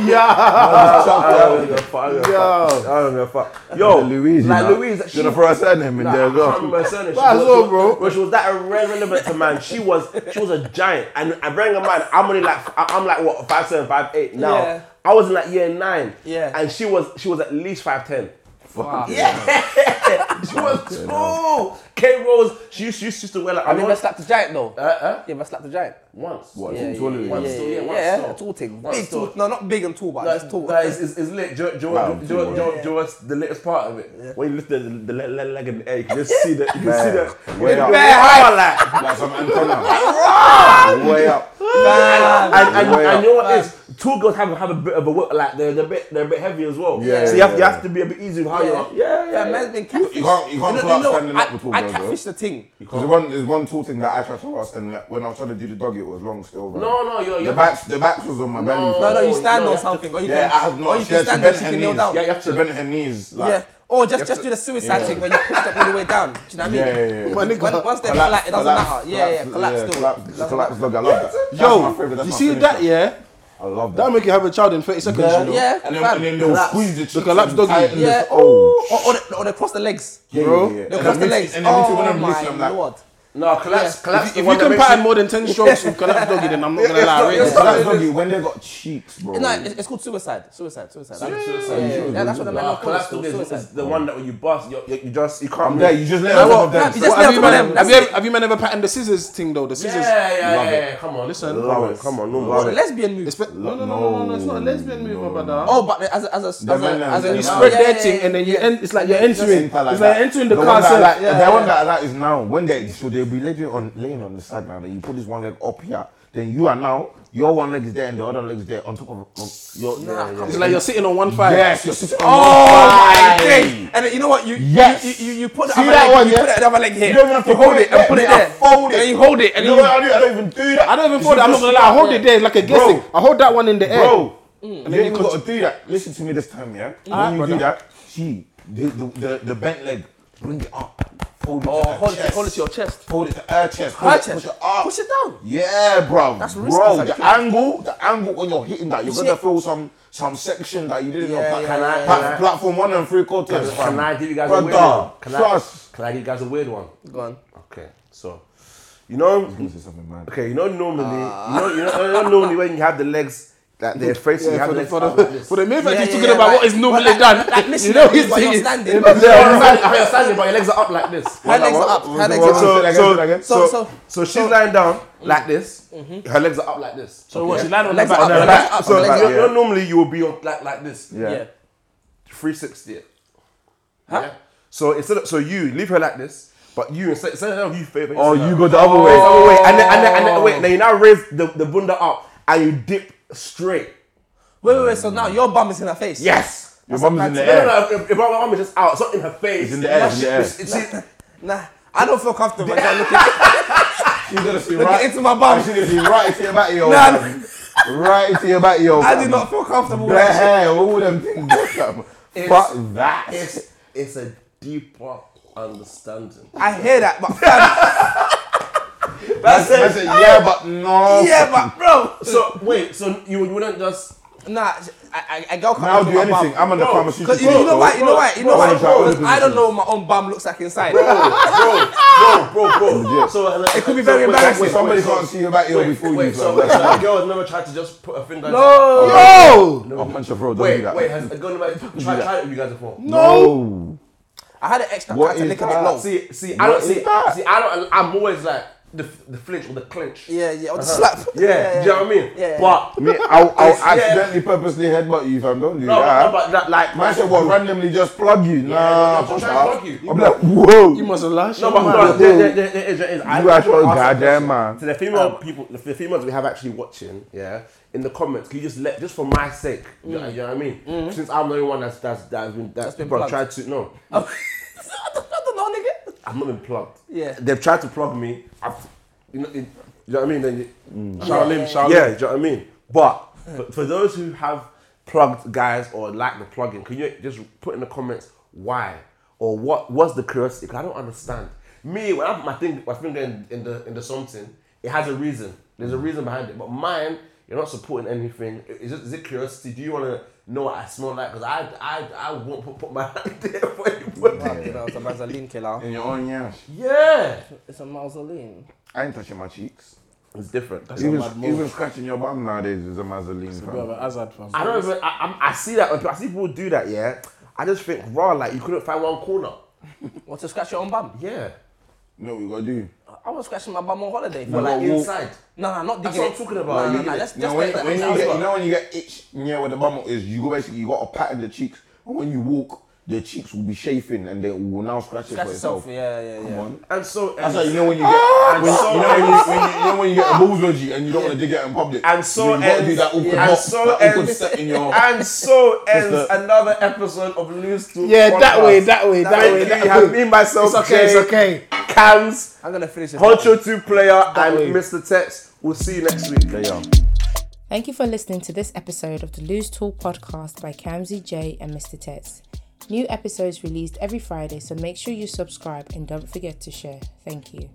[SPEAKER 5] I
[SPEAKER 1] Yo,
[SPEAKER 5] don't give a fuck. I don't give a fuck. I don't give a fuck. Yo,
[SPEAKER 1] Louise,
[SPEAKER 5] like
[SPEAKER 1] you know,
[SPEAKER 5] Louise,
[SPEAKER 1] You're
[SPEAKER 5] she,
[SPEAKER 1] gonna throw a surname in
[SPEAKER 5] Nah,
[SPEAKER 1] there
[SPEAKER 5] I
[SPEAKER 1] as
[SPEAKER 5] can't
[SPEAKER 1] well.
[SPEAKER 5] remember her surname. She
[SPEAKER 4] Might as
[SPEAKER 5] was-
[SPEAKER 4] well, bro.
[SPEAKER 5] But she was that irrelevant to man. She was she was a giant, and I bring in mind, I'm only like I- I'm like what five seven, five eight now.
[SPEAKER 2] Yeah.
[SPEAKER 5] I was in like year nine,
[SPEAKER 2] Yeah.
[SPEAKER 5] and she was she was at least five ten.
[SPEAKER 2] Wow.
[SPEAKER 5] She was tall. K Rose, she used, she used to wear like
[SPEAKER 2] Have you
[SPEAKER 5] know-
[SPEAKER 2] ever slapped a giant though?
[SPEAKER 5] uh, uh,
[SPEAKER 2] You ever slapped a giant?
[SPEAKER 5] once.
[SPEAKER 1] What?
[SPEAKER 2] Yeah,
[SPEAKER 1] Too tall,
[SPEAKER 2] yeah,
[SPEAKER 5] Once
[SPEAKER 2] yeah,
[SPEAKER 5] tall,
[SPEAKER 2] yeah,
[SPEAKER 5] yeah, once
[SPEAKER 2] yeah,
[SPEAKER 5] tall.
[SPEAKER 2] tall thing,
[SPEAKER 5] Once
[SPEAKER 2] big tall.
[SPEAKER 5] tall.
[SPEAKER 2] No, not big and tall, but
[SPEAKER 5] Like,
[SPEAKER 2] just tall.
[SPEAKER 5] like, it's, it's, it's lit. Do, you- do, you-
[SPEAKER 1] Wow,
[SPEAKER 5] do, you- do, you-
[SPEAKER 1] yeah.
[SPEAKER 5] do, you what's the latest part of it? When you lift the, the le- le- leg in the air, you can just see that. You can see
[SPEAKER 1] Man,
[SPEAKER 5] that.
[SPEAKER 1] Way up,
[SPEAKER 2] Bare height.
[SPEAKER 1] like some antenna. Way up.
[SPEAKER 5] and, and, and
[SPEAKER 1] Way up.
[SPEAKER 5] you know what it is? Two girls have have a bit of a work, like they're, they're a bit they're a bit heavy as well.
[SPEAKER 1] Yeah,
[SPEAKER 5] So you have
[SPEAKER 1] yeah,
[SPEAKER 5] you
[SPEAKER 1] yeah.
[SPEAKER 5] have to be a bit easy with how you
[SPEAKER 2] Yeah,
[SPEAKER 5] are. Yeah,
[SPEAKER 2] yeah,
[SPEAKER 5] yeah.
[SPEAKER 2] man's been catfished.
[SPEAKER 1] You can't- you can't pull out standing up
[SPEAKER 2] I,
[SPEAKER 1] with all
[SPEAKER 2] I
[SPEAKER 1] girls,
[SPEAKER 2] catfished the thing.
[SPEAKER 1] Because one, there's one tool thing that I tried to ask, and like, when I was trying to do the dog, it was long still. Bro.
[SPEAKER 5] No, no, you're
[SPEAKER 1] The
[SPEAKER 5] you're.
[SPEAKER 1] back, the back was on my belly.
[SPEAKER 2] No,
[SPEAKER 1] bro.
[SPEAKER 2] no, you
[SPEAKER 5] Oh,
[SPEAKER 2] stand
[SPEAKER 5] no,
[SPEAKER 2] on
[SPEAKER 5] you have to-
[SPEAKER 2] something, or you
[SPEAKER 1] Yeah, I have
[SPEAKER 2] can, or
[SPEAKER 1] not.
[SPEAKER 2] you
[SPEAKER 1] She had
[SPEAKER 2] can
[SPEAKER 1] to
[SPEAKER 2] stand there,
[SPEAKER 1] bend
[SPEAKER 2] she
[SPEAKER 1] her
[SPEAKER 2] can kneel
[SPEAKER 1] knees.
[SPEAKER 2] down.
[SPEAKER 1] Yeah,
[SPEAKER 2] Yeah,
[SPEAKER 1] you have to bend her knees. Like,
[SPEAKER 2] or just just do the suicide thing when you push up all the way down. Do you know what I mean?
[SPEAKER 1] Yeah, yeah, yeah.
[SPEAKER 2] When, when, once they're flat,
[SPEAKER 1] Collapse,
[SPEAKER 2] it doesn't
[SPEAKER 1] collapse,
[SPEAKER 2] matter. Yeah, yeah, collapse still.
[SPEAKER 1] Collapse, just collapse dog. I love that. That's my favorite.
[SPEAKER 4] Yo,
[SPEAKER 1] That's
[SPEAKER 4] you
[SPEAKER 1] my
[SPEAKER 4] see
[SPEAKER 1] finisher.
[SPEAKER 4] that? Yeah,
[SPEAKER 1] I love that.
[SPEAKER 4] that make you have a child in 30 seconds. You know?
[SPEAKER 2] Yeah.
[SPEAKER 1] and then,
[SPEAKER 2] fam.
[SPEAKER 1] and then they'll
[SPEAKER 4] Collapse.
[SPEAKER 1] squeeze the cheeks
[SPEAKER 4] The collapse
[SPEAKER 1] and
[SPEAKER 4] doggy.
[SPEAKER 1] tighten the-
[SPEAKER 2] Yeah.
[SPEAKER 1] Oh,
[SPEAKER 2] Or, or, they, or they cross the legs.
[SPEAKER 1] yeah,
[SPEAKER 4] Bro.
[SPEAKER 1] yeah, yeah.
[SPEAKER 2] They
[SPEAKER 1] And
[SPEAKER 2] cross
[SPEAKER 1] then
[SPEAKER 2] the
[SPEAKER 1] me-
[SPEAKER 2] legs.
[SPEAKER 1] And then me too, when
[SPEAKER 2] Oh
[SPEAKER 1] I'm
[SPEAKER 2] my
[SPEAKER 1] listening, I'm like,
[SPEAKER 2] lord.
[SPEAKER 5] No, Oh, collapse, collapse.
[SPEAKER 4] If
[SPEAKER 5] the
[SPEAKER 4] you
[SPEAKER 5] one that
[SPEAKER 4] can
[SPEAKER 5] makes
[SPEAKER 4] pattern
[SPEAKER 5] you-
[SPEAKER 4] more than 10 strokes with collapse doggy, then I'm not gonna lie. I rate
[SPEAKER 1] Yeah,
[SPEAKER 4] this.
[SPEAKER 1] collapse doggy, when they got cheeks, bro.
[SPEAKER 2] No, it's, it's called suicide. Suicide, suicide. That's-
[SPEAKER 5] Suicide.
[SPEAKER 2] Yeah, yeah, yeah, that's what the man
[SPEAKER 5] Nah,
[SPEAKER 2] no,
[SPEAKER 5] collapse
[SPEAKER 2] call it,
[SPEAKER 5] is,
[SPEAKER 2] suicide.
[SPEAKER 5] is the one that when you bust, you, you, you just you can't.
[SPEAKER 1] I'm
[SPEAKER 5] move.
[SPEAKER 1] there. You just let
[SPEAKER 4] know
[SPEAKER 1] them
[SPEAKER 4] what?
[SPEAKER 1] dance.
[SPEAKER 2] You
[SPEAKER 4] What,
[SPEAKER 2] just
[SPEAKER 4] have,
[SPEAKER 2] left
[SPEAKER 4] you
[SPEAKER 2] one of
[SPEAKER 4] man,
[SPEAKER 2] them,
[SPEAKER 4] have,
[SPEAKER 2] that's
[SPEAKER 4] you
[SPEAKER 2] it.
[SPEAKER 4] ever, have you man ever patterned the scissors thing though? The
[SPEAKER 5] Yeah,
[SPEAKER 4] scissors.
[SPEAKER 5] yeah, yeah,
[SPEAKER 1] Love
[SPEAKER 5] yeah, Come on, listen.
[SPEAKER 4] Listen.
[SPEAKER 1] Love it.
[SPEAKER 5] Come on,
[SPEAKER 1] Love
[SPEAKER 5] normal.
[SPEAKER 2] Or the
[SPEAKER 1] it.
[SPEAKER 2] lesbian move.
[SPEAKER 4] It's pe- no, no, no, no, no, it's not a lesbian move, my brother.
[SPEAKER 2] Oh, but as a, as a, as a,
[SPEAKER 1] The man
[SPEAKER 2] as a
[SPEAKER 4] you
[SPEAKER 1] and the
[SPEAKER 2] yeah,
[SPEAKER 1] man.
[SPEAKER 4] spread
[SPEAKER 2] yeah,
[SPEAKER 4] their
[SPEAKER 2] yeah,
[SPEAKER 4] thing
[SPEAKER 2] yeah,
[SPEAKER 4] and then you
[SPEAKER 2] yeah.
[SPEAKER 4] end. It's like you're entering. It's
[SPEAKER 1] Simple
[SPEAKER 4] like
[SPEAKER 1] that.
[SPEAKER 4] you're entering the
[SPEAKER 1] one
[SPEAKER 4] car.
[SPEAKER 1] that I
[SPEAKER 4] so-
[SPEAKER 1] like-
[SPEAKER 4] Yeah,
[SPEAKER 1] The one
[SPEAKER 4] yeah.
[SPEAKER 1] that I like is now when they so they'll be laying on laying on the side now. Then you put this one leg up here, then you are now your one leg is there and the other leg is there on top of on your.
[SPEAKER 2] Nah, come
[SPEAKER 4] It's like you're sitting on one five.
[SPEAKER 1] Yes, you're sitting on
[SPEAKER 2] Oh my
[SPEAKER 1] one
[SPEAKER 2] days!
[SPEAKER 1] side.
[SPEAKER 2] And then you know what? You
[SPEAKER 1] Yes.
[SPEAKER 2] you, you, you put the
[SPEAKER 1] See
[SPEAKER 2] other
[SPEAKER 1] that
[SPEAKER 2] leg,
[SPEAKER 1] one,
[SPEAKER 2] you
[SPEAKER 1] yeah?
[SPEAKER 2] put the other leg here.
[SPEAKER 1] You don't even have to
[SPEAKER 2] You hold
[SPEAKER 1] hold
[SPEAKER 2] it
[SPEAKER 1] it
[SPEAKER 2] and put
[SPEAKER 1] there.
[SPEAKER 2] it there.
[SPEAKER 1] I fold it.
[SPEAKER 2] And you hold it
[SPEAKER 1] You
[SPEAKER 2] and
[SPEAKER 1] know
[SPEAKER 2] you.
[SPEAKER 1] what I do? I don't even do that.
[SPEAKER 4] I don't even fold it. I'm not gonna lie. I hold it there like a guessing. I hold that one in the air.
[SPEAKER 1] Bro, Mm. you ain't got Mm. to do that. Listen to me this time, yeah. When you do that, she the the, the, the bent leg, bring it up. Hold it
[SPEAKER 4] Oh,
[SPEAKER 1] to her
[SPEAKER 4] hold it,
[SPEAKER 1] chest.
[SPEAKER 4] hold it to your chest.
[SPEAKER 1] Hold it to her chest. Hold it, Push it up.
[SPEAKER 2] Push it down.
[SPEAKER 1] Yeah, bro.
[SPEAKER 2] That's risky,
[SPEAKER 1] bro,
[SPEAKER 2] it's
[SPEAKER 1] the
[SPEAKER 2] actually-
[SPEAKER 1] angle, the angle when you're hitting that, you're gonna
[SPEAKER 2] Shit.
[SPEAKER 1] feel some some section that you didn't
[SPEAKER 2] Yeah,
[SPEAKER 1] know.
[SPEAKER 2] yeah,
[SPEAKER 1] Pla-
[SPEAKER 2] yeah,
[SPEAKER 1] pla-
[SPEAKER 5] yeah.
[SPEAKER 1] Platform one and three quarters.
[SPEAKER 5] Can
[SPEAKER 1] fam.
[SPEAKER 5] I give you guys a
[SPEAKER 1] Brother,
[SPEAKER 5] weird one? Can I,
[SPEAKER 1] trust.
[SPEAKER 5] can I give you guys a weird one?
[SPEAKER 2] Go on.
[SPEAKER 5] Okay, so you know,
[SPEAKER 1] This is something mad.
[SPEAKER 5] okay, you know normally, you know, you know, you know normally when you have the legs that they're facing, you
[SPEAKER 4] Yeah,
[SPEAKER 5] have the
[SPEAKER 4] for, the,
[SPEAKER 5] legs
[SPEAKER 4] for,
[SPEAKER 5] out
[SPEAKER 4] the,
[SPEAKER 5] like this.
[SPEAKER 4] for the main fact,
[SPEAKER 2] Yeah, yeah,
[SPEAKER 4] he's talking
[SPEAKER 2] yeah,
[SPEAKER 4] about
[SPEAKER 2] like-
[SPEAKER 4] what is normally
[SPEAKER 2] like-
[SPEAKER 4] done.
[SPEAKER 2] like- like listening,
[SPEAKER 4] you know,
[SPEAKER 2] but
[SPEAKER 4] he's
[SPEAKER 2] you're
[SPEAKER 4] thinking.
[SPEAKER 2] standing.
[SPEAKER 4] Yeah,
[SPEAKER 5] Yeah, I'm standing, I'm standing, but your legs are up like this.
[SPEAKER 2] Her legs are up. Her legs are up.
[SPEAKER 1] Say that again, say that
[SPEAKER 5] So,
[SPEAKER 1] again.
[SPEAKER 5] so,
[SPEAKER 2] So-
[SPEAKER 5] so, so she's lying down like this. Her legs are up like this.
[SPEAKER 4] So what? She landed on the
[SPEAKER 2] Legs are
[SPEAKER 4] back.
[SPEAKER 2] up,
[SPEAKER 4] on her
[SPEAKER 2] legs
[SPEAKER 4] back.
[SPEAKER 2] are up,
[SPEAKER 5] So
[SPEAKER 2] legs are
[SPEAKER 5] like,
[SPEAKER 2] up.
[SPEAKER 5] you know, normally you will be on like like this.
[SPEAKER 1] Yeah.
[SPEAKER 2] Yeah.
[SPEAKER 5] 360 it. Huh? So instead of, so you leave her like this, but you instead, instead of you favor.
[SPEAKER 1] Oh, you go the other
[SPEAKER 5] Oh,
[SPEAKER 1] way.
[SPEAKER 5] wait, and then, and then, and then, wait, now you now raise the, the bunda up and you dip straight.
[SPEAKER 2] Wait, wait, wait. So now your bum is in her face.
[SPEAKER 5] Yes!
[SPEAKER 1] Oh, Your mum's in
[SPEAKER 5] No,
[SPEAKER 1] the
[SPEAKER 5] no,
[SPEAKER 1] air.
[SPEAKER 5] no, if, if my mum is just out, it's not in her face.
[SPEAKER 1] It's in the air, it's in the air.
[SPEAKER 5] It's- it's- it's-
[SPEAKER 2] Nah, I don't feel comfortable. when I'm looking
[SPEAKER 1] She's gonna see
[SPEAKER 2] looking
[SPEAKER 1] right.
[SPEAKER 2] into my bum.
[SPEAKER 1] She's gonna see right into your back, yo.
[SPEAKER 2] Nah,
[SPEAKER 1] fam. Right into your back, yo.
[SPEAKER 2] I
[SPEAKER 1] fam.
[SPEAKER 2] do not feel comfortable with
[SPEAKER 1] Black
[SPEAKER 2] that.
[SPEAKER 1] hair, what would them things do, fam? Fuck that.
[SPEAKER 5] It's, it's a deeper understanding.
[SPEAKER 2] shit. I hear that, but fam,
[SPEAKER 5] That's
[SPEAKER 1] I said, yeah, but no.
[SPEAKER 2] yeah, but bro,
[SPEAKER 5] So wait, so you wouldn't just
[SPEAKER 2] nah, I, I, a girl can't
[SPEAKER 1] I'll
[SPEAKER 2] look
[SPEAKER 1] do
[SPEAKER 2] at my
[SPEAKER 1] anything.
[SPEAKER 2] Bum.
[SPEAKER 1] I'm on the
[SPEAKER 5] Bro,
[SPEAKER 1] pharmaceutical.
[SPEAKER 2] Cause you, you know
[SPEAKER 1] bro.
[SPEAKER 2] why? You know why? You know
[SPEAKER 1] Bro,
[SPEAKER 2] why?
[SPEAKER 1] I'm trying all the
[SPEAKER 2] Because I don't
[SPEAKER 1] positions.
[SPEAKER 2] know what my own bum looks like inside.
[SPEAKER 5] bro, bro, bro, bro. So it
[SPEAKER 2] could be very embarrassing.
[SPEAKER 1] Wait, somebody can't see your back, yo, before you.
[SPEAKER 5] Wait, so
[SPEAKER 1] fam. That's
[SPEAKER 5] a girl has never tried to just put a finger.
[SPEAKER 2] No.
[SPEAKER 4] Yo!
[SPEAKER 1] I'll punch your bro, don't do
[SPEAKER 5] Wait,
[SPEAKER 1] that.
[SPEAKER 5] wait, has a girl never tried tried it with you guys before?
[SPEAKER 1] No.
[SPEAKER 2] I had an extra
[SPEAKER 1] What
[SPEAKER 2] cat to
[SPEAKER 1] is
[SPEAKER 2] lick a bit
[SPEAKER 1] that?
[SPEAKER 2] low.
[SPEAKER 5] See, see, I
[SPEAKER 1] What
[SPEAKER 5] don't
[SPEAKER 1] is
[SPEAKER 5] see.
[SPEAKER 1] that?
[SPEAKER 5] See, I don't. I'm always like the the flinch or the clinch.
[SPEAKER 2] Yeah, yeah, or the slap.
[SPEAKER 5] Yeah, do you know what I mean?
[SPEAKER 2] Yeah.
[SPEAKER 5] But
[SPEAKER 1] Me, I'll, I'll
[SPEAKER 5] Yeah.
[SPEAKER 1] accidentally purposely headbutt you, fam. Don't do
[SPEAKER 5] no,
[SPEAKER 1] that.
[SPEAKER 5] no, but that like
[SPEAKER 1] Man said, what, randomly just plug you?
[SPEAKER 5] yeah,
[SPEAKER 1] Nah,
[SPEAKER 5] just
[SPEAKER 1] fuck
[SPEAKER 5] try
[SPEAKER 1] that.
[SPEAKER 5] and plug you.
[SPEAKER 1] I'm like, whoa.
[SPEAKER 4] You must have lashed
[SPEAKER 5] No,
[SPEAKER 4] your
[SPEAKER 5] but
[SPEAKER 4] man.
[SPEAKER 5] no, there, there, there, there is, there is. I-
[SPEAKER 1] You guys
[SPEAKER 5] I
[SPEAKER 1] are
[SPEAKER 5] asked that
[SPEAKER 1] goddamn
[SPEAKER 5] question.
[SPEAKER 1] man.
[SPEAKER 5] To the female people, the, the females we have actually watching, yeah, in the comments, can you just let, just for my sake, you,
[SPEAKER 1] Mm.
[SPEAKER 5] know, you know what I mean? Since I'm the only one that's that's that's been that's,
[SPEAKER 2] That's been
[SPEAKER 5] bro,
[SPEAKER 2] plugged.
[SPEAKER 5] tried to no,
[SPEAKER 1] Oh.
[SPEAKER 2] I don't know, nigga.
[SPEAKER 5] I've not been plugged.
[SPEAKER 2] Yeah.
[SPEAKER 5] they've tried to plug me. I've, you know, it, you know what I mean? Then you, Shaolin, Shaolin. Yeah, do you know what I mean? But for, for those who have plugged guys or like the plugging, can you just put in the comments why or what was the curiosity? 'Cause I don't understand. Me, when I put my thing, my finger in, in the in the something, it has a reason. There's a reason behind it. But mine, you're not supporting anything. Is it, is it curiosity? Do you want to know what I smell like? Because I, I, I won't put, put my hand there for anybody.
[SPEAKER 2] You know, it's a mausoleum killer.
[SPEAKER 1] In your own yash.
[SPEAKER 5] Yeah,
[SPEAKER 2] It's a mausoleum.
[SPEAKER 1] I ain't touching my cheeks.
[SPEAKER 5] it's different.
[SPEAKER 1] Even,
[SPEAKER 4] mad move.
[SPEAKER 1] even scratching your bum nowadays is a mazzoline,
[SPEAKER 4] Bit of
[SPEAKER 1] fam.
[SPEAKER 4] an hazard, fam.
[SPEAKER 5] I don't even. I, I'm- I see that. when people- I see people do that. Yeah. I just think raw. Like you couldn't find one corner.
[SPEAKER 2] Want to scratch your own bum?
[SPEAKER 5] Yeah.
[SPEAKER 1] You know what we gotta do?
[SPEAKER 2] I was scratching my bum on holiday.
[SPEAKER 5] But like
[SPEAKER 1] what- what-
[SPEAKER 5] inside.
[SPEAKER 2] No, no, not
[SPEAKER 5] That's
[SPEAKER 2] digging.
[SPEAKER 5] what I'm
[SPEAKER 2] it.
[SPEAKER 5] talking about.
[SPEAKER 2] No, no,
[SPEAKER 5] Digging
[SPEAKER 2] no,
[SPEAKER 5] it.
[SPEAKER 2] let's
[SPEAKER 1] You know,
[SPEAKER 2] just
[SPEAKER 1] when,
[SPEAKER 2] get that
[SPEAKER 1] when you
[SPEAKER 2] out.
[SPEAKER 1] get, you know when you get itch near where the bum is, you go basically you got to pat in the cheeks, and when you walk, the cheeks will be chafing, and then will now scratch, it
[SPEAKER 2] Scratch
[SPEAKER 1] for
[SPEAKER 2] yourself.
[SPEAKER 1] itself.
[SPEAKER 2] Yeah, yeah, yeah.
[SPEAKER 1] Come on.
[SPEAKER 5] And so.
[SPEAKER 1] That's
[SPEAKER 5] And,
[SPEAKER 1] how you know when you get, when,
[SPEAKER 5] so-
[SPEAKER 1] you, know when you, when you, you know when you get a ballsy and you don't want to dig it in public.
[SPEAKER 5] And so
[SPEAKER 1] you gotta
[SPEAKER 5] ends-
[SPEAKER 1] do that awkward,
[SPEAKER 5] yeah.
[SPEAKER 1] hop,
[SPEAKER 5] And so
[SPEAKER 1] that awkward
[SPEAKER 5] ends-
[SPEAKER 1] step in your.
[SPEAKER 5] and so ends
[SPEAKER 1] the-
[SPEAKER 5] another episode of Loose Talk.
[SPEAKER 4] Yeah, that way,
[SPEAKER 5] Podcast.
[SPEAKER 4] that way, that
[SPEAKER 5] Thank
[SPEAKER 4] way.
[SPEAKER 5] you.
[SPEAKER 4] that
[SPEAKER 5] You have
[SPEAKER 4] way.
[SPEAKER 5] me, myself,
[SPEAKER 4] It's okay, it's
[SPEAKER 5] Jay,
[SPEAKER 4] okay.
[SPEAKER 5] Cans,
[SPEAKER 2] I'm gonna finish it.
[SPEAKER 5] Honcho Two Player, and
[SPEAKER 4] way.
[SPEAKER 5] Mr. Tex. We'll see you next week.
[SPEAKER 1] There you are.
[SPEAKER 3] Thank you for listening to this episode of the Lose Talk podcast by Kamzi J and Mr. Tets. New episodes released every Friday, so make sure you subscribe and don't forget to share. Thank you.